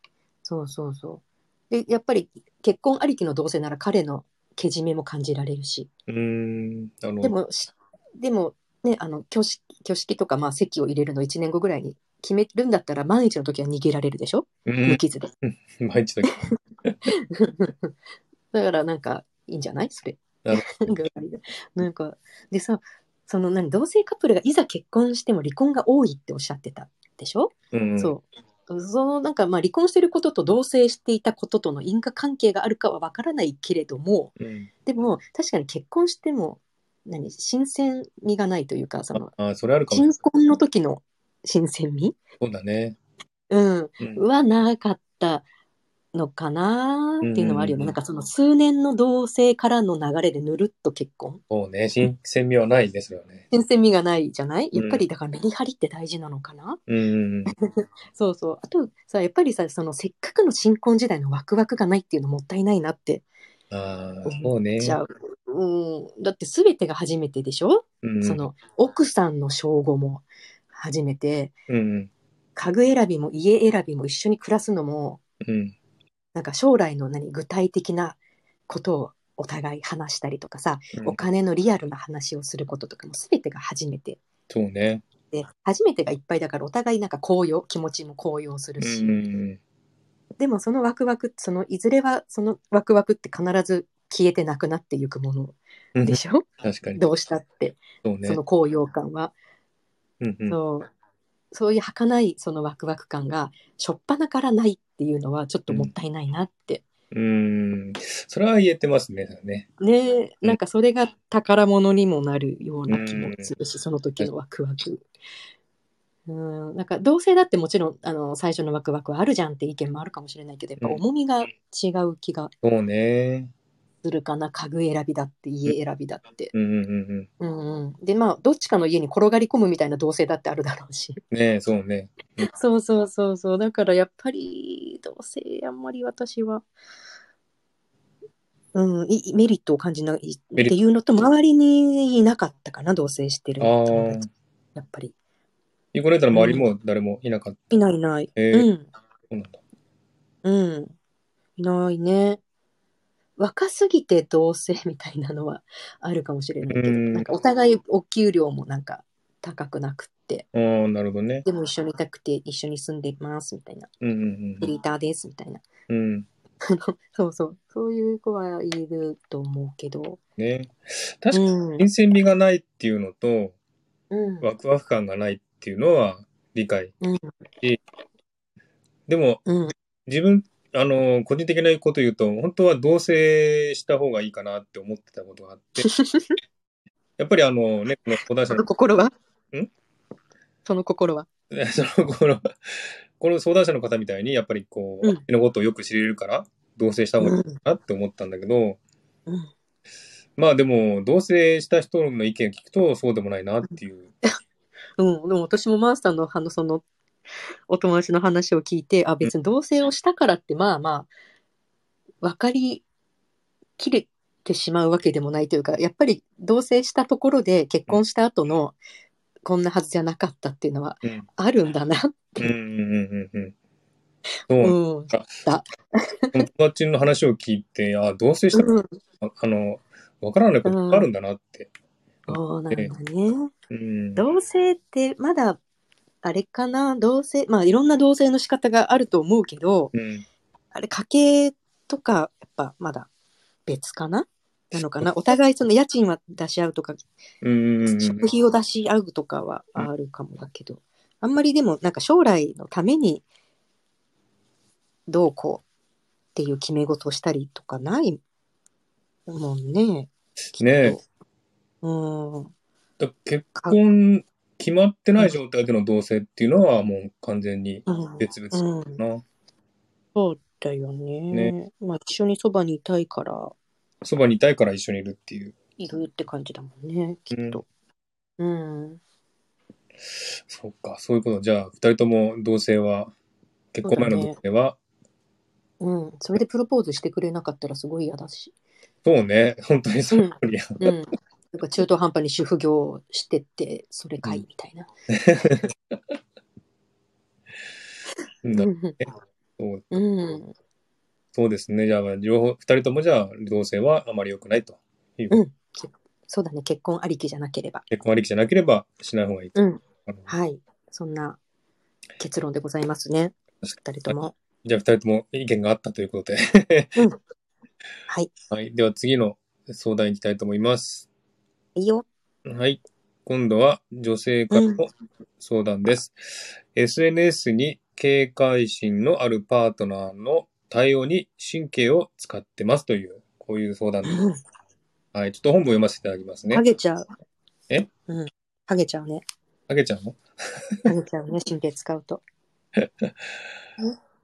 Speaker 2: そうそうそう。で、やっぱり結婚ありきの同棲なら彼のけじめも感じられるし。
Speaker 1: うん。なるほ
Speaker 2: で
Speaker 1: ど。
Speaker 2: も、しでもね、あの挙式挙式とか、まあ、席を入れるの1年後ぐらいに決めるんだったら、万一の時は逃げられるでしょ、
Speaker 1: うん
Speaker 2: 無。傷で。 [laughs]
Speaker 1: 毎日だけ。
Speaker 2: だから、なんか、いいんじゃないそれ。
Speaker 1: なる
Speaker 2: [laughs] ぐらいでなんか、でさ、その何同性カップルがいざ結婚しても離婚が多いっておっしゃってたでしょ、
Speaker 1: うん。
Speaker 2: そう。そのなんかまあ離婚してることと同棲していたこととの因果関係があるかはわからないけれども、
Speaker 1: うん。
Speaker 2: でも確かに結婚しても何新鮮味がないというかその
Speaker 1: ああ、それあるかもしれ
Speaker 2: 新
Speaker 1: ない。
Speaker 2: 婚の時の新鮮味、
Speaker 1: そうだね。
Speaker 2: うん、
Speaker 1: うん。
Speaker 2: はなかったのかなっていうのはあるよね、
Speaker 1: うんうんうん
Speaker 2: なんかその数年の同棲からの流れでぬるっと結婚
Speaker 1: そうね。新鮮味はないね、それはね。
Speaker 2: 新鮮味がないじゃない
Speaker 1: うん
Speaker 2: やっぱりだからメリハリって大事なのかな、
Speaker 1: うん。
Speaker 2: そうそうあとさやっぱりさそのせっかくの新婚時代のワクワクがないっていうのもったいないなって
Speaker 1: ああ、
Speaker 2: [laughs]
Speaker 1: そうね。
Speaker 2: じゃう、うん、だって全てが初めてでしょ、
Speaker 1: うん。
Speaker 2: その奥さんの称号も初めて
Speaker 1: うん。
Speaker 2: 家具選びも家選びも一緒に暮らすのも
Speaker 1: うん。
Speaker 2: なんか将来の何具体的なことをお互い話したりとかさ、
Speaker 1: うん
Speaker 2: お金のリアルな話をすることとかも全てが初めて
Speaker 1: そうね。
Speaker 2: で初めてがいっぱいだからお互いなんか高揚気持ちも高揚する
Speaker 1: う
Speaker 2: し、
Speaker 1: ん。
Speaker 2: でもそのワクワクそのいずれはそのワクワクって必ず消えてなくなっていくものでしょ、
Speaker 1: 確かに。
Speaker 2: どうしたって
Speaker 1: そうね
Speaker 2: そ。の高揚感は、
Speaker 1: うんうん。
Speaker 2: そうそういう儚いそのワクワク感が初っ端からないっていうのはちょっともったいないなって、
Speaker 1: うん。それは言えてますね、それね。
Speaker 2: ねえ
Speaker 1: うん
Speaker 2: なんかそれが宝物にもなるような気もするし、その時のワクワク。うん、なんか同性だってもちろんあの最初のワクワクはあるじゃんって意見もあるかもしれないけどやっぱ重みが違う気が
Speaker 1: そうね。
Speaker 2: するかな家具選びだって家選びだって、
Speaker 1: うんうんうんうん。
Speaker 2: うんうん、でまあどっちかの家に転がり込むみたいな同性だってあるだろうし
Speaker 1: ねえ、そうね。
Speaker 2: そうそうそうそうだからやっぱり同性あんまり私は、うん、いメリットを感じないっ
Speaker 1: メリッ
Speaker 2: て
Speaker 1: ト
Speaker 2: いうのと周りにいなかったかな同性してる
Speaker 1: ああ
Speaker 2: 友達やっぱり
Speaker 1: イコレーターの周りも誰もいなかっ
Speaker 2: いないいない、
Speaker 1: えー
Speaker 2: うん
Speaker 1: たもんなんだ。
Speaker 2: うんいないね若すぎて同性みたいなのはあるかもしれないけど、
Speaker 1: うん
Speaker 2: なんかお互いお給料もなんか高くなくって
Speaker 1: ああ、なるほどね。
Speaker 2: でも一緒にいたくて一緒に住んでいますみたいな
Speaker 1: うん
Speaker 2: フリーターですみたいな
Speaker 1: うんうん。うん。
Speaker 2: そうそうそういう子はいると思うけど
Speaker 1: ね。確
Speaker 2: う
Speaker 1: かに、
Speaker 2: ん、
Speaker 1: 新鮮味がないっていうのと、
Speaker 2: うん、
Speaker 1: ワクワク感がないっていうのは理解。
Speaker 2: うん
Speaker 1: でも、
Speaker 2: うん
Speaker 1: 自分、あの、個人的なこと言うと、本当は同棲した方がいいかなって思ってたことがあ [laughs] って、やっぱりあのね、この講談社
Speaker 2: そ
Speaker 1: の [laughs]
Speaker 2: の心は
Speaker 1: ん
Speaker 2: その心は
Speaker 1: そのこの、この相談者の方みたいに、やっぱりこう、
Speaker 2: うん
Speaker 1: 相手のことをよく知れるから、同棲した方がいいかなって思ったんだけど、
Speaker 2: うん
Speaker 1: まあでも、同棲した人の意見を聞くと、そうでもないなっていう。
Speaker 2: うん、でも私もマースさんのあのそのお友達の話を聞いてあ別に同棲をしたからってまあまあ分かりきれてしまうわけでもないというかやっぱり同棲したところで結婚した後のこんなはずじゃなかったっていうのは
Speaker 1: うん。
Speaker 2: あるんだな、
Speaker 1: うんうんうんうんうん。そう、
Speaker 2: うん、
Speaker 1: その友達の話を聞いて、あ同棲した
Speaker 2: うん、
Speaker 1: ああの、わからないことがあるんだなって。
Speaker 2: そうなんだね。
Speaker 1: うん。
Speaker 2: 同棲ってまだあれかな同棲まあいろんな同棲の仕方があると思うけど
Speaker 1: うん。
Speaker 2: あれ家計とかやっぱまだ別かななのかなお互いその家賃は出し合うとか
Speaker 1: うんうんうん。 [laughs]
Speaker 2: 食費を出し合うとかはあるかもだけどあんまりでもなんか将来のためにどうこうっていう決め事をしたりとかないもんね。
Speaker 1: ねえ
Speaker 2: うん。
Speaker 1: だ結婚決まってない状態での同棲っていうのは、もう完全に
Speaker 2: うん
Speaker 1: 別々
Speaker 2: うん
Speaker 1: だな。
Speaker 2: そうだよね。まあ一緒にそばにいたいから
Speaker 1: そばにいたいから一緒にいるっていう。
Speaker 2: いるって感じだもんね、きっと。うん。
Speaker 1: そうか、そういうこと。じゃあ、二人とも同棲は、結婚前の同棲は、
Speaker 2: うん。それでプロポーズしてくれなかったらすごい嫌だし。
Speaker 1: そうね、本当にその通りや。
Speaker 2: うん。なんか中途半端に主婦業してって、それかいみたいな。
Speaker 1: うん
Speaker 2: うん。
Speaker 1: そう
Speaker 2: うん。
Speaker 1: そうですね。じゃあ、両方、二人ともじゃあ、同性はあまり良くないと。
Speaker 2: そうだね、結婚ありきじゃなければ。
Speaker 1: 結婚ありきじゃなければしない方がいいと。
Speaker 2: うん。
Speaker 1: あの
Speaker 2: はい。そんな結論でございますね。二人とも。
Speaker 1: じゃあ、二人とも意見があったということで。
Speaker 2: はい。
Speaker 1: [laughs] はい。では、次の相談に行きたいと思います。
Speaker 2: いいよ。
Speaker 1: はい。今度は、女性からの相談です。SNS に警戒心のあるパートナーの対応に神経を使ってますという、こういう相談です。
Speaker 2: う
Speaker 1: はい。ちょっと本文読ませていただきます
Speaker 2: ん。
Speaker 1: ね
Speaker 2: ハ。ゲちゃう。
Speaker 1: え
Speaker 2: うん。ハゲちゃうね。
Speaker 1: あげちゃんの
Speaker 2: ハゲちゃうね、神経使うと。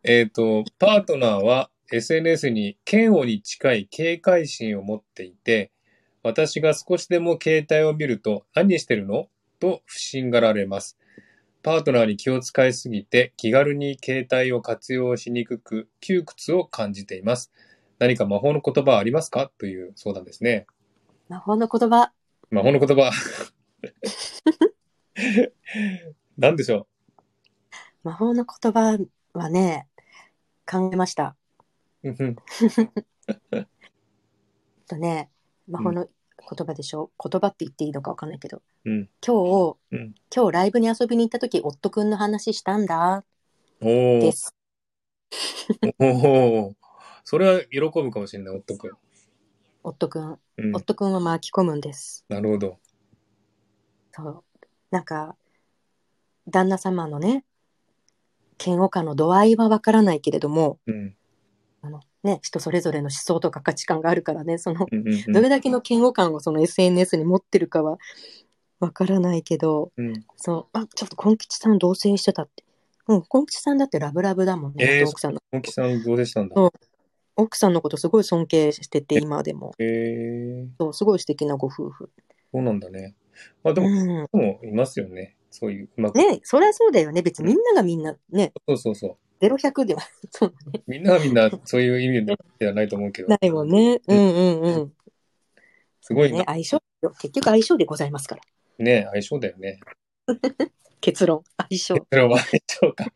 Speaker 1: えっ、と、パートナーは SNS に嫌悪に近い警戒心を持っていて、私が少しでも携帯を見ると何してるのと不審がられます。パートナーに気を使いすぎて気軽に携帯を活用しにくく窮屈を感じています。何か魔法の言葉はありますかという相談ですね。
Speaker 2: 魔法の言葉。
Speaker 1: 魔法の
Speaker 2: [laughs]
Speaker 1: 言葉。何でしょ
Speaker 2: 魔法の言葉はね、考えました。
Speaker 1: う [laughs] うんうん
Speaker 2: えっとね、魔法の言葉でしょ、言葉って言っていいのかわかんないけど、
Speaker 1: うん
Speaker 2: 今日、
Speaker 1: うん
Speaker 2: 今日ライブに遊びに行った時、夫くんの話したんだ、
Speaker 1: おー
Speaker 2: です。
Speaker 1: おお、それは喜ぶかもしれない、おっとくん。
Speaker 2: 夫くん。
Speaker 1: うん、
Speaker 2: 夫くんは巻き込むんです。
Speaker 1: なるほど。
Speaker 2: そう。なんか、旦那様のね、嫌悪感の度合いはわからないけれども、
Speaker 1: うん。
Speaker 2: あのね、人それぞれの思想とか価値観があるからね、その、
Speaker 1: うんうん
Speaker 2: どれだけの嫌悪感をその SNS に持ってるかはわからないけど、
Speaker 1: うんうん
Speaker 2: そう、あ、ちょっと、コン吉さん同棲してたって。うん、コン吉さんだってラブラブだもんね、
Speaker 1: えー
Speaker 2: 奥さんの。
Speaker 1: 本気さん、どうでしたんだ
Speaker 2: そう奥さんのことすごい尊敬してて、今でも。
Speaker 1: へえ
Speaker 2: そう、すごい素敵なご夫婦。
Speaker 1: そうなんだね。まあで
Speaker 2: う
Speaker 1: も、
Speaker 2: ん。
Speaker 1: でもいますよね。そういう、うまく。
Speaker 2: ねそりゃそうだよね。別にみんながみんな、ね、
Speaker 1: そうそうそ
Speaker 2: ゼロ百ではそう
Speaker 1: う。みんながみんな、そういう意味ではないと思うけど。
Speaker 2: ないもんね。うんうんうん。
Speaker 1: すごい
Speaker 2: ね
Speaker 1: ね、
Speaker 2: 相性よ結局相性でございますから。
Speaker 1: ね、相性だよね。
Speaker 2: 結論、相性。
Speaker 1: それは相性
Speaker 2: [laughs]
Speaker 1: か。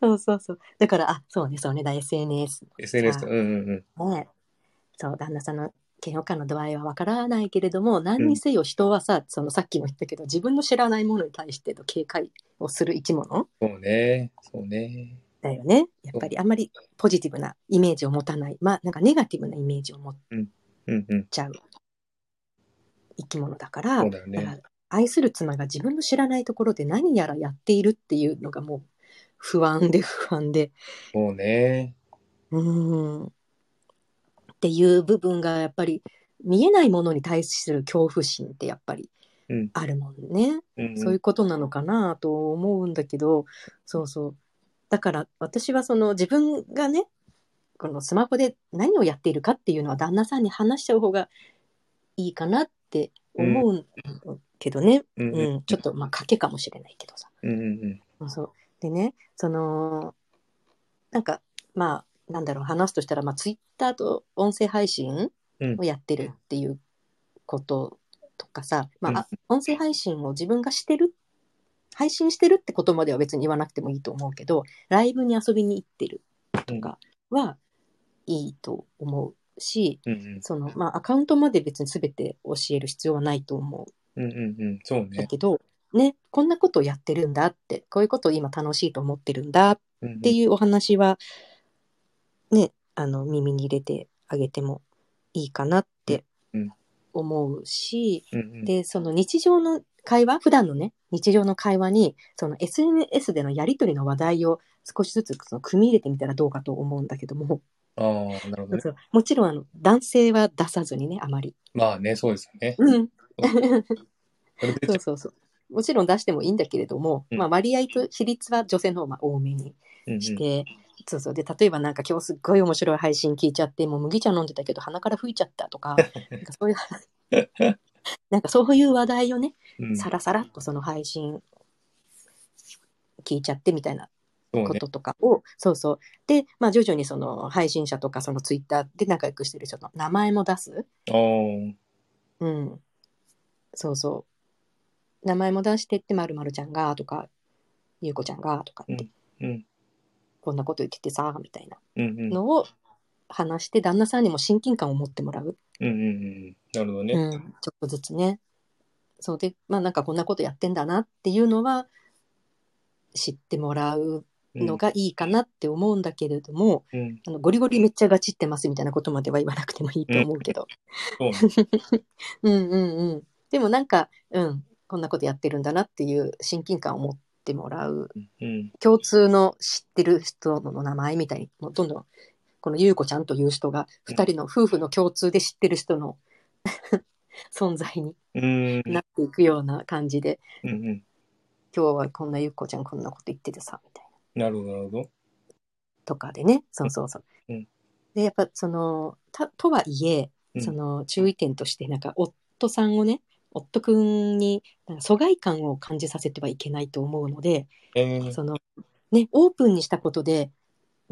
Speaker 2: そうそうそう。だから、あ、そうね、そうね、だ SNS。
Speaker 1: SNS と、
Speaker 2: さ
Speaker 1: うんうんうん。
Speaker 2: ねそう旦那さんの嫌悪感の度合いはわからないけれども何にせよ人はさ、そのさっきも言ったけど自分の知らないものに対しての警戒をする生き物
Speaker 1: そうね。そうね。
Speaker 2: だよねやっぱりあんまりポジティブなイメージを持たないまあなんかネガティブなイメージを持っ
Speaker 1: うんうん。
Speaker 2: ちゃう生き物だから
Speaker 1: そうだよ
Speaker 2: だか
Speaker 1: ね。
Speaker 2: ら愛する妻が自分の知らないところで何やらやっているっていうのがもう不安で不安で。
Speaker 1: そうね。
Speaker 2: うん。っていう部分がやっぱり見えないものに対する恐怖心ってやっぱり
Speaker 1: うん
Speaker 2: あるもんね。
Speaker 1: うんうん、
Speaker 2: そういうことなのかなと思うんだけど、そうそう。だから私はその自分がね、このスマホで何をやっているかっていうのは旦那さんに話しちゃう方がいいかなって思うけどね。
Speaker 1: うん
Speaker 2: う
Speaker 1: うん
Speaker 2: ん、ちょっとまあ賭けかもしれないけどさ。
Speaker 1: うんうん
Speaker 2: そうそうでねそのなんかまあなんだろう話すとしたら、まあ、ツイッターと音声配信
Speaker 1: うん
Speaker 2: をやってるっていうこととかさ、まあ、音声配信を自分がしてる配信してるってことまでは別に言わなくてもいいと思うけどライブに遊びに行ってるとかはいいと思うし、
Speaker 1: うんうん
Speaker 2: そのまあ、アカウントまで別に全て教える必要はないと思う
Speaker 1: うんうんうんそう
Speaker 2: だ
Speaker 1: ね。
Speaker 2: けど、ね、こんなことをやってるんだってこういうことを今楽しいと思ってるんだっ
Speaker 1: うんうん
Speaker 2: っていうお話はねあの耳に入れてあげてもいいかなって
Speaker 1: うん
Speaker 2: 思うし、
Speaker 1: うんうん
Speaker 2: でその日常の会話普段のね日常の会話にその SNS でのやり取りの話題を少しずつその組み入れてみたらどうかと思うんだけども、
Speaker 1: ああ、なるほどね。
Speaker 2: そうもちろんあの男性は出さずにねあまり。
Speaker 1: まあね、そうですよね。
Speaker 2: うん、
Speaker 1: それで
Speaker 2: そうそうそうもちろん出してもいいんだけれども、
Speaker 1: うん
Speaker 2: まあ、割合と比率は女性の方が多めに
Speaker 1: うんうん
Speaker 2: して、そうそうで例えばなんか今日すっごい面白い配信聞いちゃってもう麦茶飲んでたけど鼻から吹いちゃった
Speaker 1: [laughs]
Speaker 2: とかなんかそういう [laughs] なんかそういう話題をね
Speaker 1: うん
Speaker 2: さらさらっとその配信聞いちゃってみたいな
Speaker 1: そう
Speaker 2: こ
Speaker 1: ね。
Speaker 2: ととかをそうそうで、まあ、徐々にその配信者とかそのツイッターで仲良くしてる人の名前も出す、
Speaker 1: ああ、
Speaker 2: うん、そうそう名前も出してって「まるちゃんが」とか「ゆうこちゃんが」とかって、
Speaker 1: うん
Speaker 2: こんなこと言っててさみたいな。
Speaker 1: うんうん。
Speaker 2: のを話して旦那さんにも親近感を持ってもらう、
Speaker 1: うんうんうん。なるほどね。
Speaker 2: うん、ちょっとずつねそうでまあなんかこんなことやってんだなっていうのは知ってもらう
Speaker 1: うん
Speaker 2: のがいいかなって思うんだけれども、
Speaker 1: うん
Speaker 2: あのゴリゴリめっちゃガチってますみたいなことまでは言わなくてもいいと思うけど、
Speaker 1: そうね。
Speaker 2: うん、うんうんでもなんかうんこんなことやってるんだなっていう親近感を持ってもらう
Speaker 1: うん
Speaker 2: 共通の知ってる人の名前みたいにもうどんどんこの優子ちゃんという人が
Speaker 1: うん
Speaker 2: 2人の夫婦の共通で知ってる人の存在に
Speaker 1: うん
Speaker 2: なっていくような感じで、
Speaker 1: うんうん。
Speaker 2: 今日はこんな優子ちゃんこんなこと言っててさみたいな
Speaker 1: なるほど、なるほど。
Speaker 2: とかでねそうそうそう。
Speaker 1: うん
Speaker 2: でやっぱそのたとはいえ
Speaker 1: うん
Speaker 2: その注意点としてなんか夫さんをね夫くんになんか疎外感を感じさせてはいけないと思うので、
Speaker 1: えー、
Speaker 2: そのね、オープンにしたことで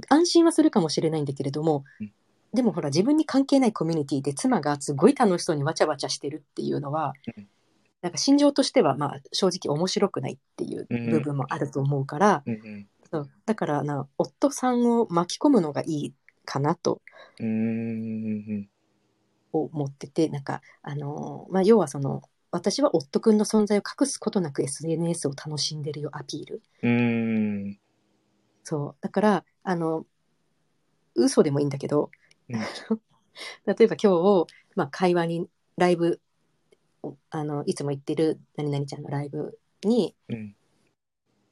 Speaker 2: 安心はするかもしれないんだけれども、
Speaker 1: うん
Speaker 2: でもほら自分に関係ないコミュニティで妻がすごい楽しそうにわちゃわちゃしてるっていうのは、
Speaker 1: うん
Speaker 2: なんか心情としてはまあ正直面白くないっていう部分もあると思うから、
Speaker 1: うん
Speaker 2: そうだからな夫さんを巻き込むのがいいかなと
Speaker 1: うん。うん
Speaker 2: 思っててなんか、あのーまあ、要はその私は夫君の存在を隠すことなく SNS を楽しんでるよアピール
Speaker 1: うんうん。うん。
Speaker 2: そう。だから、あの、嘘でもいいんだけど、 [laughs]
Speaker 1: うん
Speaker 2: 例えば今日、まあ、会話に、ライブ、おあの、いつも行ってる何々ちゃんのライブに、
Speaker 1: うん。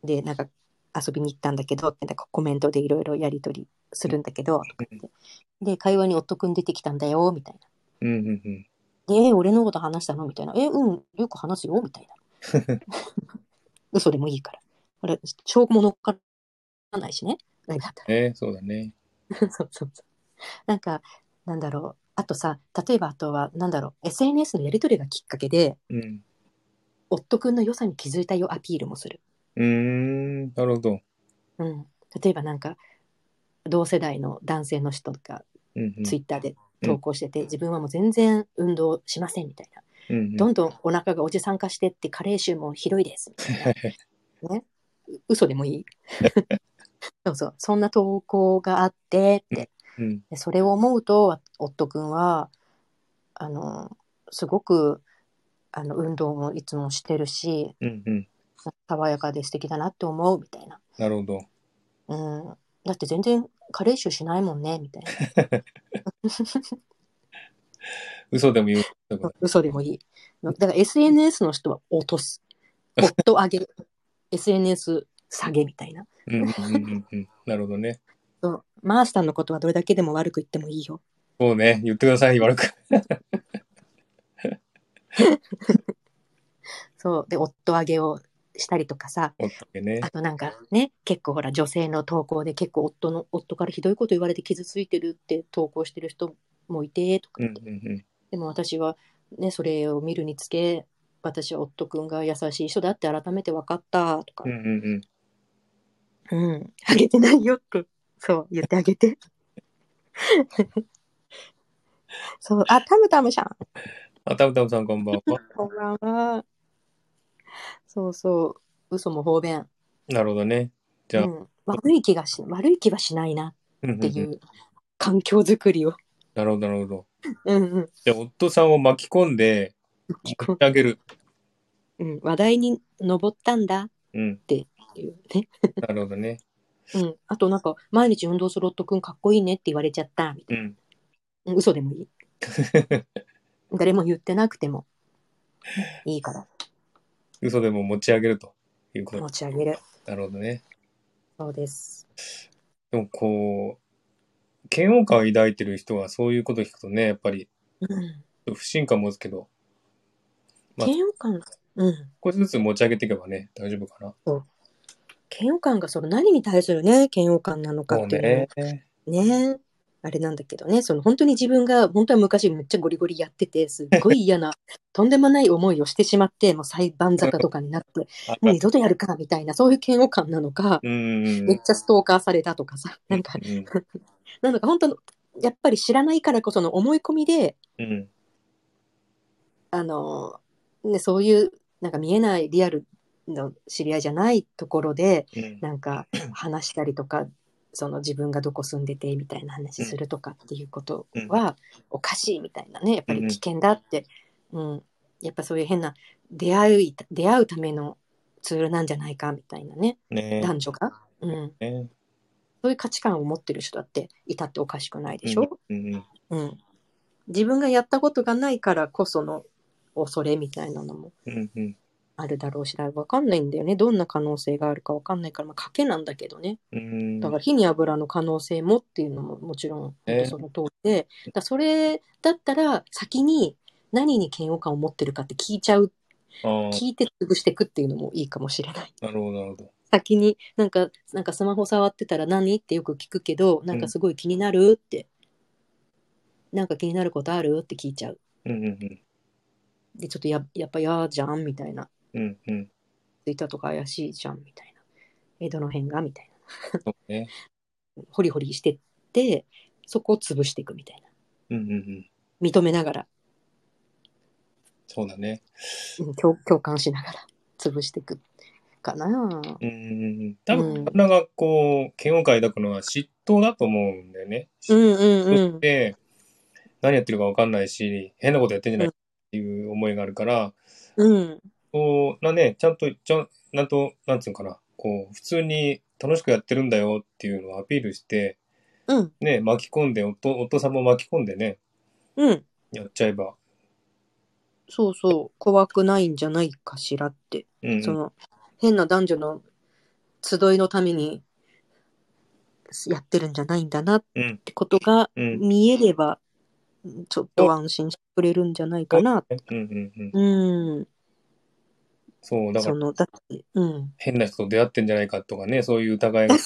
Speaker 2: で、なんか遊びに行ったんだけど、なんかコメントでいろいろやり取りするんだけど、とかってで、会話に夫くん出てきたんだよ、みたいな。
Speaker 1: うんうんうん。
Speaker 2: で、え俺のこと話したのみたいな。え、うん、よく話すよ、みたいな。
Speaker 1: [laughs]
Speaker 2: 嘘でもいいから。これ、証拠も乗っから [laughs] ないしね、ライブだったら。
Speaker 1: えー、そうだね。
Speaker 2: そうそうそう。なんか、なんだろう。あとさ、例えばあとは、なんだろう。SNS のやり取りがきっかけで、
Speaker 1: うん。
Speaker 2: 夫くんの良さに気づいたよアピールもする。
Speaker 1: うーん。なるほど。
Speaker 2: うん。例えばなんか、同世代の男性の人が
Speaker 1: うんうん。
Speaker 2: ツイッターで投稿してて、自分はもう全然運動しませんみたい
Speaker 1: う
Speaker 2: な。
Speaker 1: んうん
Speaker 2: どんどんお腹がおじさん化してって、加齢臭もひどいです。みたいなね。う嘘でもいいそうそう。そんな投稿があって、って。
Speaker 1: うん。
Speaker 2: でそれを思うと夫君はあのすごくあの運動もいつもしてるし
Speaker 1: うんうん。
Speaker 2: 爽やかで素敵だなって思うみたいな、
Speaker 1: なるほど。
Speaker 2: うん、だって全然加齢臭しないもんねみたいな
Speaker 1: 嘘でも言う。だから
Speaker 2: 嘘でもいいだから SNS の人は落とす夫あげる SNS 下げみたいな。 [laughs]
Speaker 1: うんうんうんうんうん。なるほどね。
Speaker 2: そう。マースさんのことはどれだけでも悪く言ってもいいよ。
Speaker 1: そうね。言ってください、悪く。
Speaker 2: そう。で、夫上げをしたりとかさ、
Speaker 1: おっけね
Speaker 2: あ。となんかね、結構ほら、女性の投稿で結構夫の、夫からひどいこと言われて傷ついてるって投稿してる人もいて、とか
Speaker 1: うん
Speaker 2: 言
Speaker 1: う
Speaker 2: っ
Speaker 1: ん
Speaker 2: て、
Speaker 1: うん。
Speaker 2: でも私はね、それを見るにつけ、私は夫くんが優しい人だって改めて分かった、とか
Speaker 1: う、んうんうん。
Speaker 2: うん、あげてないよって、そう、言ってあげて。 [laughs] そう、あ、タムタムさん、
Speaker 1: あ、たぶたぶさんこんばん
Speaker 2: [laughs]
Speaker 1: は。
Speaker 2: こんばんは。そうそう、嘘も方便。
Speaker 1: なるほどね。じゃあ
Speaker 2: う、ん、悪い気がし、悪い気はしないな
Speaker 1: うんうん
Speaker 2: って
Speaker 1: う
Speaker 2: い
Speaker 1: ん
Speaker 2: う環境づくりを。
Speaker 1: なるほど、なるほど。
Speaker 2: うんうん
Speaker 1: じゃあ、夫さんを巻き込んで、
Speaker 2: 巻き
Speaker 1: 持ち
Speaker 2: 込
Speaker 1: 上げる。
Speaker 2: うん、話題に上ったんだっ
Speaker 1: うん。
Speaker 2: ていうね。
Speaker 1: なるほどね。
Speaker 2: うん、あとなんか、毎日運動する夫くんかっこいいねって言われちゃったみた
Speaker 1: う
Speaker 2: い
Speaker 1: ん。
Speaker 2: な。うん嘘でもいい。誰も言ってなくてもい
Speaker 1: [laughs]
Speaker 2: いから
Speaker 1: 嘘でも持ち上げるということ
Speaker 2: 持。ち上げる。
Speaker 1: なるほどね。
Speaker 2: そうです。
Speaker 1: でも、こう、嫌悪感を抱いてる人はそういうこと聞くとね、やっぱり、
Speaker 2: うん。
Speaker 1: 不信感持つけど、まあ
Speaker 2: 嫌悪感、うん。
Speaker 1: 少しずつ持ち上げていけばね、大丈夫かな。
Speaker 2: 嫌悪感がその何に対するね、嫌悪感なのか
Speaker 1: そう
Speaker 2: っていうのも
Speaker 1: ね。
Speaker 2: ねあれなんだけどねその本当に自分が本当は昔めっちゃゴリゴリやっててすっごい嫌
Speaker 1: [laughs]
Speaker 2: なとんでもない思いをしてしまってもう裁判沙汰とかになって
Speaker 1: あ
Speaker 2: もう二度とやるかみたいなそういう嫌悪感なのか、
Speaker 1: うんうん
Speaker 2: めっちゃストーカーされたとかさなんか
Speaker 1: うん。
Speaker 2: なのか本当のやっぱり知らないからこその思い込みで
Speaker 1: うん。
Speaker 2: あの、ね、そういうなんか見えないリアルの知り合いじゃないところで
Speaker 1: うん。
Speaker 2: なんか話したりとかその自分がどこ住んでてみたいな話するとかっていうことはおかしいみたいなねやっぱり危険だって、うん、やっぱそういう変な出会い出会うためのツールなんじゃないかみたいなね
Speaker 1: ね
Speaker 2: 男女が、うん、
Speaker 1: え。ね
Speaker 2: そういう価値観を持ってる人だっていたっておかしくないでしょ、
Speaker 1: うんうん。
Speaker 2: うん、自分がやったことがないからこその恐れみたいなのも
Speaker 1: うんうん。
Speaker 2: あるだろうしわかんないんだよねどんな可能性があるかわかんないから、まあ、賭けなんだけどね
Speaker 1: うん。
Speaker 2: だから火に油の可能性もっていうのももちろ
Speaker 1: ね
Speaker 2: んその通りで、だからそれだったら先に何に嫌悪感を持ってるかって聞いちゃう
Speaker 1: あー
Speaker 2: 聞いて潰していくっていうのもいいかもしれない。 [laughs]
Speaker 1: なるほど、なるほど。
Speaker 2: 先になんかなんかスマホ触ってたら何ってよく聞くけどなんかすごい気になるって、なんか気になることあるって聞いちゃう
Speaker 1: うんうん
Speaker 2: でちょっとややっぱ嫌じゃんみたいな
Speaker 1: うん。うんうん。
Speaker 2: ツイッターとか怪しいじゃんみたいなえどの辺がみたい
Speaker 1: そうね。
Speaker 2: なホリホリしてってそこを潰していくみたいな
Speaker 1: うんうんうん。
Speaker 2: 認めながら
Speaker 1: そうだね。
Speaker 2: うん [laughs] 共共感しながら潰していくかな。
Speaker 1: うんうんうん。多
Speaker 2: う
Speaker 1: 分、
Speaker 2: ん
Speaker 1: 体がこう、嫌悪感抱くのは嫉妬だと思うんだよね。
Speaker 2: う
Speaker 1: 嫉
Speaker 2: んうんう
Speaker 1: 妬っ
Speaker 2: ん。
Speaker 1: て、何やってるかわかんないし、変なことやってんじゃないっていう思いがあるから、
Speaker 2: うん
Speaker 1: こう、なね、ちゃんと、ちゃん、なんと、なんつうんかな、こう、普通に楽しくやってるんだよっていうのをアピールして、
Speaker 2: うん
Speaker 1: ね、巻き込んで、夫、夫さんも巻き込んでね、
Speaker 2: うん。
Speaker 1: やっちゃえば、
Speaker 2: そうそう怖くないんじゃないかしらって、
Speaker 1: うんうん、
Speaker 2: その変な男女の集いのためにやってるんじゃないんだなっ
Speaker 1: うん、
Speaker 2: てことが
Speaker 1: うん、
Speaker 2: 見えればちょっと安心してくれるんじゃないかな。
Speaker 1: うん、うん、うん。
Speaker 2: うん。
Speaker 1: そう、だか
Speaker 2: そ
Speaker 1: ら、
Speaker 2: のだってうん。
Speaker 1: 変な人と出会ってんじゃないかとかね、そういう疑い
Speaker 2: [laughs]
Speaker 1: が。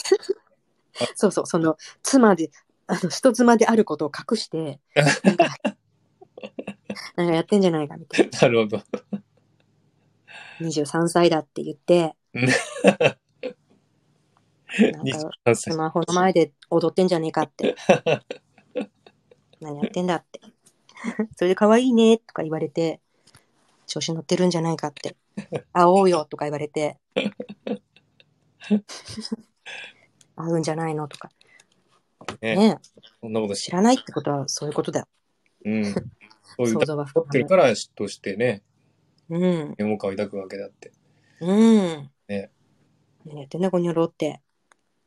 Speaker 2: そうそう、その、妻で、あの、人妻であることを隠して、なんか、なんかやってんじゃないかみたい
Speaker 1: なるほど。
Speaker 2: な。23歳だって言って、なんか、
Speaker 1: 23
Speaker 2: ス
Speaker 1: 歳。
Speaker 2: マホの前で踊ってんじゃねえかって。何やってんだって。 [laughs] それで可愛いねとか言われて、調子乗ってるんじゃないかって。会おうよとか言われて、 [laughs] 会うんじゃないのとか。
Speaker 1: ね
Speaker 2: ね
Speaker 1: そんなことし
Speaker 2: 知らないってことはそういうことだよ。
Speaker 1: うん。そういう
Speaker 2: 想
Speaker 1: 疑い
Speaker 2: 像は
Speaker 1: 持
Speaker 2: 膨
Speaker 1: って
Speaker 2: ら
Speaker 1: る
Speaker 2: む。
Speaker 1: から嫉妬してね、
Speaker 2: うん。
Speaker 1: 嫌悪感を抱くわけだって。 [laughs]
Speaker 2: うん。
Speaker 1: ね
Speaker 2: 何やってんだ、こにょろって。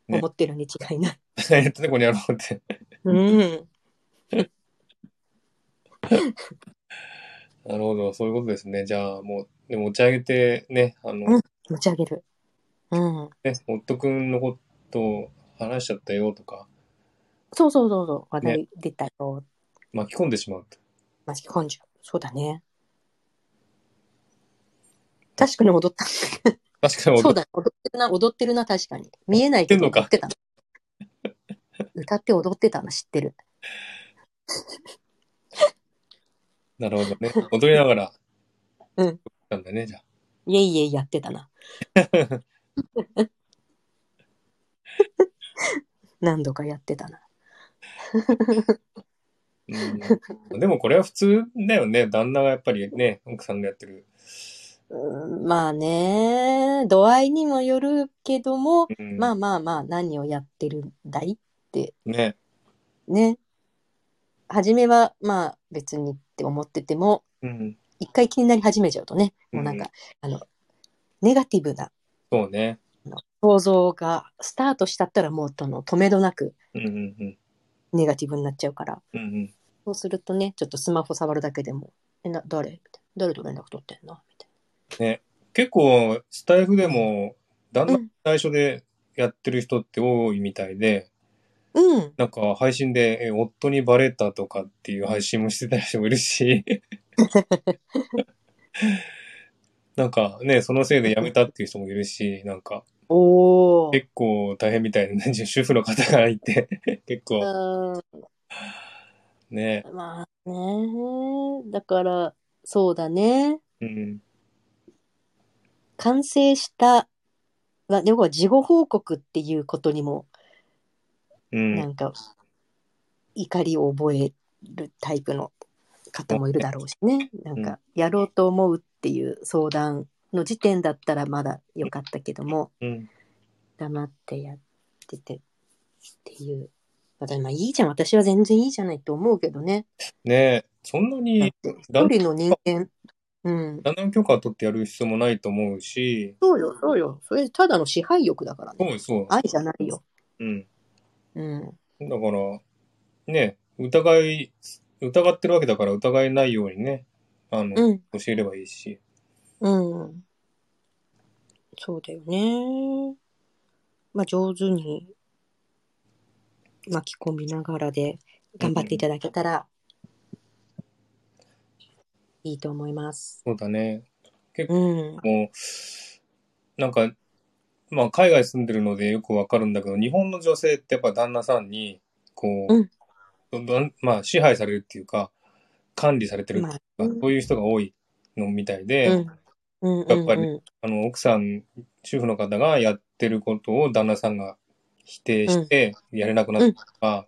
Speaker 1: ね
Speaker 2: 思ってるに違いない。
Speaker 1: 何やってここにやろうって。
Speaker 2: うん。
Speaker 1: なるほど、そういうことですね。じゃあ、もう、で持ち上げてね、あの、
Speaker 2: 持ち上げる。うん。
Speaker 1: ね、夫くんのことを話しちゃったよとか、
Speaker 2: そうそうそうそう。話題出たよ。
Speaker 1: 巻き込んでしまうと。
Speaker 2: 巻き込んじゃう。そうだね。確かに踊った。
Speaker 1: 確かに
Speaker 2: そう
Speaker 1: 夫
Speaker 2: だね。踊ってるな、踊ってるな、確かに。見えないけど
Speaker 1: 踊
Speaker 2: 踊
Speaker 1: っ
Speaker 2: ってたの。歌って踊ってたの知ってる。
Speaker 1: なるほどね。踊りながら。
Speaker 2: うん。
Speaker 1: なんだね、じゃあ。
Speaker 2: イエイイエイやってたな。何度かやってたな。
Speaker 1: うん、でもこれは普通だよね。旦那がやっぱりね、奥さんがやってる。
Speaker 2: うんまあね、度合いにもよるけども、
Speaker 1: うん、
Speaker 2: まあまあまあ、何をやってるんだい
Speaker 1: ね。
Speaker 2: ね。初めは、まあ別にって思ってても、
Speaker 1: うん。
Speaker 2: 一回気になり始めちゃうとね、もうなん
Speaker 1: う
Speaker 2: か、あの、ネガティブな
Speaker 1: そうね。
Speaker 2: 想像がスタートしたったらもうとの止めどなく
Speaker 1: うんうんうん。
Speaker 2: ネガティブになっちゃうから、
Speaker 1: うんうん。
Speaker 2: そうするとね、ちょっとスマホ触るだけでも、え、な、誰みたいな。誰と連絡取ってんのみたい
Speaker 1: 結構、スタイフでも、旦那
Speaker 2: うん
Speaker 1: 最初でやってる人って多いみたいで、
Speaker 2: な。うん。
Speaker 1: なんか配信で、え夫にバレたとかっていう配信もしてた人もいるし、なんかね、そのせいで辞めたっていう人もいるし、なんか
Speaker 2: おー。
Speaker 1: 結構大変みたいな、ね、主婦の方からいて、結構
Speaker 2: う
Speaker 1: ね、
Speaker 2: ん。まあね。だから、そうだね。
Speaker 1: うん、
Speaker 2: 完成した、まあ、要は事後報告っていうことにも、
Speaker 1: う、
Speaker 2: なんんか、怒りを覚えるタイプの方もいるだろうしね。なんか、やろうと思うっていう相談の時点だったらまだ良かったけども、
Speaker 1: うん、
Speaker 2: 黙ってやっててっていう。私、まあいいじゃん。私は全然いいじゃないと思うけどね。
Speaker 1: ねそんな
Speaker 2: だっ
Speaker 1: に
Speaker 2: て
Speaker 1: だ
Speaker 2: 一人の人間。うん。
Speaker 1: 旦那の許可取ってやる必要もないと思うし、
Speaker 2: そうよ、そうよ。それただの支配欲だからね。
Speaker 1: そうそう、
Speaker 2: 愛じゃないよ。
Speaker 1: うん。
Speaker 2: うん。
Speaker 1: だから、ね、疑い、疑ってるわけだから疑いないようにね、あの、
Speaker 2: うん。
Speaker 1: 教えればいいし。
Speaker 2: うん。そうだよね。まあ上手に巻き込みながらで頑張っていただけたらいいと思います。
Speaker 1: そうだね。
Speaker 2: うん。
Speaker 1: もう、なんか、まあ、海外住んでるのでよくわかるんだけど、日本の女性ってやっぱ旦那さんに、こう、
Speaker 2: うん
Speaker 1: どんどんまあ、支配されるっていうか、管理されてるっていうか、
Speaker 2: まあね
Speaker 1: そういう人が多いのみたいで、
Speaker 2: うん。うん
Speaker 1: やっぱり
Speaker 2: うん
Speaker 1: あの、奥さん、主婦の方がやってることを旦那さんが否定して、やれなくなったとか、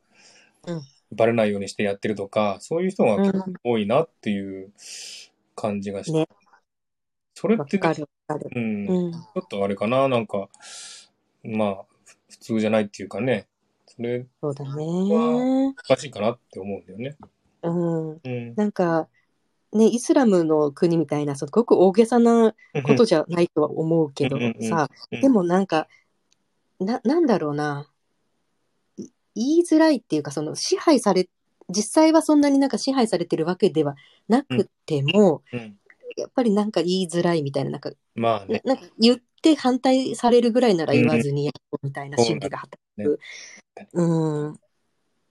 Speaker 2: うんうん
Speaker 1: バレないようにしてやってるとか、そういう人が
Speaker 2: うん
Speaker 1: 結構多いなっていう感じがして。
Speaker 2: ね
Speaker 1: それ
Speaker 2: わ
Speaker 1: って、
Speaker 2: かるわかる。
Speaker 1: うん、ち
Speaker 2: うん。
Speaker 1: ょっとあれかな、なんか、まあ、ふ普通じゃないっていうかね、それ
Speaker 2: そうだ
Speaker 1: わ
Speaker 2: ね。
Speaker 1: おかしいかなって思うんだよね。
Speaker 2: うん。
Speaker 1: うん。
Speaker 2: なんか、ね、イスラムの国みたいな、すごく大げさなことじゃないとは思うけど
Speaker 1: うんうんうん
Speaker 2: さ、
Speaker 1: うん
Speaker 2: でもなんか、な、なんだろうな。い言いづらいっていうか、その支配され、実際はそんなになんか支配されてるわけではなくても、
Speaker 1: うん
Speaker 2: やっぱりなんか言いづらいみたいな、なんか、
Speaker 1: まあ
Speaker 2: な
Speaker 1: ね、
Speaker 2: なんか言って反対されるぐらいなら言わずにやろうみたいな心理が働く。うん。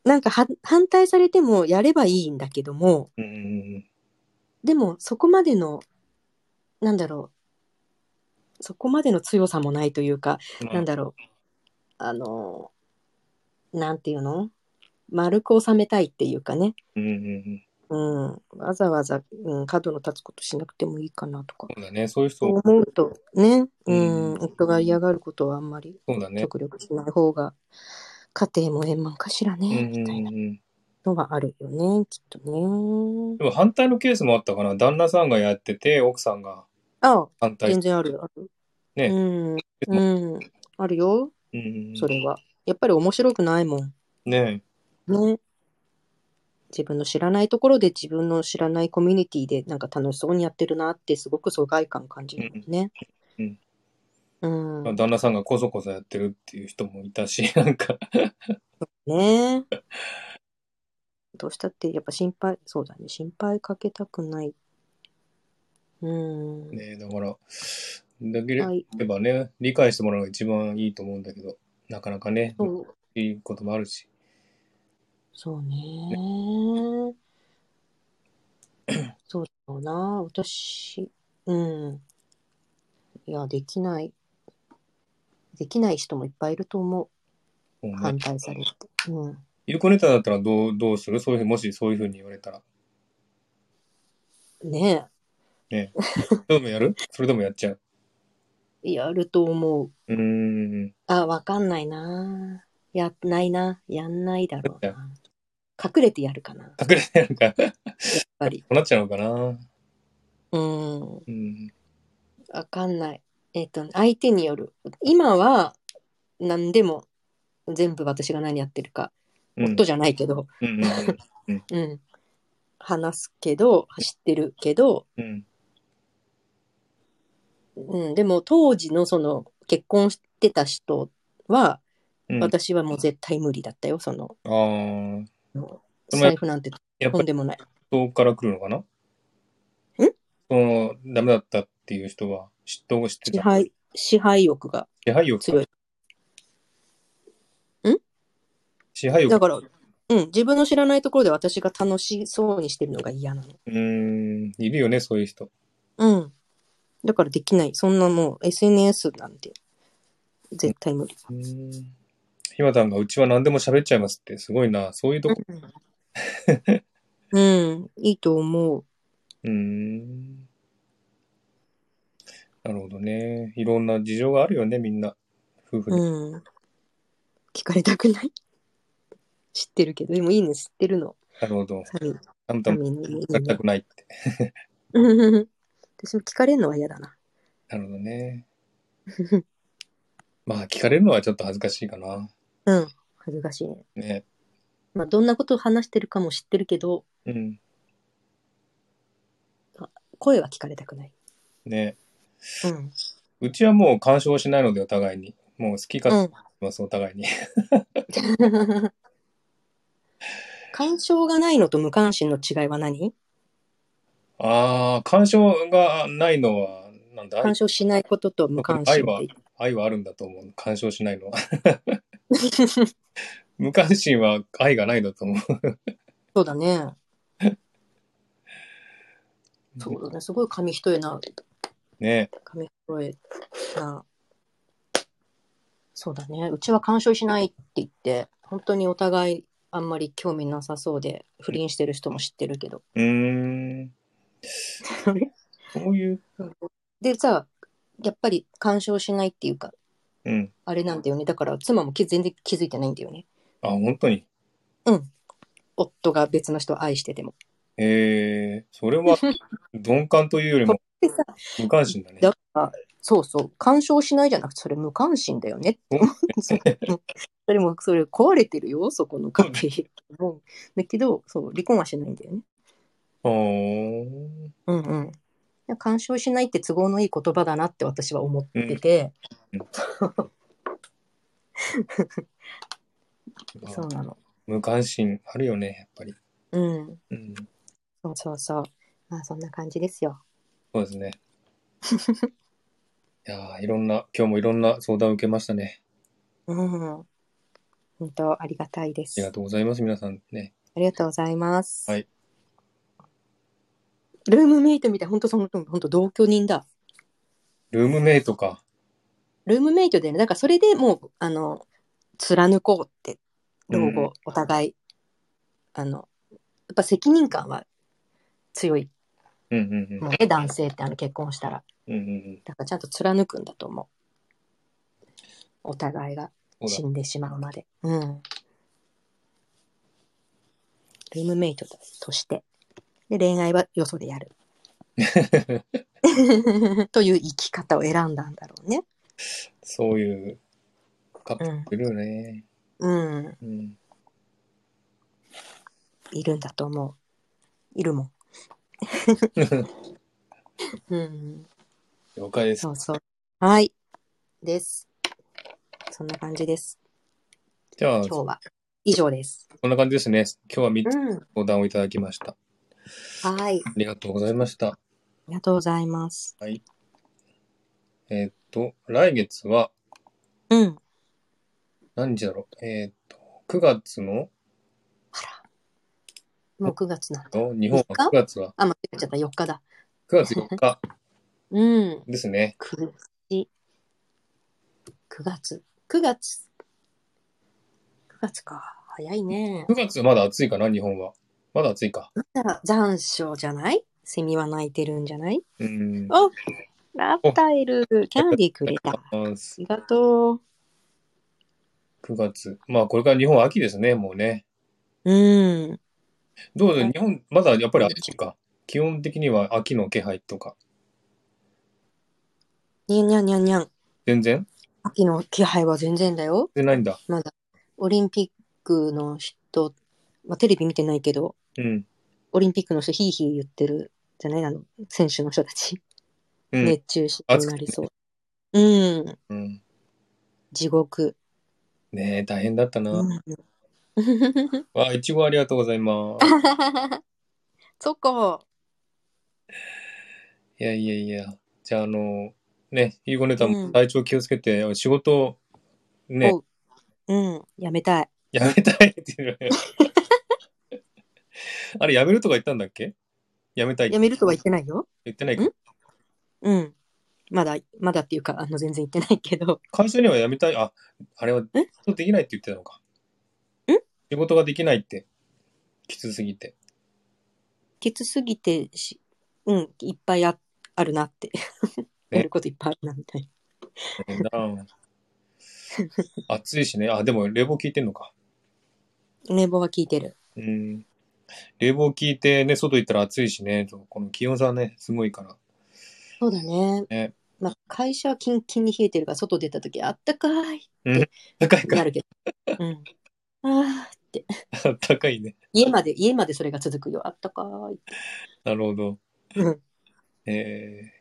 Speaker 2: なんかは反対されてもやればいいんだけども、
Speaker 1: うんうん
Speaker 2: でもそこまでの、なんだろう、そこまでの強さもないというか、
Speaker 1: うん、まあ
Speaker 2: なんだろう、あの、なんていうの丸く収めたいっていうかね、
Speaker 1: うんうんうん。
Speaker 2: うん、わざわざ、うん、角の立つことしなくてもいいかなとか、
Speaker 1: そうだね、そういう人、
Speaker 2: そう思うとね、う、
Speaker 1: うんん
Speaker 2: 夫が嫌がることはあんまり
Speaker 1: そうだね。
Speaker 2: 極力しない方が、家庭も円満かしら
Speaker 1: うん
Speaker 2: ね、
Speaker 1: う
Speaker 2: み
Speaker 1: ん
Speaker 2: たいな
Speaker 1: うん。
Speaker 2: のはあるよね、きっとね。
Speaker 1: でも反対のケースもあったかな。旦那さんがやってて、奥さんが
Speaker 2: ああ、
Speaker 1: 反対
Speaker 2: 全
Speaker 1: して。
Speaker 2: 然あるよ。ある
Speaker 1: ね
Speaker 2: うん、うん、あるよ、
Speaker 1: うん
Speaker 2: それは。やっぱり面白くないもん。
Speaker 1: ね
Speaker 2: ね。自分の知らないところで自分の知らないコミュニティでなんか楽しそうにやってるなってすごく疎外感感じるもんね。
Speaker 1: うん
Speaker 2: うん。
Speaker 1: え旦那さんがこそこそやってるっていう人もいたし、 [laughs] なんか、
Speaker 2: ねどうしたってやっぱ心配、そうだね。心配かけたくない。うん。
Speaker 1: ねだから、だけ
Speaker 2: はい
Speaker 1: ればね、理解してもらうのが一番いいと思うんだけど、なかなかね、
Speaker 2: そう
Speaker 1: いいこともあるし。
Speaker 2: そうね。そうだろうな。私、うん。いや、できない。できない人もいっぱいいると思
Speaker 1: もう
Speaker 2: う。
Speaker 1: ね
Speaker 2: 反対されて。うん。
Speaker 1: ゆるこネタだったらどう、どうするそういうふうに、もしそういうふうに言われたら。
Speaker 2: ね
Speaker 1: どうもやるそれでもやっちゃう。
Speaker 2: え。やると思う。
Speaker 1: うーん。
Speaker 2: あ、わかんないな。やんないな。やんないだろうな。隠れてやるかな。やっ
Speaker 1: 隠れてなんか、 [laughs] こ
Speaker 2: ぱり。
Speaker 1: うなっちゃうのかな。
Speaker 2: うん。
Speaker 1: うん。
Speaker 2: わかんない。えっ、と、相手による。今は、何でも、全部私が何やってるか、
Speaker 1: うん。
Speaker 2: 夫じゃないけど、
Speaker 1: うんうんうん
Speaker 2: うん。話すけど、走ってるけど、
Speaker 1: うん。
Speaker 2: うん、でも当時のその、結婚してた人は、
Speaker 1: うん。
Speaker 2: 私はもう絶対無理だったよ、その、
Speaker 1: ああ。その
Speaker 2: 財布なんて
Speaker 1: やっぱ
Speaker 2: とん
Speaker 1: り
Speaker 2: でもない。
Speaker 1: 人から来るのかなんその、ダメだったっていう人は、嫉妬をして
Speaker 2: 支
Speaker 1: た。
Speaker 2: 配、支配欲が
Speaker 1: 支配欲。
Speaker 2: 強い。
Speaker 1: 支配欲。
Speaker 2: だから、うん、自分の知らないところで私が楽しそうにしてるのが嫌なの。
Speaker 1: うーん、いるよね、そういう人。
Speaker 2: うん。だからできない。そんなもう SNS なんて絶対無理。
Speaker 1: ひまたんがうちは何でも喋っちゃいますって、すごいな。そういうとこ。
Speaker 2: うん、いいと思う。
Speaker 1: うーん。なるほどね。いろんな事情があるよね、みんな。夫婦で。
Speaker 2: うん。聞かれたくない [laughs] 知ってるけど、でもいいね、知ってるの。
Speaker 1: なるほど。
Speaker 2: サミン、
Speaker 1: たむた
Speaker 2: サ
Speaker 1: む
Speaker 2: ミンにいい
Speaker 1: 聞かれた
Speaker 2: ね
Speaker 1: くないって。
Speaker 2: うん。 [laughs] 私も聞かれるのは嫌だな。
Speaker 1: なるほどね。 [laughs] まあ、聞かれるのはちょっと恥ずかしいかな。
Speaker 2: うん。恥ずかしいね。
Speaker 1: ね。
Speaker 2: まあ、どんなことを話してるかも知ってるけど、
Speaker 1: うん。
Speaker 2: 声は聞かれたくない。
Speaker 1: ね。
Speaker 2: うん。
Speaker 1: うちはもう干渉しないので、お互いに。もう好き勝手
Speaker 2: う
Speaker 1: し
Speaker 2: ん。
Speaker 1: ます、お互いに。
Speaker 2: [laughs] 干渉がないのと無関心の違いは何
Speaker 1: ああ、干渉がないのは、なんだ
Speaker 2: 干渉しないことと無関心って言う
Speaker 1: 愛はあるんだと思う。干渉しないのは。 [laughs] 無関心は愛がないんだと思う。
Speaker 2: そうだね。そうだね。すごい紙一重な、
Speaker 1: ね
Speaker 2: 紙一重な。そうだね。うちは干渉しないって言って、本当にお互いあんまり興味なさそうで、不倫してる人も知ってるけど。
Speaker 1: うー
Speaker 2: [laughs]
Speaker 1: ん。そういう、
Speaker 2: でさ、やっぱり干渉しないっていうか、
Speaker 1: うん。
Speaker 2: あれなんだよね。だから妻もき全然気づいてないんだよね。
Speaker 1: あ、本当に。
Speaker 2: 夫が別の人を愛してても。
Speaker 1: えー、それは鈍感というよりも
Speaker 2: でさ、
Speaker 1: 無関心だ
Speaker 2: [laughs]
Speaker 1: ね。
Speaker 2: だから、そうそう、干渉しないじゃなくて、それ無関心だよねって思って、それも、それ壊れてるよ、そこの家庭も。だけど、そう、離婚はしないんだよね。
Speaker 1: あー
Speaker 2: うんうん。干渉しないって都合のいい言葉だなって私は思ってて、
Speaker 1: うん
Speaker 2: そうなの。
Speaker 1: 無関心あるよね、やっぱり。
Speaker 2: うん。
Speaker 1: うん。
Speaker 2: そうそうそう。まあ、そんな感じですよ。
Speaker 1: そうです
Speaker 2: [laughs]
Speaker 1: ね。いやーいろんな、今日もいろんな相談を受けましたね。
Speaker 2: うん。本当、ありがたいで
Speaker 1: あり
Speaker 2: す。
Speaker 1: がとうございます、皆さんね。
Speaker 2: ありがとうございます。
Speaker 1: はい。
Speaker 2: ルームメイトみたい、本当その、本当同居人だ。
Speaker 1: ルームメイトか。
Speaker 2: ルームメイトでね、だからそれでもう、あの、貫こうって、老
Speaker 1: うん
Speaker 2: 後、お互い、あの、やっぱ責任感は強い
Speaker 1: うんうん
Speaker 2: もんね、男性って、あの、結婚したら。
Speaker 1: うん。うんうん
Speaker 2: だからちゃんと貫くんだと思う。お互いが
Speaker 1: うん。
Speaker 2: 死
Speaker 1: そうん
Speaker 2: でしまうまで。うん。ルームメイトとして。で、恋愛はよそでやる。 [laughs]
Speaker 1: だ。
Speaker 2: という生き方を選んだんだろうね。
Speaker 1: [laughs] そういうカップルいるよね。
Speaker 2: うん。
Speaker 1: うん。
Speaker 2: [laughs] いるんだと思う。いるもん。うん。
Speaker 1: 了解です
Speaker 2: そ。うそう。はい。です。そんな感じです。
Speaker 1: じゃあ、
Speaker 2: 今日は。以上です。
Speaker 1: こんな感じですね。今日は3つ
Speaker 2: うん。
Speaker 1: 相談をいただきました。
Speaker 2: はい。
Speaker 1: ありがとうございました。
Speaker 2: ありがとうございます。
Speaker 1: はい。えーっと、来月は、
Speaker 2: うん。
Speaker 1: 何日だろうえーっと、9月の、
Speaker 2: もう9月なの。
Speaker 1: と日本は9月は、
Speaker 2: あ、間違えちゃった。4日だ。
Speaker 1: 9月4日 [laughs]
Speaker 2: うん。
Speaker 1: ですね。
Speaker 2: 苦しい。9月。9月。9月か。早いね。
Speaker 1: 9月はまだ暑いかな、日本は。まだ暑いか。
Speaker 2: まだ残暑じゃないセミは鳴いてるんじゃない
Speaker 1: うん。
Speaker 2: おラプタイル、キャンディーくれた。あ
Speaker 1: 9
Speaker 2: りがとう。
Speaker 1: 月。まあ、これから日本は秋ですね、もうね。
Speaker 2: うん。
Speaker 1: どうぞ、日本、まだやっぱり秋か。基本的には秋の気配とか。
Speaker 2: にゃんにゃんにゃんにゃん。
Speaker 1: 全然
Speaker 2: 秋の気配は全然だよ。
Speaker 1: 全然ないんだ。
Speaker 2: まだ。オリンピックの人、まあ、テレビ見てないけど、
Speaker 1: うん。
Speaker 2: オリンピックの人、ヒーヒー言ってるじゃないあの、選手の人たち。
Speaker 1: うん。
Speaker 2: 熱中症になりそう。うん。
Speaker 1: うん、
Speaker 2: 地獄。
Speaker 1: ねえ、大変だったな。
Speaker 2: うん、
Speaker 1: わあ、いちごありがとうございます。
Speaker 2: そこ。
Speaker 1: いやいやいや。じゃあ、あの、ね、ゆうごネタも体調気をつけて、仕事、ね、
Speaker 2: おううん。やめたい。
Speaker 1: やめたいっていうのよ [laughs] あれ、やめるとか言ったんだっけやめたいって
Speaker 2: やめるとは言ってないよ。
Speaker 1: 言ってないけど
Speaker 2: んうん。まだ、まだっていうか、あの、全然言ってないけど。
Speaker 1: 会社にはやめたい、あ、あれは、できないって言ってたのか。仕事ができないって。きつすぎて。
Speaker 2: きつすぎてし、うん、いっぱいああるなって。やることいっぱいあるな、みたいな。
Speaker 1: 大変だな
Speaker 2: [laughs]
Speaker 1: 暑いしね。あ、でも冷房効いてんのか。
Speaker 2: 冷房は効いてる。
Speaker 1: うん。冷房効いてね、外行ったら暑いしね。この気温差はね、すごいから。
Speaker 2: そうだね。
Speaker 1: ね
Speaker 2: まあ、会社はキンキンに冷えてるから、外出た時あったかいっ
Speaker 1: 高い
Speaker 2: て
Speaker 1: か
Speaker 2: なるけど。うん。ああ、
Speaker 1: ら、高いね。
Speaker 2: 家まで、家までそれが続くよ。あったかいって。
Speaker 1: なるほど。
Speaker 2: うん。
Speaker 1: えー、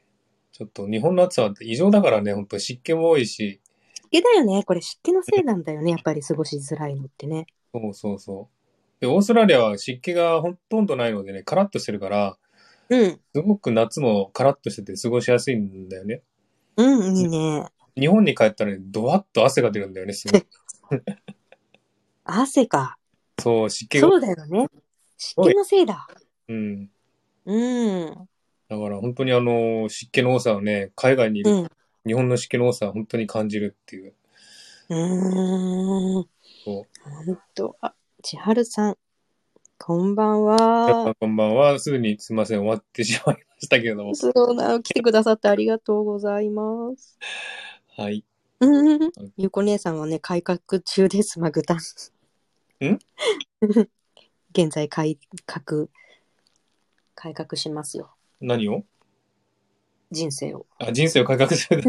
Speaker 1: ちょっと日本の暑さは異常だからね、本当湿気も多いし。
Speaker 2: 湿気だよね。これ湿気のせいなんだよね。やっぱり過ごしづらいのってね。
Speaker 1: そうそうそう。で、オーストラリアは湿気がほとんどないのでね、カラッとしてるから、
Speaker 2: うん。
Speaker 1: すごく夏もカラッとしてて過ごしやすいんだよね。
Speaker 2: うん、いいね。
Speaker 1: 日本に帰ったらね、ドワッと汗が出るんだよね、す
Speaker 2: [laughs]
Speaker 1: ごい。
Speaker 2: 汗か。
Speaker 1: そう、湿気が。
Speaker 2: そうだよね。湿気のせいだ。
Speaker 1: うん。
Speaker 2: うん。
Speaker 1: だから本当にあの、湿気の多さをね、海外にいる、
Speaker 2: うん
Speaker 1: 日本の湿気の多さを本当に感じるっていう。
Speaker 2: うーん。
Speaker 1: そう
Speaker 2: ほんと。あ、千春さん。こんば
Speaker 1: 皆
Speaker 2: んは
Speaker 1: さん。こんばんは。すぐにすいません、終わってしまいましたけれども。
Speaker 2: そうなの来てくださってありがとうございます。
Speaker 1: はい。
Speaker 2: うんゆうこ姉さんはね、改革中です、マグタン。
Speaker 1: ん
Speaker 2: 現在、改革、改革しますよ、
Speaker 1: 何を
Speaker 2: 人生を。
Speaker 1: あ、人生を改革す
Speaker 2: [laughs]
Speaker 1: る。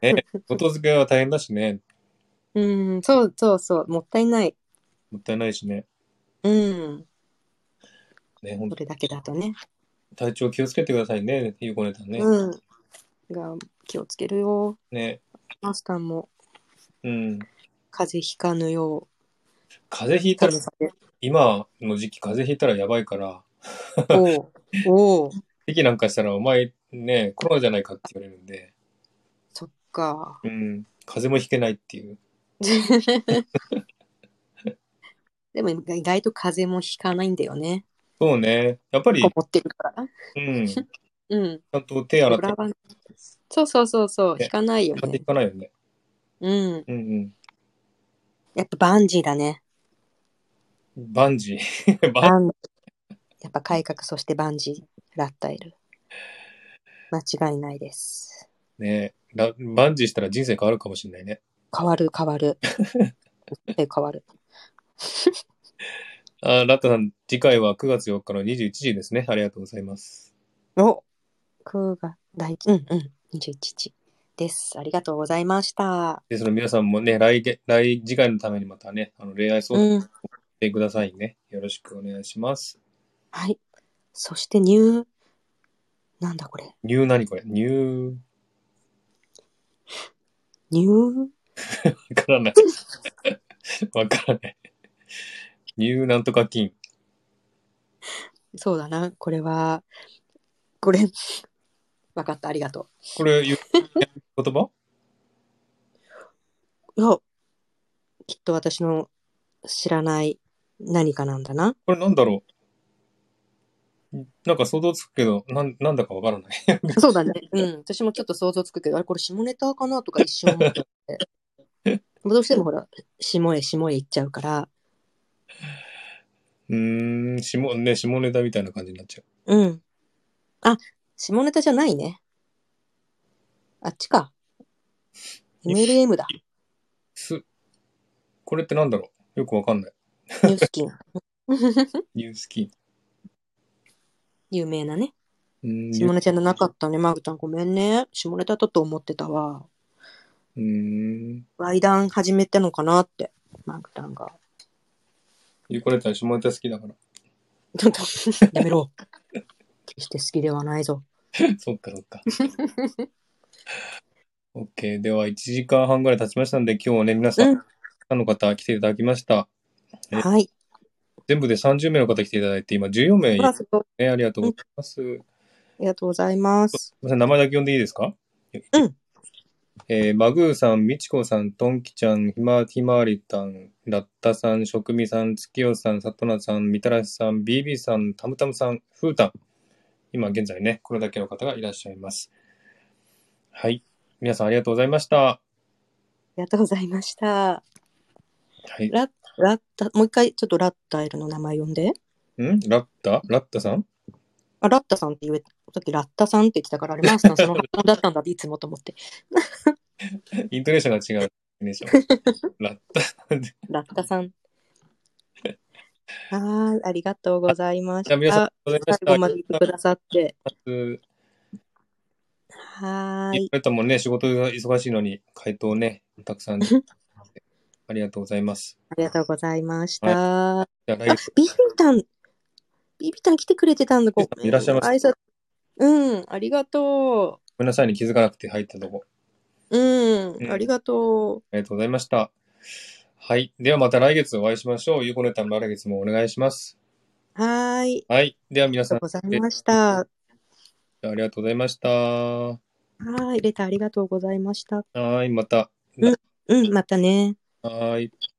Speaker 1: ね、外付けは大変だしね。
Speaker 2: うん、そうそうそう、もったいない。
Speaker 1: もったいないしね。
Speaker 2: うん、
Speaker 1: ね、本
Speaker 2: それだけだとね。
Speaker 1: 当体調気をつけてくださいね、ゆうこねたんね。
Speaker 2: うん。が気をつけるよ。
Speaker 1: ね。
Speaker 2: マスターも
Speaker 1: うん。
Speaker 2: 風邪ひかぬよ。
Speaker 1: 風邪ひいう [laughs] たら
Speaker 2: 寒、さで。
Speaker 1: 今の時期風邪ひいたらやばいから、
Speaker 2: おう、おう、
Speaker 1: 咳なんかしたらお前ね、コロナじゃないかって言われるんで。
Speaker 2: そっか。 [laughs]
Speaker 1: うん。風邪もひけないっていう。
Speaker 2: でも意外と風邪もひかないんだよね。
Speaker 1: そうね。やっぱり
Speaker 2: こ、もってるから。
Speaker 1: うん。ち
Speaker 2: うん。
Speaker 1: ゃんと手洗って
Speaker 2: 裏番そうそうそうそう、
Speaker 1: ね
Speaker 2: 引かないよ
Speaker 1: 買って
Speaker 2: ね
Speaker 1: い。かないよね。
Speaker 2: うん。
Speaker 1: うん
Speaker 2: やっぱバンジーだね。
Speaker 1: うん。バンジー。バン
Speaker 2: バンやっぱ改革、そしてバンジー、ラッタイル。間違いないです。
Speaker 1: ねラバンジーしたら人生変わるかもしれないね。
Speaker 2: 変わる変わ [laughs] る。え変わる。
Speaker 1: あーラッタさん、次回は9月4日の21時ですね。ありがとうございます。
Speaker 2: お空が大事。うんうん。21日です。ありがとうございました。
Speaker 1: で、その皆さんもね、来月、来次回のためにまたね、あの、恋愛相談
Speaker 2: うん。
Speaker 1: してくださいね。よろしくお願いします。
Speaker 2: はい。そしてニュー、なんだこれ。
Speaker 1: ニュー何これニュ
Speaker 2: ニュー、
Speaker 1: ー、わからない。 [laughs] わからない。ニューなんとか金。
Speaker 2: そうだな。これは、これ、わかった、ありがと
Speaker 1: これ、言う言葉
Speaker 2: う。いや、きっと私の知らない何かなんだな。
Speaker 1: これなんだろうなんか想像つくけど、なんなんだかわからない。
Speaker 2: そうだね。うん。私もちょっと想像つくけど、あれこれ下ネタかなとか一瞬思 [laughs] って。どうしてもほら、下へ下へ行っちゃうから、
Speaker 1: うーん、下、ね、下ネタみたいな感じになっちゃ
Speaker 2: うん。あ、下ネタじゃないね。あっちか。MLM だ。
Speaker 1: う。す、これってなんだろうよくわかんない。
Speaker 2: ニュースキン。
Speaker 1: ニュースキ
Speaker 2: 有名なね。
Speaker 1: ー。うーん、
Speaker 2: 下ネタじゃなかったね、マグちゃん。ごめんね。下ネタだと思ってたわ。
Speaker 1: うーん。
Speaker 2: ライダン始めたのかなって、マグタンが。
Speaker 1: ゆこれちゃん下ネタ好きだ
Speaker 2: [laughs]
Speaker 1: から。
Speaker 2: ちょっと、 [laughs] やめろ。決して好きではないぞ。
Speaker 1: そっかそっか。OK。では、1時間半ぐらい経ちましたんで、今日はね、皆さ
Speaker 2: うん
Speaker 1: ん、他の方来ていただきました。え
Speaker 2: はい。
Speaker 1: 全部で30名の方来ていただいて、今14名い
Speaker 2: プ
Speaker 1: ま
Speaker 2: ラ
Speaker 1: す
Speaker 2: ス、あ
Speaker 1: ね。ありがとうございます。すい
Speaker 2: りがとうございます。
Speaker 1: ません、名前だけ呼んでいいですか
Speaker 2: うん。
Speaker 1: えー、マグーさん、みちこさん、とんきちゃん、ひま、ひまわりたん、ラッタさん、食味さん、つきよさん、さとなさん、みたらしさん、ビービーさん、たむたむさん、ふうたん。今現在ね、これだけの方がいらっしゃいます。はい。皆さんありがとうございました。
Speaker 2: ありがとうございました。
Speaker 1: はい。
Speaker 2: ラッ、ラッタ、もう一回ちょっとラッタイルの名前呼んで。
Speaker 1: んラッタラッタさ
Speaker 2: [laughs]
Speaker 1: ん
Speaker 2: あ、ラッタさんって言え、さっきラッタさんって言ってたから、あれ、マ
Speaker 1: [laughs]
Speaker 2: ースさんその発音だったんだっていつもと思って。
Speaker 1: イントネーションが違う。イントネーションラッタさんで。
Speaker 2: ラッタさん。はーい、ありがとうございまし
Speaker 1: じゃ
Speaker 2: た。
Speaker 1: あ皆さん、ありがとうございま
Speaker 2: 最
Speaker 1: した。
Speaker 2: 後までいてくださって。
Speaker 1: ありがとうございます。
Speaker 2: はー
Speaker 1: い
Speaker 2: い。
Speaker 1: れともね、仕事が忙しいのに、回答ね、たくさん。ありがとうございます。
Speaker 2: ありがとうございました。
Speaker 1: じゃあ来
Speaker 2: あ
Speaker 1: 月、、
Speaker 2: ビビタン、ビビタン来てくれてたんだ、ごめん
Speaker 1: いらっしゃいま
Speaker 2: 挨拶うん、ありがと
Speaker 1: ごめんなさいに気づかなくて入ったとこ。
Speaker 2: う。うん、
Speaker 1: うん
Speaker 2: ありがと
Speaker 1: ありがとうございました。はい。ではまた来月お会いしましょう。ゆうこねたんの来月もお願いします。
Speaker 2: う。はーい。
Speaker 1: はい。では皆
Speaker 2: ありがと
Speaker 1: さ、
Speaker 2: うんございました。は
Speaker 1: ありがとうございました。は
Speaker 2: ーい、レターありがとうございました。
Speaker 1: ーい。また。
Speaker 2: うん、またね。
Speaker 1: はーい。